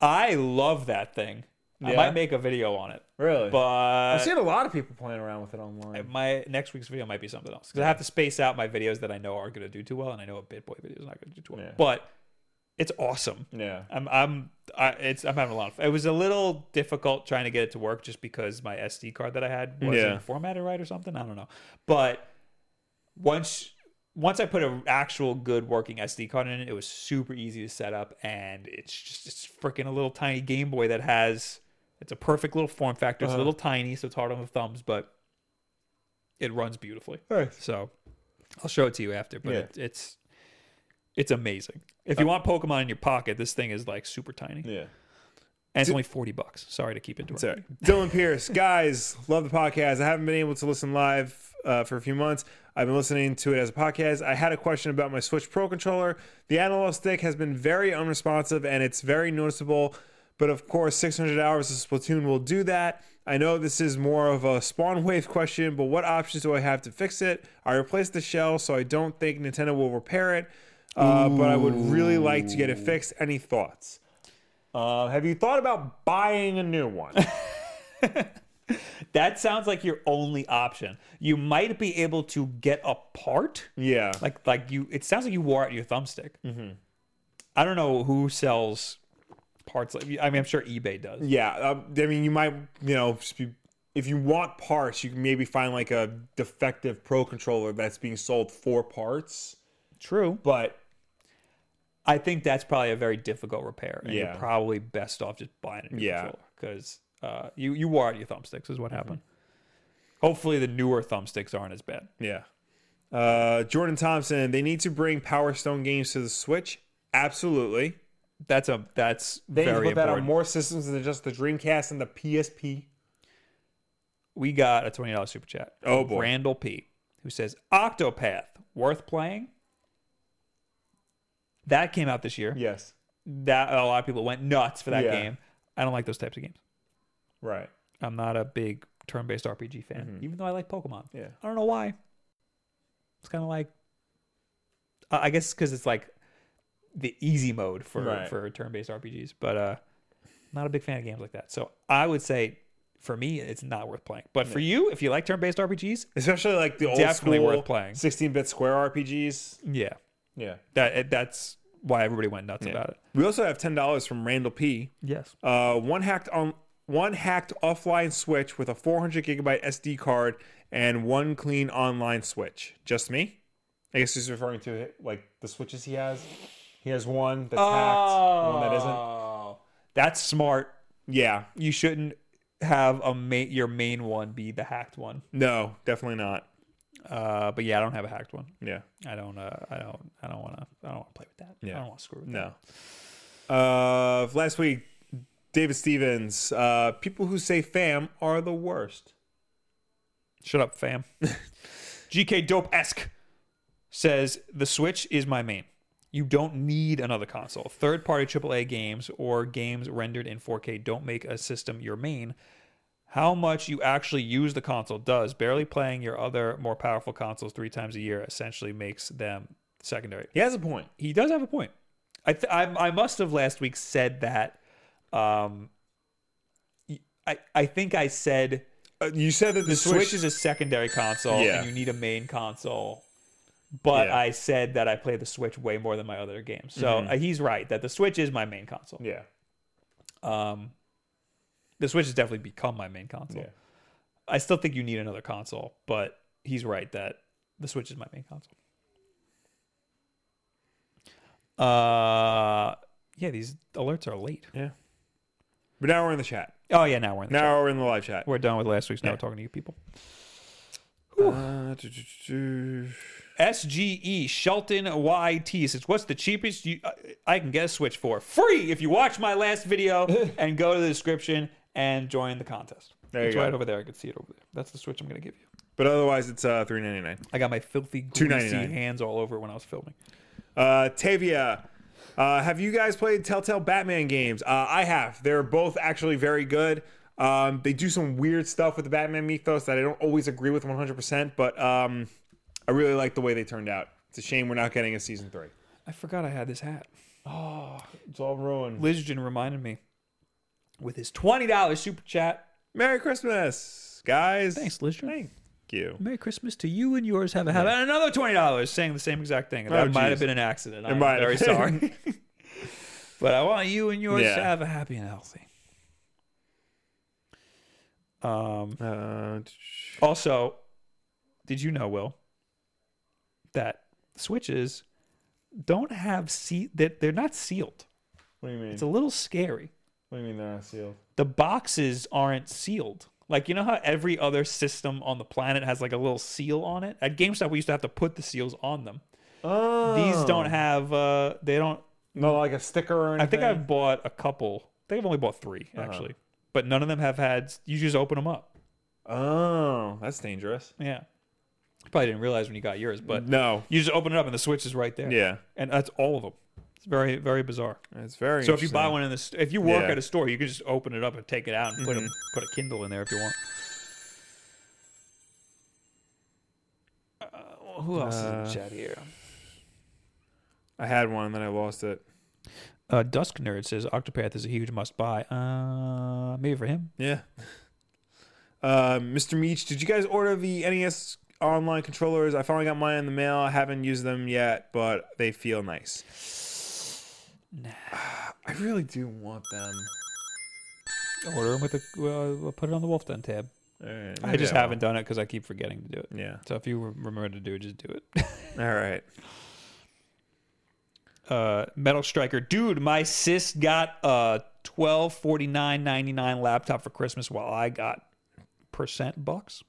I love that thing. I Yeah? might make a video on it, Really? I've but seen a lot of people playing around with it online. my next week's video might be something else because I have to space out my videos that I know are going to do too well, and I know a BitBoy video is not going to do too well. Yeah. But it's awesome. Yeah. I'm I'm I, it's I'm having a lot of. It was a little difficult trying to get it to work just because my SD card that I had wasn't Yeah. formatted right or something. I don't know, but once once I put an actual good working SD card in it, it was super easy to set up, and it's just it's freaking a little tiny Game Boy that has it's a perfect little form factor. It's a Uh-huh. little tiny, so it's hard on the thumbs, but it runs beautifully. So I'll show it to you after, but Yeah. Uh, it, it's it's amazing. If you want Pokemon in your pocket, this thing is like super tiny, and Yeah. it's only forty bucks. Sorry to keep it Sorry. direct. Dylan Pierce, guys, love the podcast. I haven't been able to listen live uh, for a few months. I've been listening to it as a podcast. I had a question about my Switch Pro controller. The analog stick has been very unresponsive and it's very noticeable, but of course, 600 hours of Splatoon will do that. I know this is more of a spawn wave question, but what options do I have to fix it? I replaced the shell, so I don't think Nintendo will repair it, uh, but I would really like to get it fixed. Any thoughts? Uh, have you thought about buying a new one? That sounds like your only option. You might be able to get a part, Yeah. like like you. It sounds like you wore out your thumbstick. Mm-hmm. I don't know who sells parts. Like, I mean, I'm sure eBay does. yeah. Uh, I mean, you might, you know, just be- if you want parts, you can maybe find like a defective pro controller that's being sold for parts. True, But I think that's probably a very difficult repair, and you're Yeah. probably best off just buying a new Yeah. Mm-hmm. controller because uh, you you wore out your thumbsticks is what happened. Hopefully, the newer thumbsticks aren't as bad. yeah. Uh, Jordan Thompson, they need to bring Power Stone games to the Switch. Absolutely. That's a that's They very need to put that on important. more systems than just the Dreamcast and the PSP. we got a twenty dollars super chat. Oh, from boy. Randall P, who says Octopath worth playing. That came out this year. Yes. That a lot of people went nuts for that Yeah. game. I don't like those types of games. Right. I'm not a big turn-based RPG fan, Mm-hmm. even though I like Pokemon. Yeah. I don't know why. It's kind of like, I I guess because it's like the easy mode for Right. for turn-based RPGs, but uh, not a big fan of games like that. So I would say for me, it's not worth playing. But for you, if you like turn-based RPGs, Especially like the old Definitely school worth playing. 16-bit square RPGs. yeah, Yeah. that it- that's why everybody went nuts about it. We also have ten dollars from Randall P. Yes. Uh, one hacked on one hacked offline switch with a 400 gigabyte SD card and one clean online switch. Just me. I guess he's referring to like the switches he has. He has one that's hacked, one that isn't. Oh. That's smart. Yeah, You shouldn't have a main your main one be the hacked one. no, definitely not. Uh, but yeah, I don't have a hacked one. Yeah, I don't. Uh, I don't. I don't want to. I don't want to play with that. I Yeah. don't want to screw with that. no. Uh, last week, David Stevens. Uh, people who say "fam" are the worst. Shut up, fam. GK Dope esque says the Switch is my main. You don't need another console. Third party AAA games or games rendered in 4K don't make a system your main. How much you actually use the console does. Barely playing your other more powerful consoles three times a year essentially makes them secondary He has a point. he does have a point. I th- I, I must have last week said that. Um, y- I I think I said Uh, you said that the, Switch, switch, is a secondary console Yeah. and you need a main console. But Yeah. Mm-hmm. I said that I play the Switch way more than my other games. So uh, he's right that the Switch is my main console. Yeah, Um, the Switch has definitely become my main console. Yeah. I still think you need another console, but he's right that the Switch is my main console. Uh, yeah, these alerts are late. yeah. But now we're in the chat. Oh yeah, now we're in the chat. Now we're in the live chat. We're done with last week's. Now we're talking to you people. Uh, do, do, do, do. SGE E, Shelton YT says, "What's the cheapest you uh, I can get a Switch for? Free if you watch my last video and go to the description and join the contest. There you it's go. right over there. I can see it over there. That's the Switch I'm going to give you. But otherwise, it's uh, three ninety nine. I got my filthy greasy $2.99. hands all over it when I was filming. Uh, Tavia, uh, have you guys played Telltale Batman games? Uh, I have. They're both actually very good. Um, they do some weird stuff with the Batman mythos that I don't always agree with one hundred percent, but um, I really like the way they turned out. It's a shame we're not getting a season three. I forgot I had this hat. It's all ruined. Lizgen reminded me with his twenty dollars super chat. Merry Christmas, guys. Thanks, Lizard. Thank you. Merry Christmas to you and yours. Have a Have happy. another twenty dollars saying the same exact thing. That Oh, might have geez. been an accident. I'm might have very been. sorry. but I want you and yours Yeah. to have a happy and healthy. Um. Uh, Also, did you know, Will, that switches don't have se- that they're not sealed. what do you mean? It's a little scary. what do you mean they're not sealed? the boxes aren't sealed. Like you know how every other system on the planet has like a little seal on it. At GameStop, we used to have to put the seals on them. Oh, These don't have. Uh, they don't. no like a sticker or I anything. think I've bought a couple. I think I've only bought three Uh-huh. actually, but none of them have had. You just open them up. Oh, that's dangerous. Yeah, you probably didn't realize when you got yours, but No. you just open it up and the switch is right there. Mm-hmm. Yeah. and that's all of them. It's very very bizarre. It's very So if you buy interesting. one in this, if you work Yeah. Mm-hmm. at a store, you can just open it up and take it out and put a put a Kindle in there if you want. Uh, who else is Uh, in chat here? I had one and then I lost it. Uh, Dusk Nerd says Octopath is a huge must buy. Uh, maybe for him. Yeah. Uh, Mr. Meach, did you guys order the NES online controllers? I finally got mine in the mail. I haven't used them yet, but they feel nice. I really do want them. Order him with a uh, we'll put it on the Wolf Den tab. All right, I maybe just will. haven't done it because I keep forgetting to do it. Yeah. So if you re- remember to do it, just do it. All right. uh, Metal Striker, dude, my sis got a twelve forty nine ninety nine laptop for Christmas, while I got percent bucks.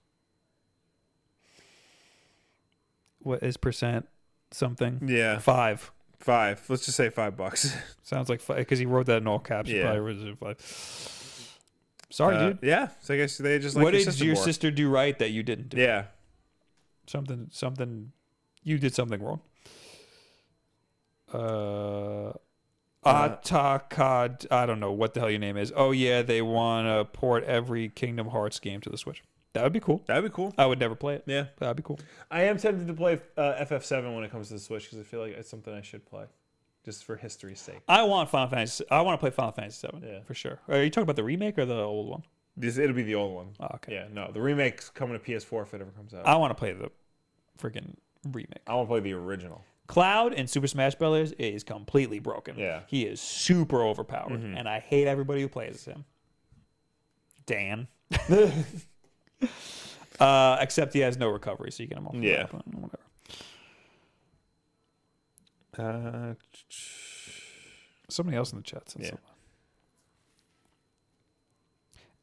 What is percent? Something Yeah. five Five. Let's just say five bucks. sounds like five because he wrote that in all caps. he Yeah. probably wrote it five. Sorry, Uh, dude. yeah. So I guess they just like what your did system your more. sister do right that you didn't do? Yeah. something something you did something wrong uh Atakad, I don't know what the hell your name is. Oh yeah, they want to port every Kingdom Hearts game to the Switch. That would be cool. That'd be cool. I would never play it. Yeah. but That'd be cool. I am tempted to play uh, FF7 when it comes to the Switch because I feel like it's something I should play, just for history's sake. I want Final Fantasy. I want to play Final Fantasy Seven Yeah. for sure. Are you talking about the remake or the old one? This it'll be the old one. Uh, Oh, okay. Yeah, no, the remake's coming to PS4 if it ever comes out. I want to play the freaking remake. I want to play the original. Cloud in Super Smash Bros. is completely broken. Yeah. Mm-hmm. He is super overpowered, and I hate everybody who plays as him. Dan. uh, except he has no recovery, so you get him off. the Yeah. map, uh, Whatever. Uh, Somebody else in the chat said Yeah. something.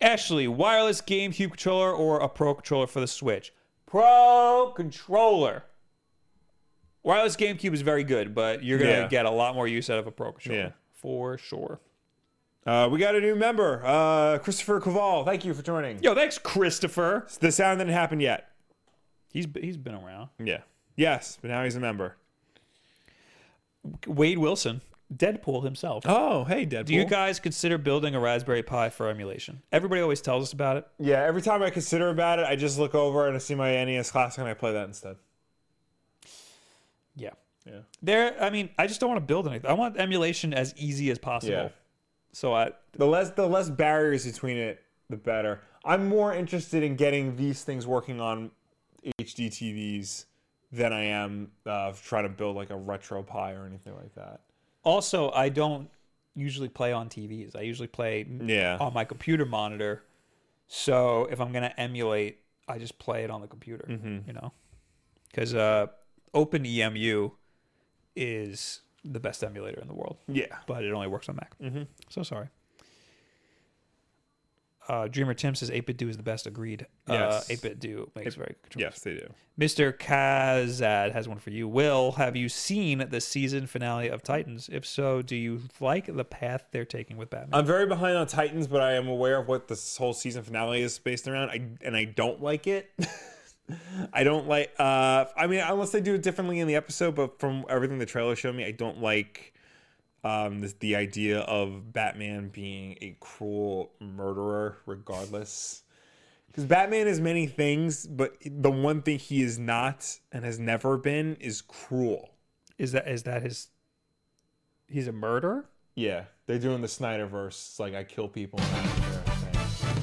Ashley, wireless GameCube controller or a Pro controller for the Switch? Pro controller. Wireless GameCube is very good, but you're gonna Yeah. get a lot more use out of a Pro controller Yeah. for sure. uh, we got a new member, uh, Christopher Caval. Thank you for joining. Yo, thanks, Christopher. The sound didn't happen yet. He's he's been around. Yeah. Yes, but now he's a member. Wade Wilson, Deadpool himself. Oh, hey, Deadpool. Do you guys consider building a Raspberry Pi for emulation? Everybody always tells us about it. yeah, every time I consider about it, I just look over and I see my NES Classic and I play that instead. Yeah. Yeah. There, I mean, I just don't want to build anything. I want emulation as easy as possible. Yeah. So I, The less the less barriers between it, the better. I'm more interested in getting these things working on HD TVs than I am uh, trying to build like a retro pie or anything like that. also I don't usually play on TVs. I usually play Yeah. on my computer monitor. So if I'm gonna emulate, I just play it on the computer. You know, because uh, OpenEMU is the best emulator in the world, Yeah. but it only works on Mac. Mm-hmm. So sorry. Uh, Dreamer Tim says 8-bit do is the best. Agreed. Yes. Uh, 8-bit do makes very good. controls. Yes, they do. Mr. Kazad has one for you. Will, have you seen the season finale of Titans? If so, do you like the path they're taking with Batman? I'm very behind on Titans, but I am aware of what this whole season finale is based around. I and I don't like it. I don't like. Uh, I mean, unless they do it differently in the episode, but from everything the trailer showed me, I don't like um, this, the idea of Batman being a cruel murderer, regardless. Because Batman is many things, but the one thing he is not and has never been is cruel. Is that is that his? He's a murderer. Yeah, they're doing the Snyderverse. Like I kill people. And I don't care.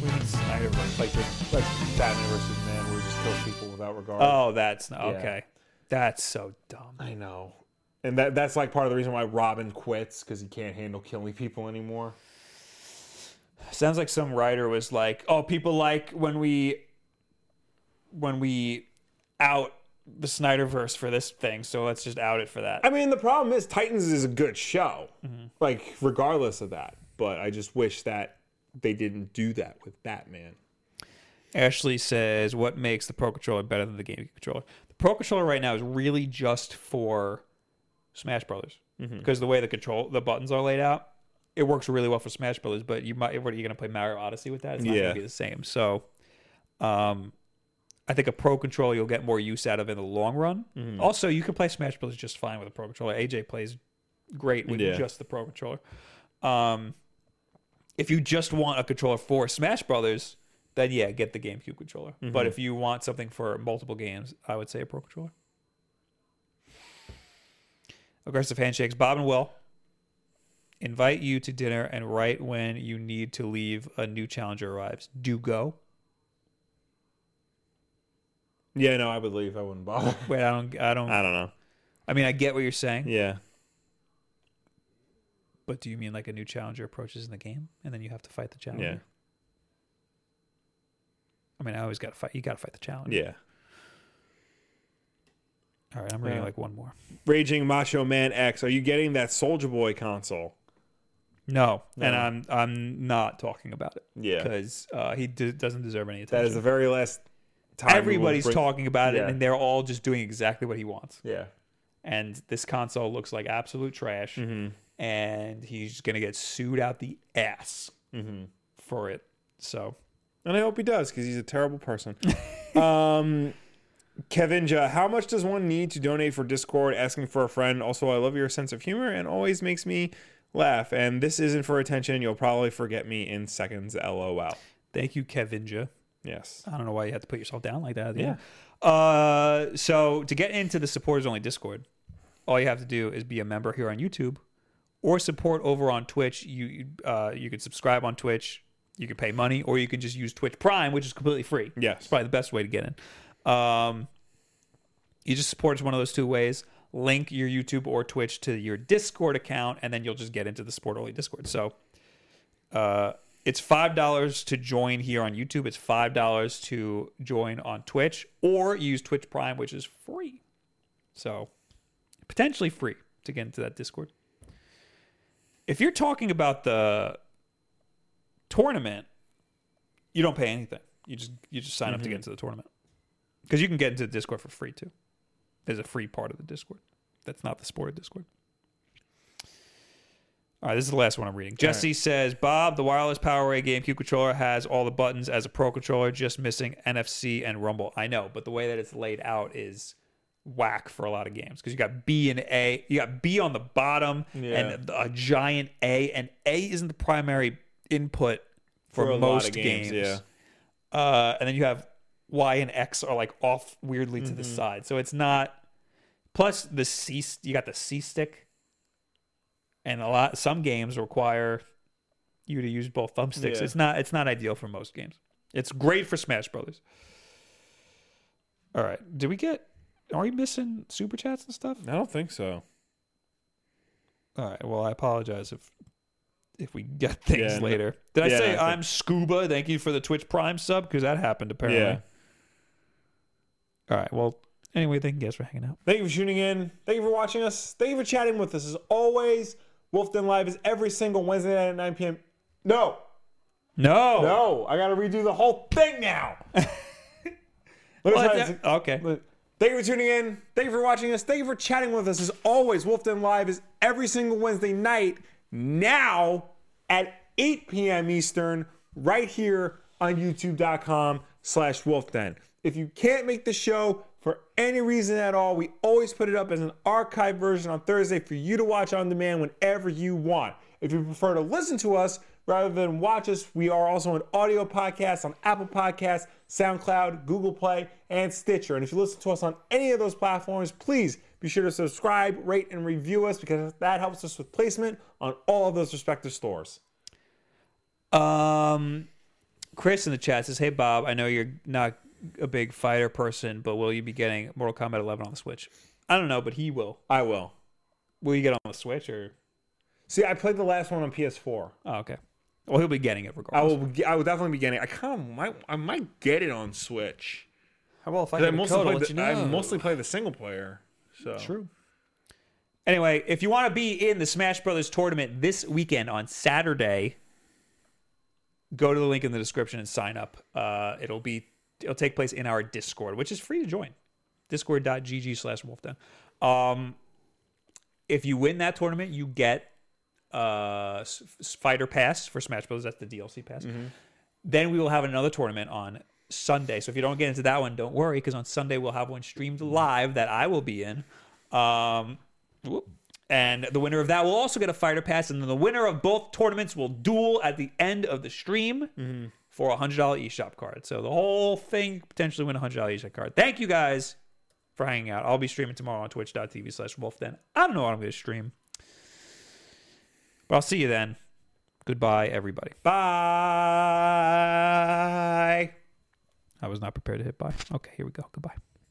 We mean Snyder. like the like Batman versus Superman, where he just kills people without regard. Oh, that's not, okay. That's so dumb. I know, and that that's like part of the reason why Robin quits because he can't handle killing people anymore. Sounds like some writer was like, "Oh, people like when we when we out the Snyderverse for this thing, so let's just out it for that." I mean, the problem is Titans is a good show, like regardless of that. But I just wish that they didn't do that with Batman. Ashley says, "What makes the Pro controller better than the GameCube controller?" The Pro controller right now is really just for Smash Brothers because the way the control the buttons are laid out, it works really well for Smash Brothers. But you might, what are you going to play Mario Odyssey with that? It's not Yeah. going to be the same. So, um, I think a Pro controller you'll get more use out of in the long run. Also, you can play Smash Brothers just fine with a Pro controller. AJ plays great with Yeah. just the Pro controller. Um, if you just want a controller for Smash Brothers, then yeah, get the GameCube controller. But if you want something for multiple games, I would say a Pro controller. Aggressive handshakes. Bob and Will invite you to dinner, and right when you need to leave, a new challenger arrives. Do go. Yeah, no, I would leave. I wouldn't bother. Wait, I don't. I don't. I don't know. I mean, I get what you're saying, Yeah. but do you mean like a new challenger approaches in the game, and then you have to fight the challenger? Yeah. I mean, I always got to fight. You got to fight the challenger. Yeah. All right, I'm reading Yeah. like one more. Raging Macho Man X. Are you getting that Soldier Boy console? No, and No. I'm I'm not talking about it Yeah. because uh, he d- doesn't deserve any attention. That is the very last time. we will Everybody's bring- talking about it, Yeah. and they're all just doing exactly what he wants. Yeah. And this console looks like absolute trash, Mm-hmm. and he's gonna get sued out the ass Mm-hmm. for it. So And I hope he does because he's a terrible person. um, Kevinja, how much does one need to donate for Discord? Asking for a friend. Also, I love your sense of humor and always makes me laugh. And this isn't for attention. You'll probably forget me in seconds. LOL. thank you, Kevinja. Yes. I don't know why you have to put yourself down like that. Yeah. Uh, so to get into the supporters only Discord, all you have to do is be a member here on YouTube, or support over on Twitch. You uh, you can subscribe on Twitch. You could pay money, or you could just use Twitch Prime, which is completely free. Yes. it's probably the best way to get in. Um, you just support us one of those two ways. Link your YouTube or Twitch to your Discord account, and then you'll just get into the Sport Only Discord. So uh, it's five dollars to join here on YouTube. It's five dollars to join on Twitch, or use Twitch Prime, which is free. So potentially free to get into that Discord. If you're talking about the tournament, you don't pay anything. You just you just sign up to get into the tournament because you can get into the Discord for free too. There's a free part of the Discord that's not the sport of Discord. All right, this is the last one I'm reading. Jesse says, Bob, the wireless PowerA GameCube controller has all the buttons as a pro controller, just missing NFC and Rumble. I know, but the way that it's laid out is whack for a lot of games because you got B and A. You got B on the bottom Yeah. and a giant A, and A isn't the primary input for, For a lot most of games, Yeah. Uh, and then you have Y and X are like off weirdly to the Mm-hmm. side, so it's not. Plus the C, you got the C stick, and a lot some games require you to use both thumbsticks. Yeah. It's not it's not ideal for most games. It's great for Smash Brothers. All right, did we get? Are we missing super chats and stuff? I don't think so. All right. Well, I apologize if if we get things Yeah, no- later. Did I yeah, say no, it's I'm Scuba? Thank you for the Twitch Prime sub because that happened apparently. Yeah. All right. Well, anyway, thank you guys for hanging out. Thank you for tuning in. Thank you for watching us. Thank you for chatting with us. As always, Wolf Den Live is every single Wednesday night at 9 p.m. No, No. no, I gotta redo the whole thing now. Let me Well, try that- this- okay. But thank you for tuning in. Thank you for watching us. Thank you for chatting with us. As always, Wolf Den Live is every single Wednesday night now at 8 p.m. Eastern, right here on youtube.com slash wolfden. If you can't make the show for any reason at all, we always put it up as an archive version on Thursday for you to watch on demand whenever you want. If you prefer to listen to us rather than watch us, we are also an audio podcast on Apple Podcasts, SoundCloud, Google Play, and Stitcher. And if you listen to us on any of those platforms, please be sure to subscribe, rate, and review us because that helps us with placement on all of those respective stores. Um, Chris in the chat says, "Hey Bob, I know you're not a big fighter person, but will you be getting Mortal Kombat 11 on the Switch?" I don't know, but he will. I will. Will you get on the Switch or? See, I played the last one on PS4. Oh, okay. Well, he'll be getting it I regardless. will. be- I will definitely be getting. it. I kind of might. I might get it on Switch. well, if 'Cause I mostly play the, I mostly play the single player. So True. Anyway, if you want to be in the Smash Brothers tournament this weekend on Saturday, go to the link in the description and sign up. Uh, it'll be it'll take place in our Discord, which is free to join. Discord.gg slash wolfden. Um if you win that tournament, you get uh s- s- fighter pass for Smash Brothers. That's the DLC pass. Then we will have another tournament on Sunday. So if you don't get into that one, don't worry, because on Sunday we'll have one streamed live that I will be in. Um, whoop. and the winner of that will also get a fighter pass, and then the winner of both tournaments will duel at the end of the stream for a hundred dollar eShop card. So the whole thing potentially win a hundred dollar eShop card. Thank you guys for hanging out. I'll be streaming tomorrow on twitch.tv slash wolfden. I don't know what I'm gonna stream. But I'll see you then. Goodbye, everybody. bye. I was not prepared to hit bye. Okay, here we go. Goodbye.